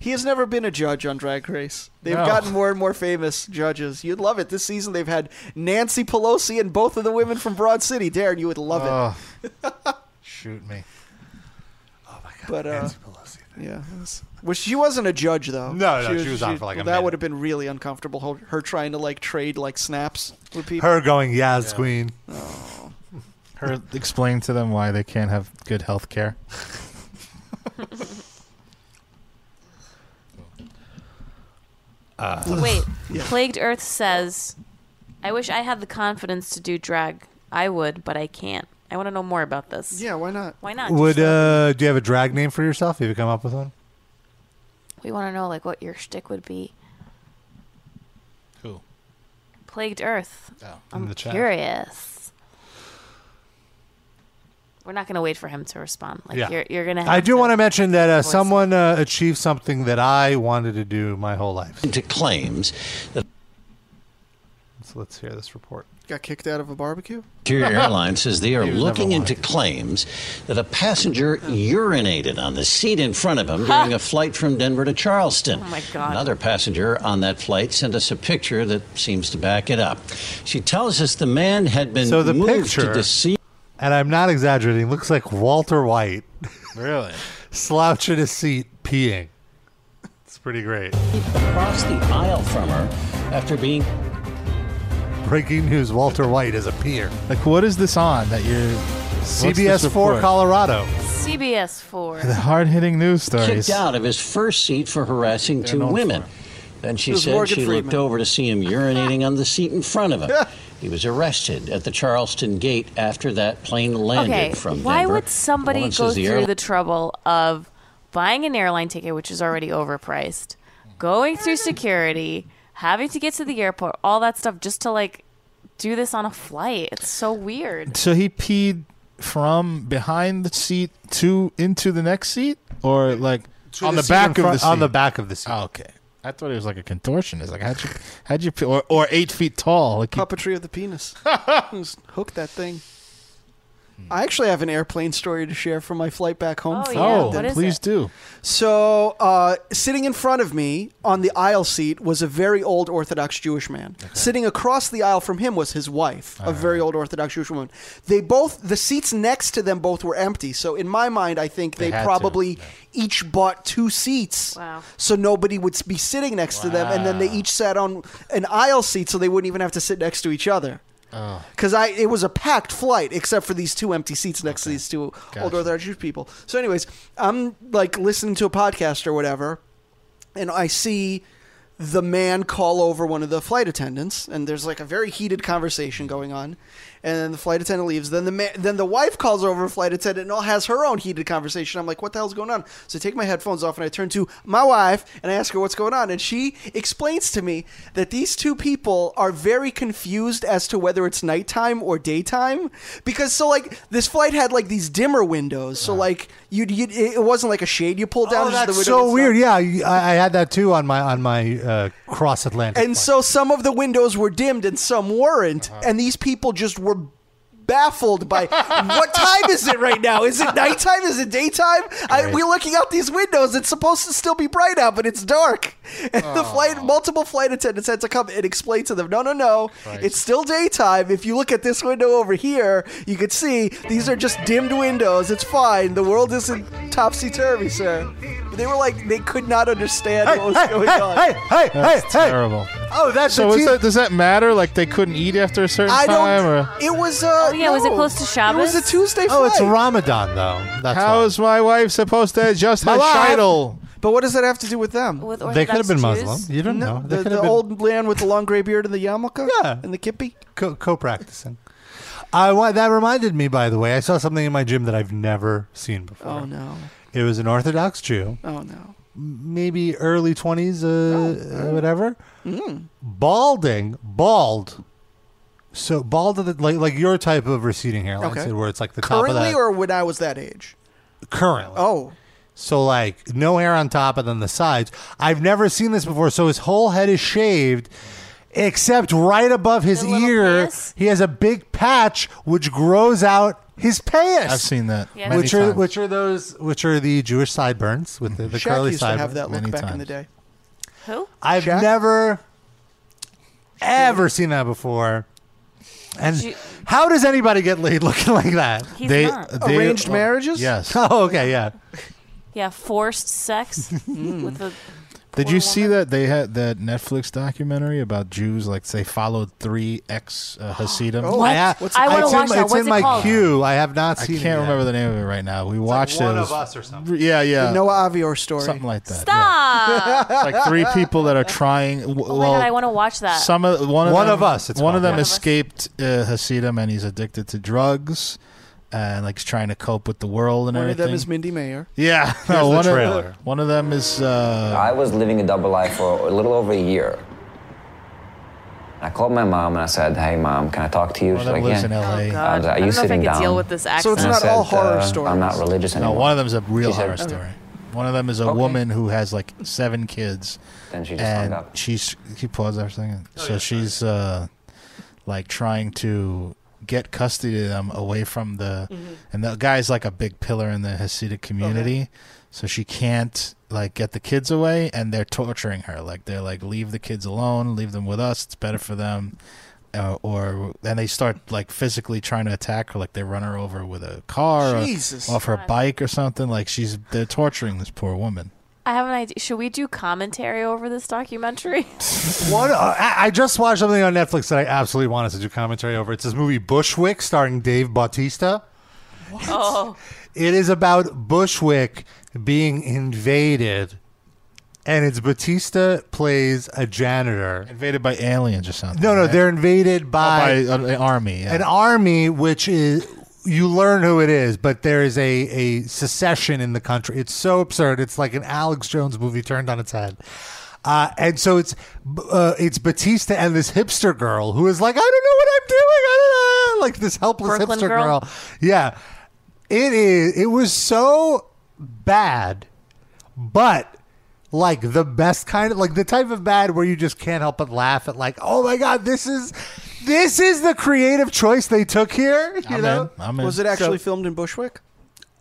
He has never been a judge on Drag Race. They've No. gotten more and more famous judges. You'd love it. This season they've had Nancy Pelosi and both of the women from Broad City. Darren, you would love it. Shoot me. But uh, yeah, it was- well, she wasn't a judge though. No, no, she was on for like a that minute. would have been really uncomfortable. Her, her trying to like trade like snaps with people. Her going Yas Queen. Oh. Her explain to them why they can't have good health care. Uh, [LAUGHS] Wait, Yeah. Plagued Earth says, I wish I had the confidence to do drag. I would, but I can't. I want to know more about this. Yeah, why not? Why not? Would uh, do you have a drag name for yourself? Have you come up with one? we want to know like what your shtick would be. Who? Plagued Earth. I'm Oh, in the chat. curious. We're not going to wait for him to respond. Like you're, you're going to. I do want to mention that uh, someone uh, achieved something that I wanted to do my whole life. Into claims that. So let's hear this report. Got kicked out of a barbecue. [LAUGHS] Interior Airlines says they are He was never looking into claims that a passenger urinated on the seat in front of him during a flight from Denver to Charleston. Oh my God. Another passenger on that flight sent us a picture that seems to back it up. She tells us the man had been So the moved picture, to the seat. and I'm not exaggerating, looks like Walter White [LAUGHS] Really? slouched in his seat peeing. It's pretty great. Across the aisle from her after being breaking news: Walter White is a peer. Like, what is this on that you're? what's this CBS Four report? Colorado. CBS The 4. hard-hitting news stories. Kicked out of his first seat for harassing two known women. Then It she was said Morgan she looked Freeman. over to see him urinating on the seat in front of him. he was arrested at the Charleston gate after that plane landed Okay, from why Denver. would somebody Lawrence go is the through airline- the trouble of buying an airline ticket, which is already overpriced, going through security, having to get to the airport, all that stuff, just to like do this on a flight? It's so weird. So he peed from behind the seat to into the next seat, or like To on the the, seat in back front- of the seat? on the back of the seat. Oh, okay, I thought it was like a contortionist. Like how'd you how'd you pee- or or eight feet tall? Like you- Puppetry of the penis. [LAUGHS] Just hook that thing. I actually have an airplane story to share from my flight back home. oh, from London. please do. So, uh, sitting in front of me on the aisle seat was a very old Orthodox Jewish man. Sitting across the aisle from him was his wife, a Uh-huh. very old Orthodox Jewish woman. They both, the seats next to them both were empty. So, in my mind, I think they, They had to, probably each bought two seats. So, nobody would s- be sitting next to them. And then they each sat on an aisle seat so they wouldn't even have to sit next to each other. Oh, Because I it was a packed flight except for these two empty seats next to these two old Orthodox Jewish people. So, anyways, I'm like listening to a podcast or whatever, and I see the man call over one of the flight attendants, and there's like a very heated conversation going on, and then the flight attendant leaves. Then the ma- then the wife calls over a flight attendant and has her own heated conversation. I'm like, what the hell's going on? So I take my headphones off and I turn to my wife and I ask her what's going on, and she explains to me that these two people are very confused as to whether it's nighttime or daytime because so like this flight had like these dimmer windows, so like you'd, you'd it wasn't like a shade you pulled down. Uh-huh. just Oh, the that's window so itself. weird. Yeah, you- I, I had that too on my on my uh, cross Atlantic. And so some of the windows were dimmed and some weren't. Uh-huh. And these people just were baffled [LAUGHS] by what time is it right now? Is it nighttime? Is it daytime? I, Right. we're looking out these windows. It's supposed to still be bright out, but it's dark. [LAUGHS] And the flight, multiple flight attendants had to come and explain to them, no, no, no, it's still daytime. If you look at this window over here, you can see these are just dimmed windows. It's fine. The world isn't topsy turvy, sir. They were like they could not understand what was going on. hey, that's hey, hey. terrible. Oh, that's the so. is team- that, does that matter? Like they couldn't eat after a certain I don't. time, or It was. Uh, Oh, yeah, was it no. close to Shabbos? It was a Tuesday. Oh, it's flight. Ramadan though. That's how is my wife supposed to adjust My her wife- shital? But what does that have to do with them? With They could have been Muslim. You don't know. They The, could the have been old man with the long gray beard and the yarmulke. [LAUGHS] Yeah. and the kippy. co- co-practicing. I wa- that reminded me, by the way, I saw something in my gym that I've never seen before. Oh no. It was an Orthodox Jew, Oh no. maybe early twenties, uh, Oh, uh, whatever. Mm. Balding, bald. So bald, of the, like like your type of receding hairline, Okay. so where it's like the [LAUGHS] top of Currently, that. or when I was that age. currently. Oh. So like no hair on top and then the sides. I've never seen this before. So his whole head is shaved except right above his ear he has a big patch which grows out his pants. I've seen that Yeah. many Which are times. which are those which are the Jewish sideburns with the, the Shaq curly used to sideburns. have that look back in the day. Who? I've never ever seen that before. And how does anybody get laid looking like that? He's They- not. they- Arranged well, marriages? yes. [LAUGHS] Oh, okay, yeah. Yeah, [LAUGHS] forced sex Hmm. with a Did you see that they had that Netflix documentary about Jews? Like they followed three ex uh, Hasidim. Oh, I, ha- I wanna it's in- watch that. It's What's in it my called? queue. I have not I seen. it can't yet. remember the name of it right now. We watched it. One it of was- Us or something. Yeah, yeah. The Noah Avior story. Something like that. Stop. It's like [LAUGHS] three people that are trying. w- Oh my well, god, I want to watch that. Some of one of One them, of Us, it's one of called. them One of Us. escaped uh, Hasidim, and he's addicted to drugs, and like he's trying to cope with the world and One of everything. them is Mindy Mayer. yeah, [LAUGHS] Here's the one trailer. Of, one of them is. Uh, I was living a double life for a little over a year. I called my mom and I said, "Hey, mom, can I talk to you?" One of them lives Oh, in LA. Oh, I was like, "Are you sitting down?" So it's And I not all said, horror uh, stories. I'm not religious anymore. No, one of them's a real She said- horror story. One of them is a woman who has like seven kids. Then she just and hung up. She's she paused there for a second. so she's uh, like trying to get custody of them away from the and the guy's like a big pillar in the Hasidic community. So she can't like get the kids away and they're torturing her. Like they're like leave the kids alone, leave them with us. It's better for them. Uh, or and they start like physically trying to attack her, like they run her over with a car, or Jesus. off her bike or something. Like she's they're torturing this poor woman. I have an idea. Should we do commentary over this documentary? What? Uh, I I just watched something on Netflix that I absolutely want us to do commentary over. It's this movie Bushwick, starring Dave Bautista. [LAUGHS] Oh, It is about Bushwick being invaded, and it's Batista plays a janitor. Invaded by aliens or something. No, no, right? they're invaded by, Oh, by an- an army, yeah. An army, which is you learn who it is, but there is a a secession in the country. It's so absurd. It's like an Alex Jones movie turned on its head. Uh, and so it's uh, it's Batista and this hipster girl who is like, I don't know what I'm doing. I don't know. Like this helpless Brooklyn hipster girl? girl. Yeah. It is it was so bad, but like the best kind of like the type of bad where you just can't help but laugh at like, oh my god, this is this is the creative choice they took here. [LAUGHS] You know? Was it actually filmed in Bushwick?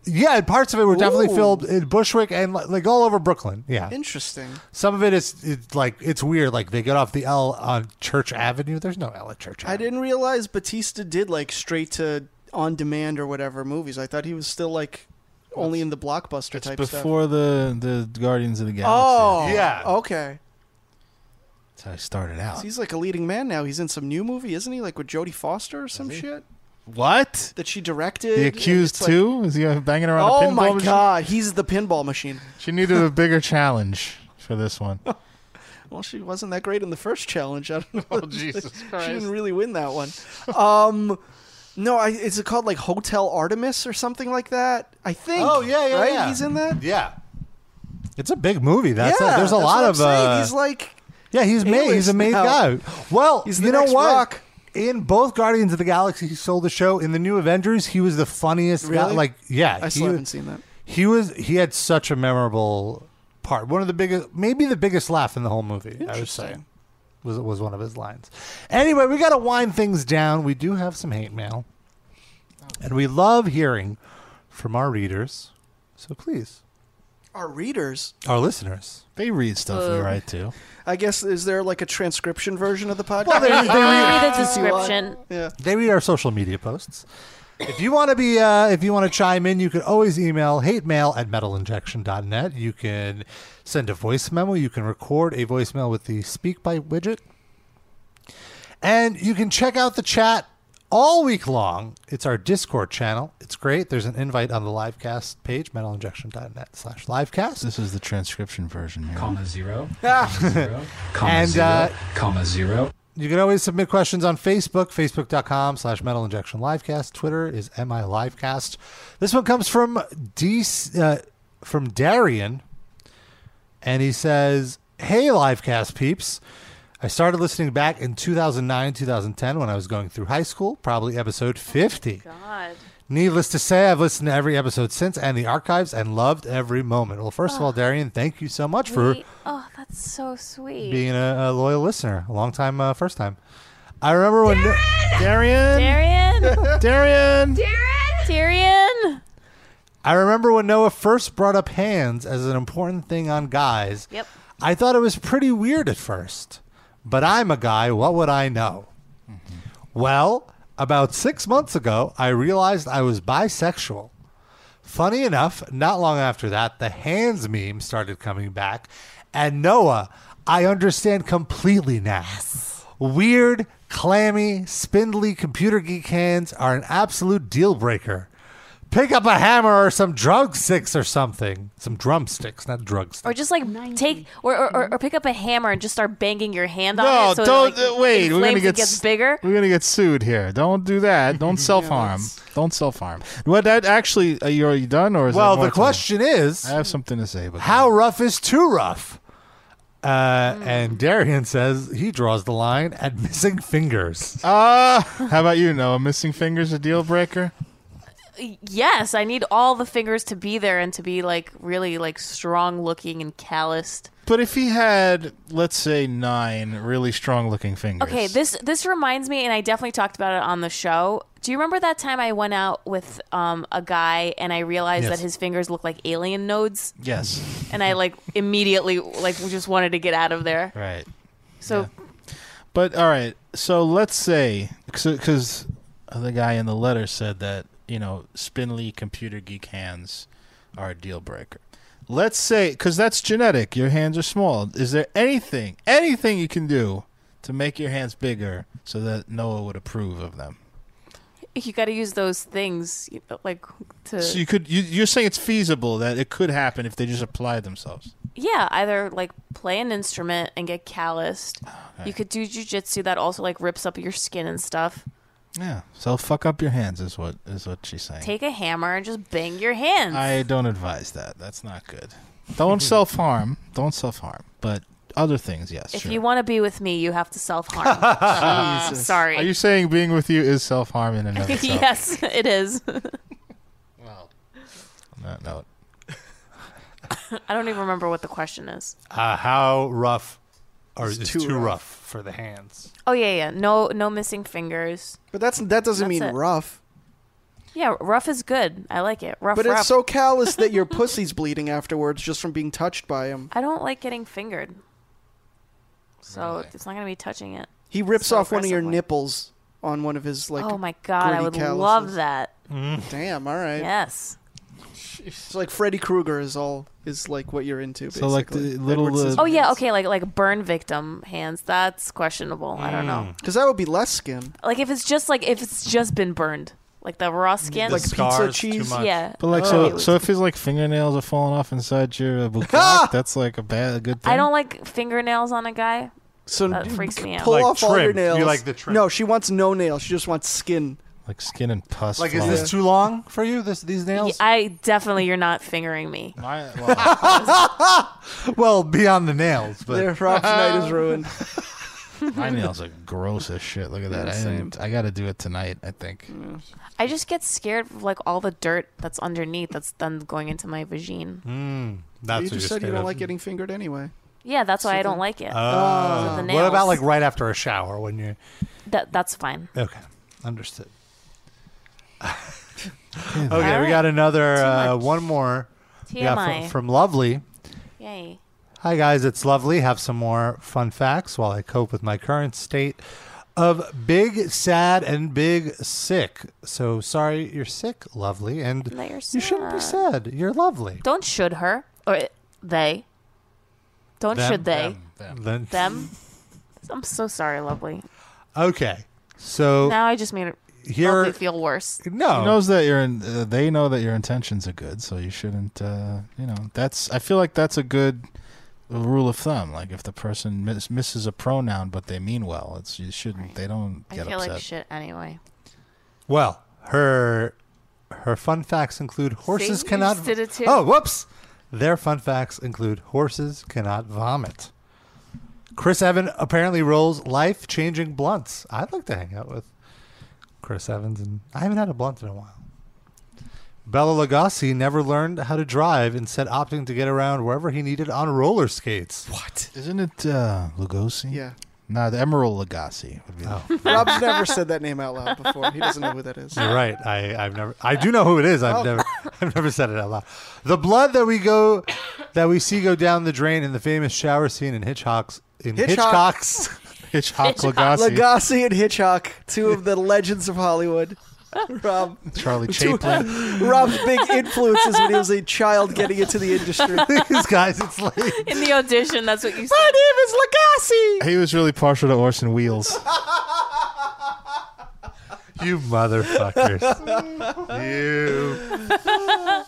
Yeah, and parts of it were definitely Ooh. filmed in Bushwick and like like, all over Brooklyn. Yeah. Interesting. Some of it is it's like it's weird. Like they get off the L on Church Avenue. There's no L at Church I didn't realize Batista did like straight to on demand or whatever movies. I thought he was still like only in the blockbuster type Before the, the Guardians of the stuff. Galaxy. Oh, Okay. That's Oh. how I started So out. he's like a leading man now. He's in some new movie, isn't he? Like with Jodie Foster or some shit What? that she directed. and The accused it's like- too? Is he banging around a oh pinball my machine? god, he's the pinball machine. She needed a bigger challenge for this one. [LAUGHS] Well, she wasn't that great in the first challenge. I don't know. [LAUGHS] Oh, Jesus She Christ. didn't really win that one. Um, no, I, is it called like Hotel Artemis or something like that? I think. Oh, yeah, yeah, right? yeah. He's in that. Yeah. It's a big movie. That's yeah, a, there's a that's lot what of I'm saying. uh, he's like yeah he's made he's a A-list made now. guy. Well, He's the you know next what? Rock. In both Guardians of the Galaxy, he sold the show. In the New Avengers, he was the funniest guy. Really? Like yeah, I still he- haven't seen that. He was he had such a memorable part. One of the biggest, maybe the biggest laugh in the whole movie. I would say was was one of his lines. Anyway, we got to wind things down. We do have some hate mail, and we love hearing from our readers. So please, Our readers. our listeners, they read stuff we we Uh, write write to. I guess is there like a transcription version of the podcast? Well, [LAUGHS] they- they read- Read a description. Yeah. They read our social media posts. If you want to be, uh, if you want to chime in, you can always email hate mail at metalinjection.net. You can send a voice memo. You can record a voicemail with the Speak By widget. And you can check out the chat all week long. It's our Discord channel. It's great. There's an invite on the livecast page, metalinjection.net slash livecast. This is the transcription version. Here. Comma [LAUGHS] zero. Ah. Comma and zero. uh, comma zero. you can always submit questions on Facebook, facebook.com slash metal injection livecast. Twitter is MI livecast. This one comes from D, uh, from Darian, and he says, Hey, livecast peeps. I started listening back in 2009, 2010 when I was going through high school, probably episode 50. Oh, God. Needless to say, I've listened to every episode since and the archives and loved every moment. Well, first of all, Darian, thank you so much for Ah. We- oh, that's so sweet. being a, a loyal listener, a long time, uh, first time. I remember when Darian, [LAUGHS] Darian. Darian. Darian. Darian. I remember when Noah first brought up hands as an important thing on guys. Yep. I thought it was pretty weird at first, but I'm a guy. What would I know? Mm-hmm. Well, about six months ago, I realized I was bisexual. Funny enough, not long after that, the hands meme started coming back. And Noah, I understand completely now. Weird, clammy, spindly computer geek hands are an absolute deal breaker. Pick up a hammer or some drumsticks or something. Some drumsticks, not drugs. Or just like take or, or, or, or pick up a hammer and just start banging your hand on No, it. So it, don't like, uh, wait. We're inflames gonna and get gets s- bigger. We're gonna get sued here. Don't do that. [LAUGHS] Don't self harm. Don't self harm. What that actually? Are you already done or is Well, there more the to- question is- I have something to say, but How rough is too rough? Uh, Hmm. And Darian says he draws the line at missing fingers. uh, how about you? Noah? missing fingers a deal breaker? Yes, I need all the fingers to be there and to be like really like strong looking and calloused. But if he had, let's say, nine really strong looking fingers. Okay, this this reminds me, and I definitely talked about it on the show. Do you remember that time I went out with um, a guy and I realized Yes. that his fingers look like alien nodes, Yes. and I like immediately like just wanted to get out of there. Right. So But all right, so let's say because the guy in the letter said that you know spindly computer geek hands are a deal breaker. Let's say because that's genetic. Your hands are small. Is there anything, anything you can do to make your hands bigger so that Noah would approve of them? You got to use those things, you know, like to. So you could. You, you're saying it's feasible that it could happen if they just apply themselves. yeah, either like play an instrument and get calloused. Ah, You could do jujitsu that also like rips up your skin and stuff. Yeah. So fuck up your hands is what is what she's saying. Take a hammer and just bang your hands. I don't advise that. That's not good. Don't self harm. Don't self harm. But other things, yes. if sure. you want to be with me, you have to self [LAUGHS] [LAUGHS] harm. Jesus. Uh, Sorry. Are you saying being with you is self harm in and [LAUGHS] of itself? yes, it is. [LAUGHS] On that note. I don't even remember what the question is. Uh, how rough or it's, too, too rough. rough. for the hands? Oh yeah, yeah. No, no missing fingers. But that's that doesn't mean it. rough. Yeah, rough is good. I like it. Rough, but rough. it's so callous that [LAUGHS] your pussy's bleeding afterwards just from being touched by him. I don't like getting fingered. So it's not gonna be touching it. He rips off one of your nipples on one of his like. oh my god, I gritty would calluses. love [LAUGHS] that. Mm. Damn. All right. Yes. It's like Freddy Krueger is all is like what you're into. Basically. So, like, the little, uh, Oh yeah, okay, like like burn victim hands. That's questionable. I don't Mm. know. Because that would be less skin. Like if it's just like if it's just been burned, like the raw skin, Mm, The Like pizza scars too cheese? much. Yeah, But like Oh. so, so if his like fingernails are falling off inside [LAUGHS] your uh, bukkake, that's like a bad, a good thing. I don't like fingernails on a guy. So that freaks me out. Pull off all your nails. You like the trim. No, she wants no nails. She just wants skin. like skin and pus. Like, is this too long for you? This these nails? I definitely you're not fingering me. [LAUGHS] well, beyond the nails, but Their rock night is ruined. [LAUGHS] My [LAUGHS] nails are gross as shit. Look at that. Yeah, I, same. Mm. didn't- I got to do it tonight. I think. I just get scared of like all the dirt that's underneath that's then going into my vagine. Mm, you just that's what you're said you scared don't of. like getting fingered anyway. Yeah, that's why So I don't the- like it. Oh. Because of the what about nails. like right after a shower when you're that? That's fine. okay? Understood. [LAUGHS] okay, we Alright. got another Too uh, much. one more. We got TMI. from, from Lovely. Yay. Hi guys, it's Lovely. Have some more fun facts while I cope with my current state of big sad and big sick. So sorry you're sick, Lovely, and That you're you shouldn't be sad. You're lovely. Don't should her or it- they. Don't Them, should they them, them. them. [LAUGHS] I'm so sorry, lovely. Okay, so now I just made it Here- lovely feel worse. He knows that your in, uh, they know that your intentions are good, so you shouldn't. Uh, you know, that's. I feel like that's a good rule of thumb. Like if the person miss, misses a pronoun, but they mean well, it's you shouldn't. They don't I get feel upset. like shit anyway. Well, her her fun facts include horses See? You cannot. just did it too. Oh, whoops! Their fun facts include horses cannot vomit. Chris Evan apparently rolls life-changing blunts. I'd like to hang out with Chris Evans, and I haven't had a blunt in a while. Bella Lugosi never learned how to drive, instead opting to get around wherever he needed on roller skates. What? Isn't it uh, Lugosi? Yeah. No, the Emerald Lagasse would be. Oh. [LAUGHS] the- [LAUGHS] Rob's never said that name out loud before. He doesn't know who that is. You're right. I, I've never. I do know who it is. I've Oh. never. [LAUGHS] I've never said it out loud. The blood that we go, that we see go down the drain in the famous shower scene in Hitchcock's in Hitchcock. Hitchcock's [LAUGHS] Hitchcock Lagasse and Hitchcock, two of the legends of Hollywood. Rob, Charlie two- Chaplin. [LAUGHS] Rob's big influences when he was a child getting into the industry. [LAUGHS] These guys, it's like In the audition, that's what you said. My name is Lagasse. He was really partial to Orson Wheels. [LAUGHS] you motherfuckers.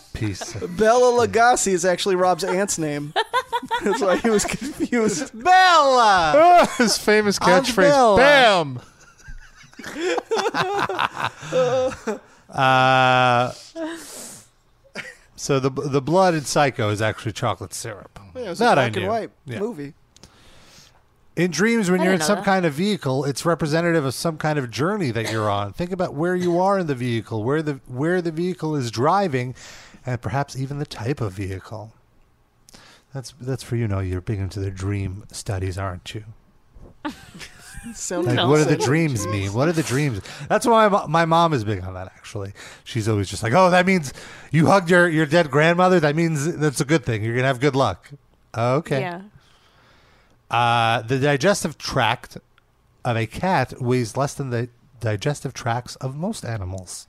[LAUGHS] you piece. Of- Bella Lagasse is actually Rob's aunt's name. [LAUGHS] That's why he was [LAUGHS] confused. [LAUGHS] [LAUGHS] Bella. His famous I'm catchphrase, Bella. "Bam." uh, so the the blood in Psycho is actually chocolate syrup. Yeah, it was That a I black and knew. white Yeah. movie. In dreams, when I you're in didn't know some that. kind of vehicle, it's representative of some kind of journey that you're on. Think about where you are in the vehicle, where the where the vehicle is driving, and perhaps even the type of vehicle. That's that's for you know you're big into the dream studies, aren't you? Sounds Like what do the dreams mean? What are the dreams? That's why my, my mom is big on that. Actually, she's always just like, oh, that means you hugged your your dead grandmother. That means that's a good thing. You're gonna have good luck. Oh, Okay. Yeah. Uh, the digestive tract of a cat weighs less than the digestive tracts of most animals.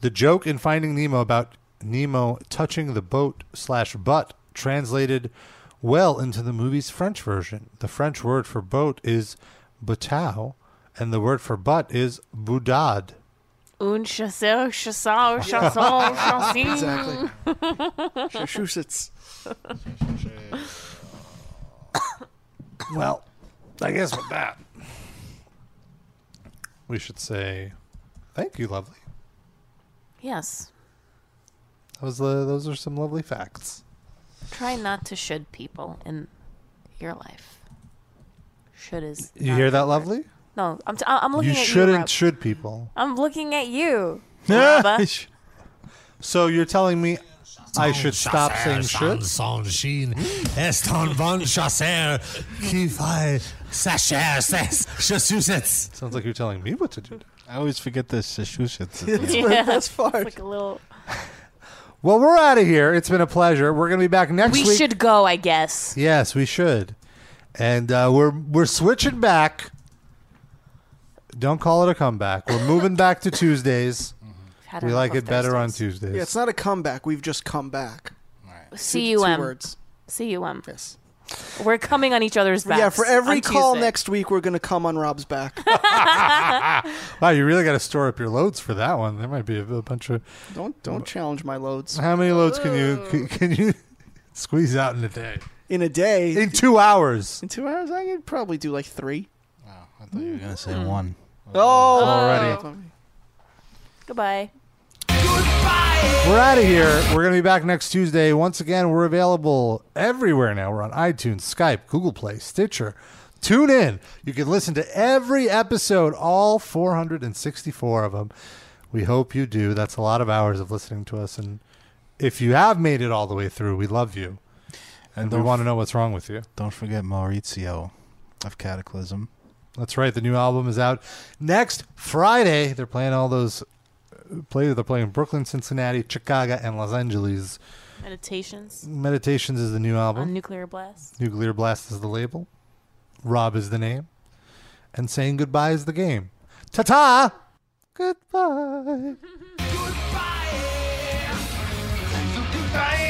The joke in Finding Nemo about Nemo touching the boat slash butt translated well into the movie's French version. The French word for boat is boutao, and the word for butt is boudade. Un [LAUGHS] chasseur, chasseur, chanson, chanson. Exactly. Massachusetts. Well, I guess with that, we should say thank you, lovely. [LAUGHS] Yes. That was the, those are some lovely facts. Try not to should people in your life. Should is. You hear that, lovely? No, I'm, t- I'm looking You at Oh, you. shouldn't Rob. should people. I'm looking [LAUGHS] at you. Yeah. [LAUGHS] Robba. So you're telling me I should stop saying should? Sans chine est un bon chasseur qui fait sa chair ses chaussettes. Sounds like you're telling me what to do. I always forget this Massachusetts. [LAUGHS] that's far. It's like a little. [LAUGHS] Well, we're out of here. It's been a pleasure. We're going to be back next we week. should go, I guess. Yes, we should. And uh, we're we're switching back. Don't call it a comeback. We're moving back to Tuesdays. had We enough like of it better on Tuesdays. Yeah, it's not a comeback. We've just come back. C Two- U two M. words. C U M. Yes. um. We're coming on each other's backs. Yeah, for every on call Tuesday. next week, we're going to come on Rob's back. Wow, you really got to store up your loads for that one. There might be a, a bunch of. don't don't challenge my loads. How many loads can you can, can you [LAUGHS] squeeze out in a day? In a day. In two hours. In two hours, I could probably do like three. I thought you were gonna say one. Oh, Already. Goodbye. We're out of here. We're going to be back next Tuesday. Once again, we're available everywhere now. We're on iTunes, Skype, Google Play, Stitcher. Tune in. You can listen to every episode, all 464 of them. We hope you do. That's a lot of hours of listening to us. And if you have made it all the way through, we love you. And, we don't want to know what's wrong with you. Don't forget Maurizio of Cataclysm. That's right. The new album is out next Friday. They're playing all those play. They're playing Brooklyn, Cincinnati, Chicago, and Los Angeles. Meditations Meditations is the new Uh-huh. album. on nuclear blast. Nuclear Blast is the label. Rob is the name. And saying goodbye is the game. Ta ta! Goodbye. Goodbye.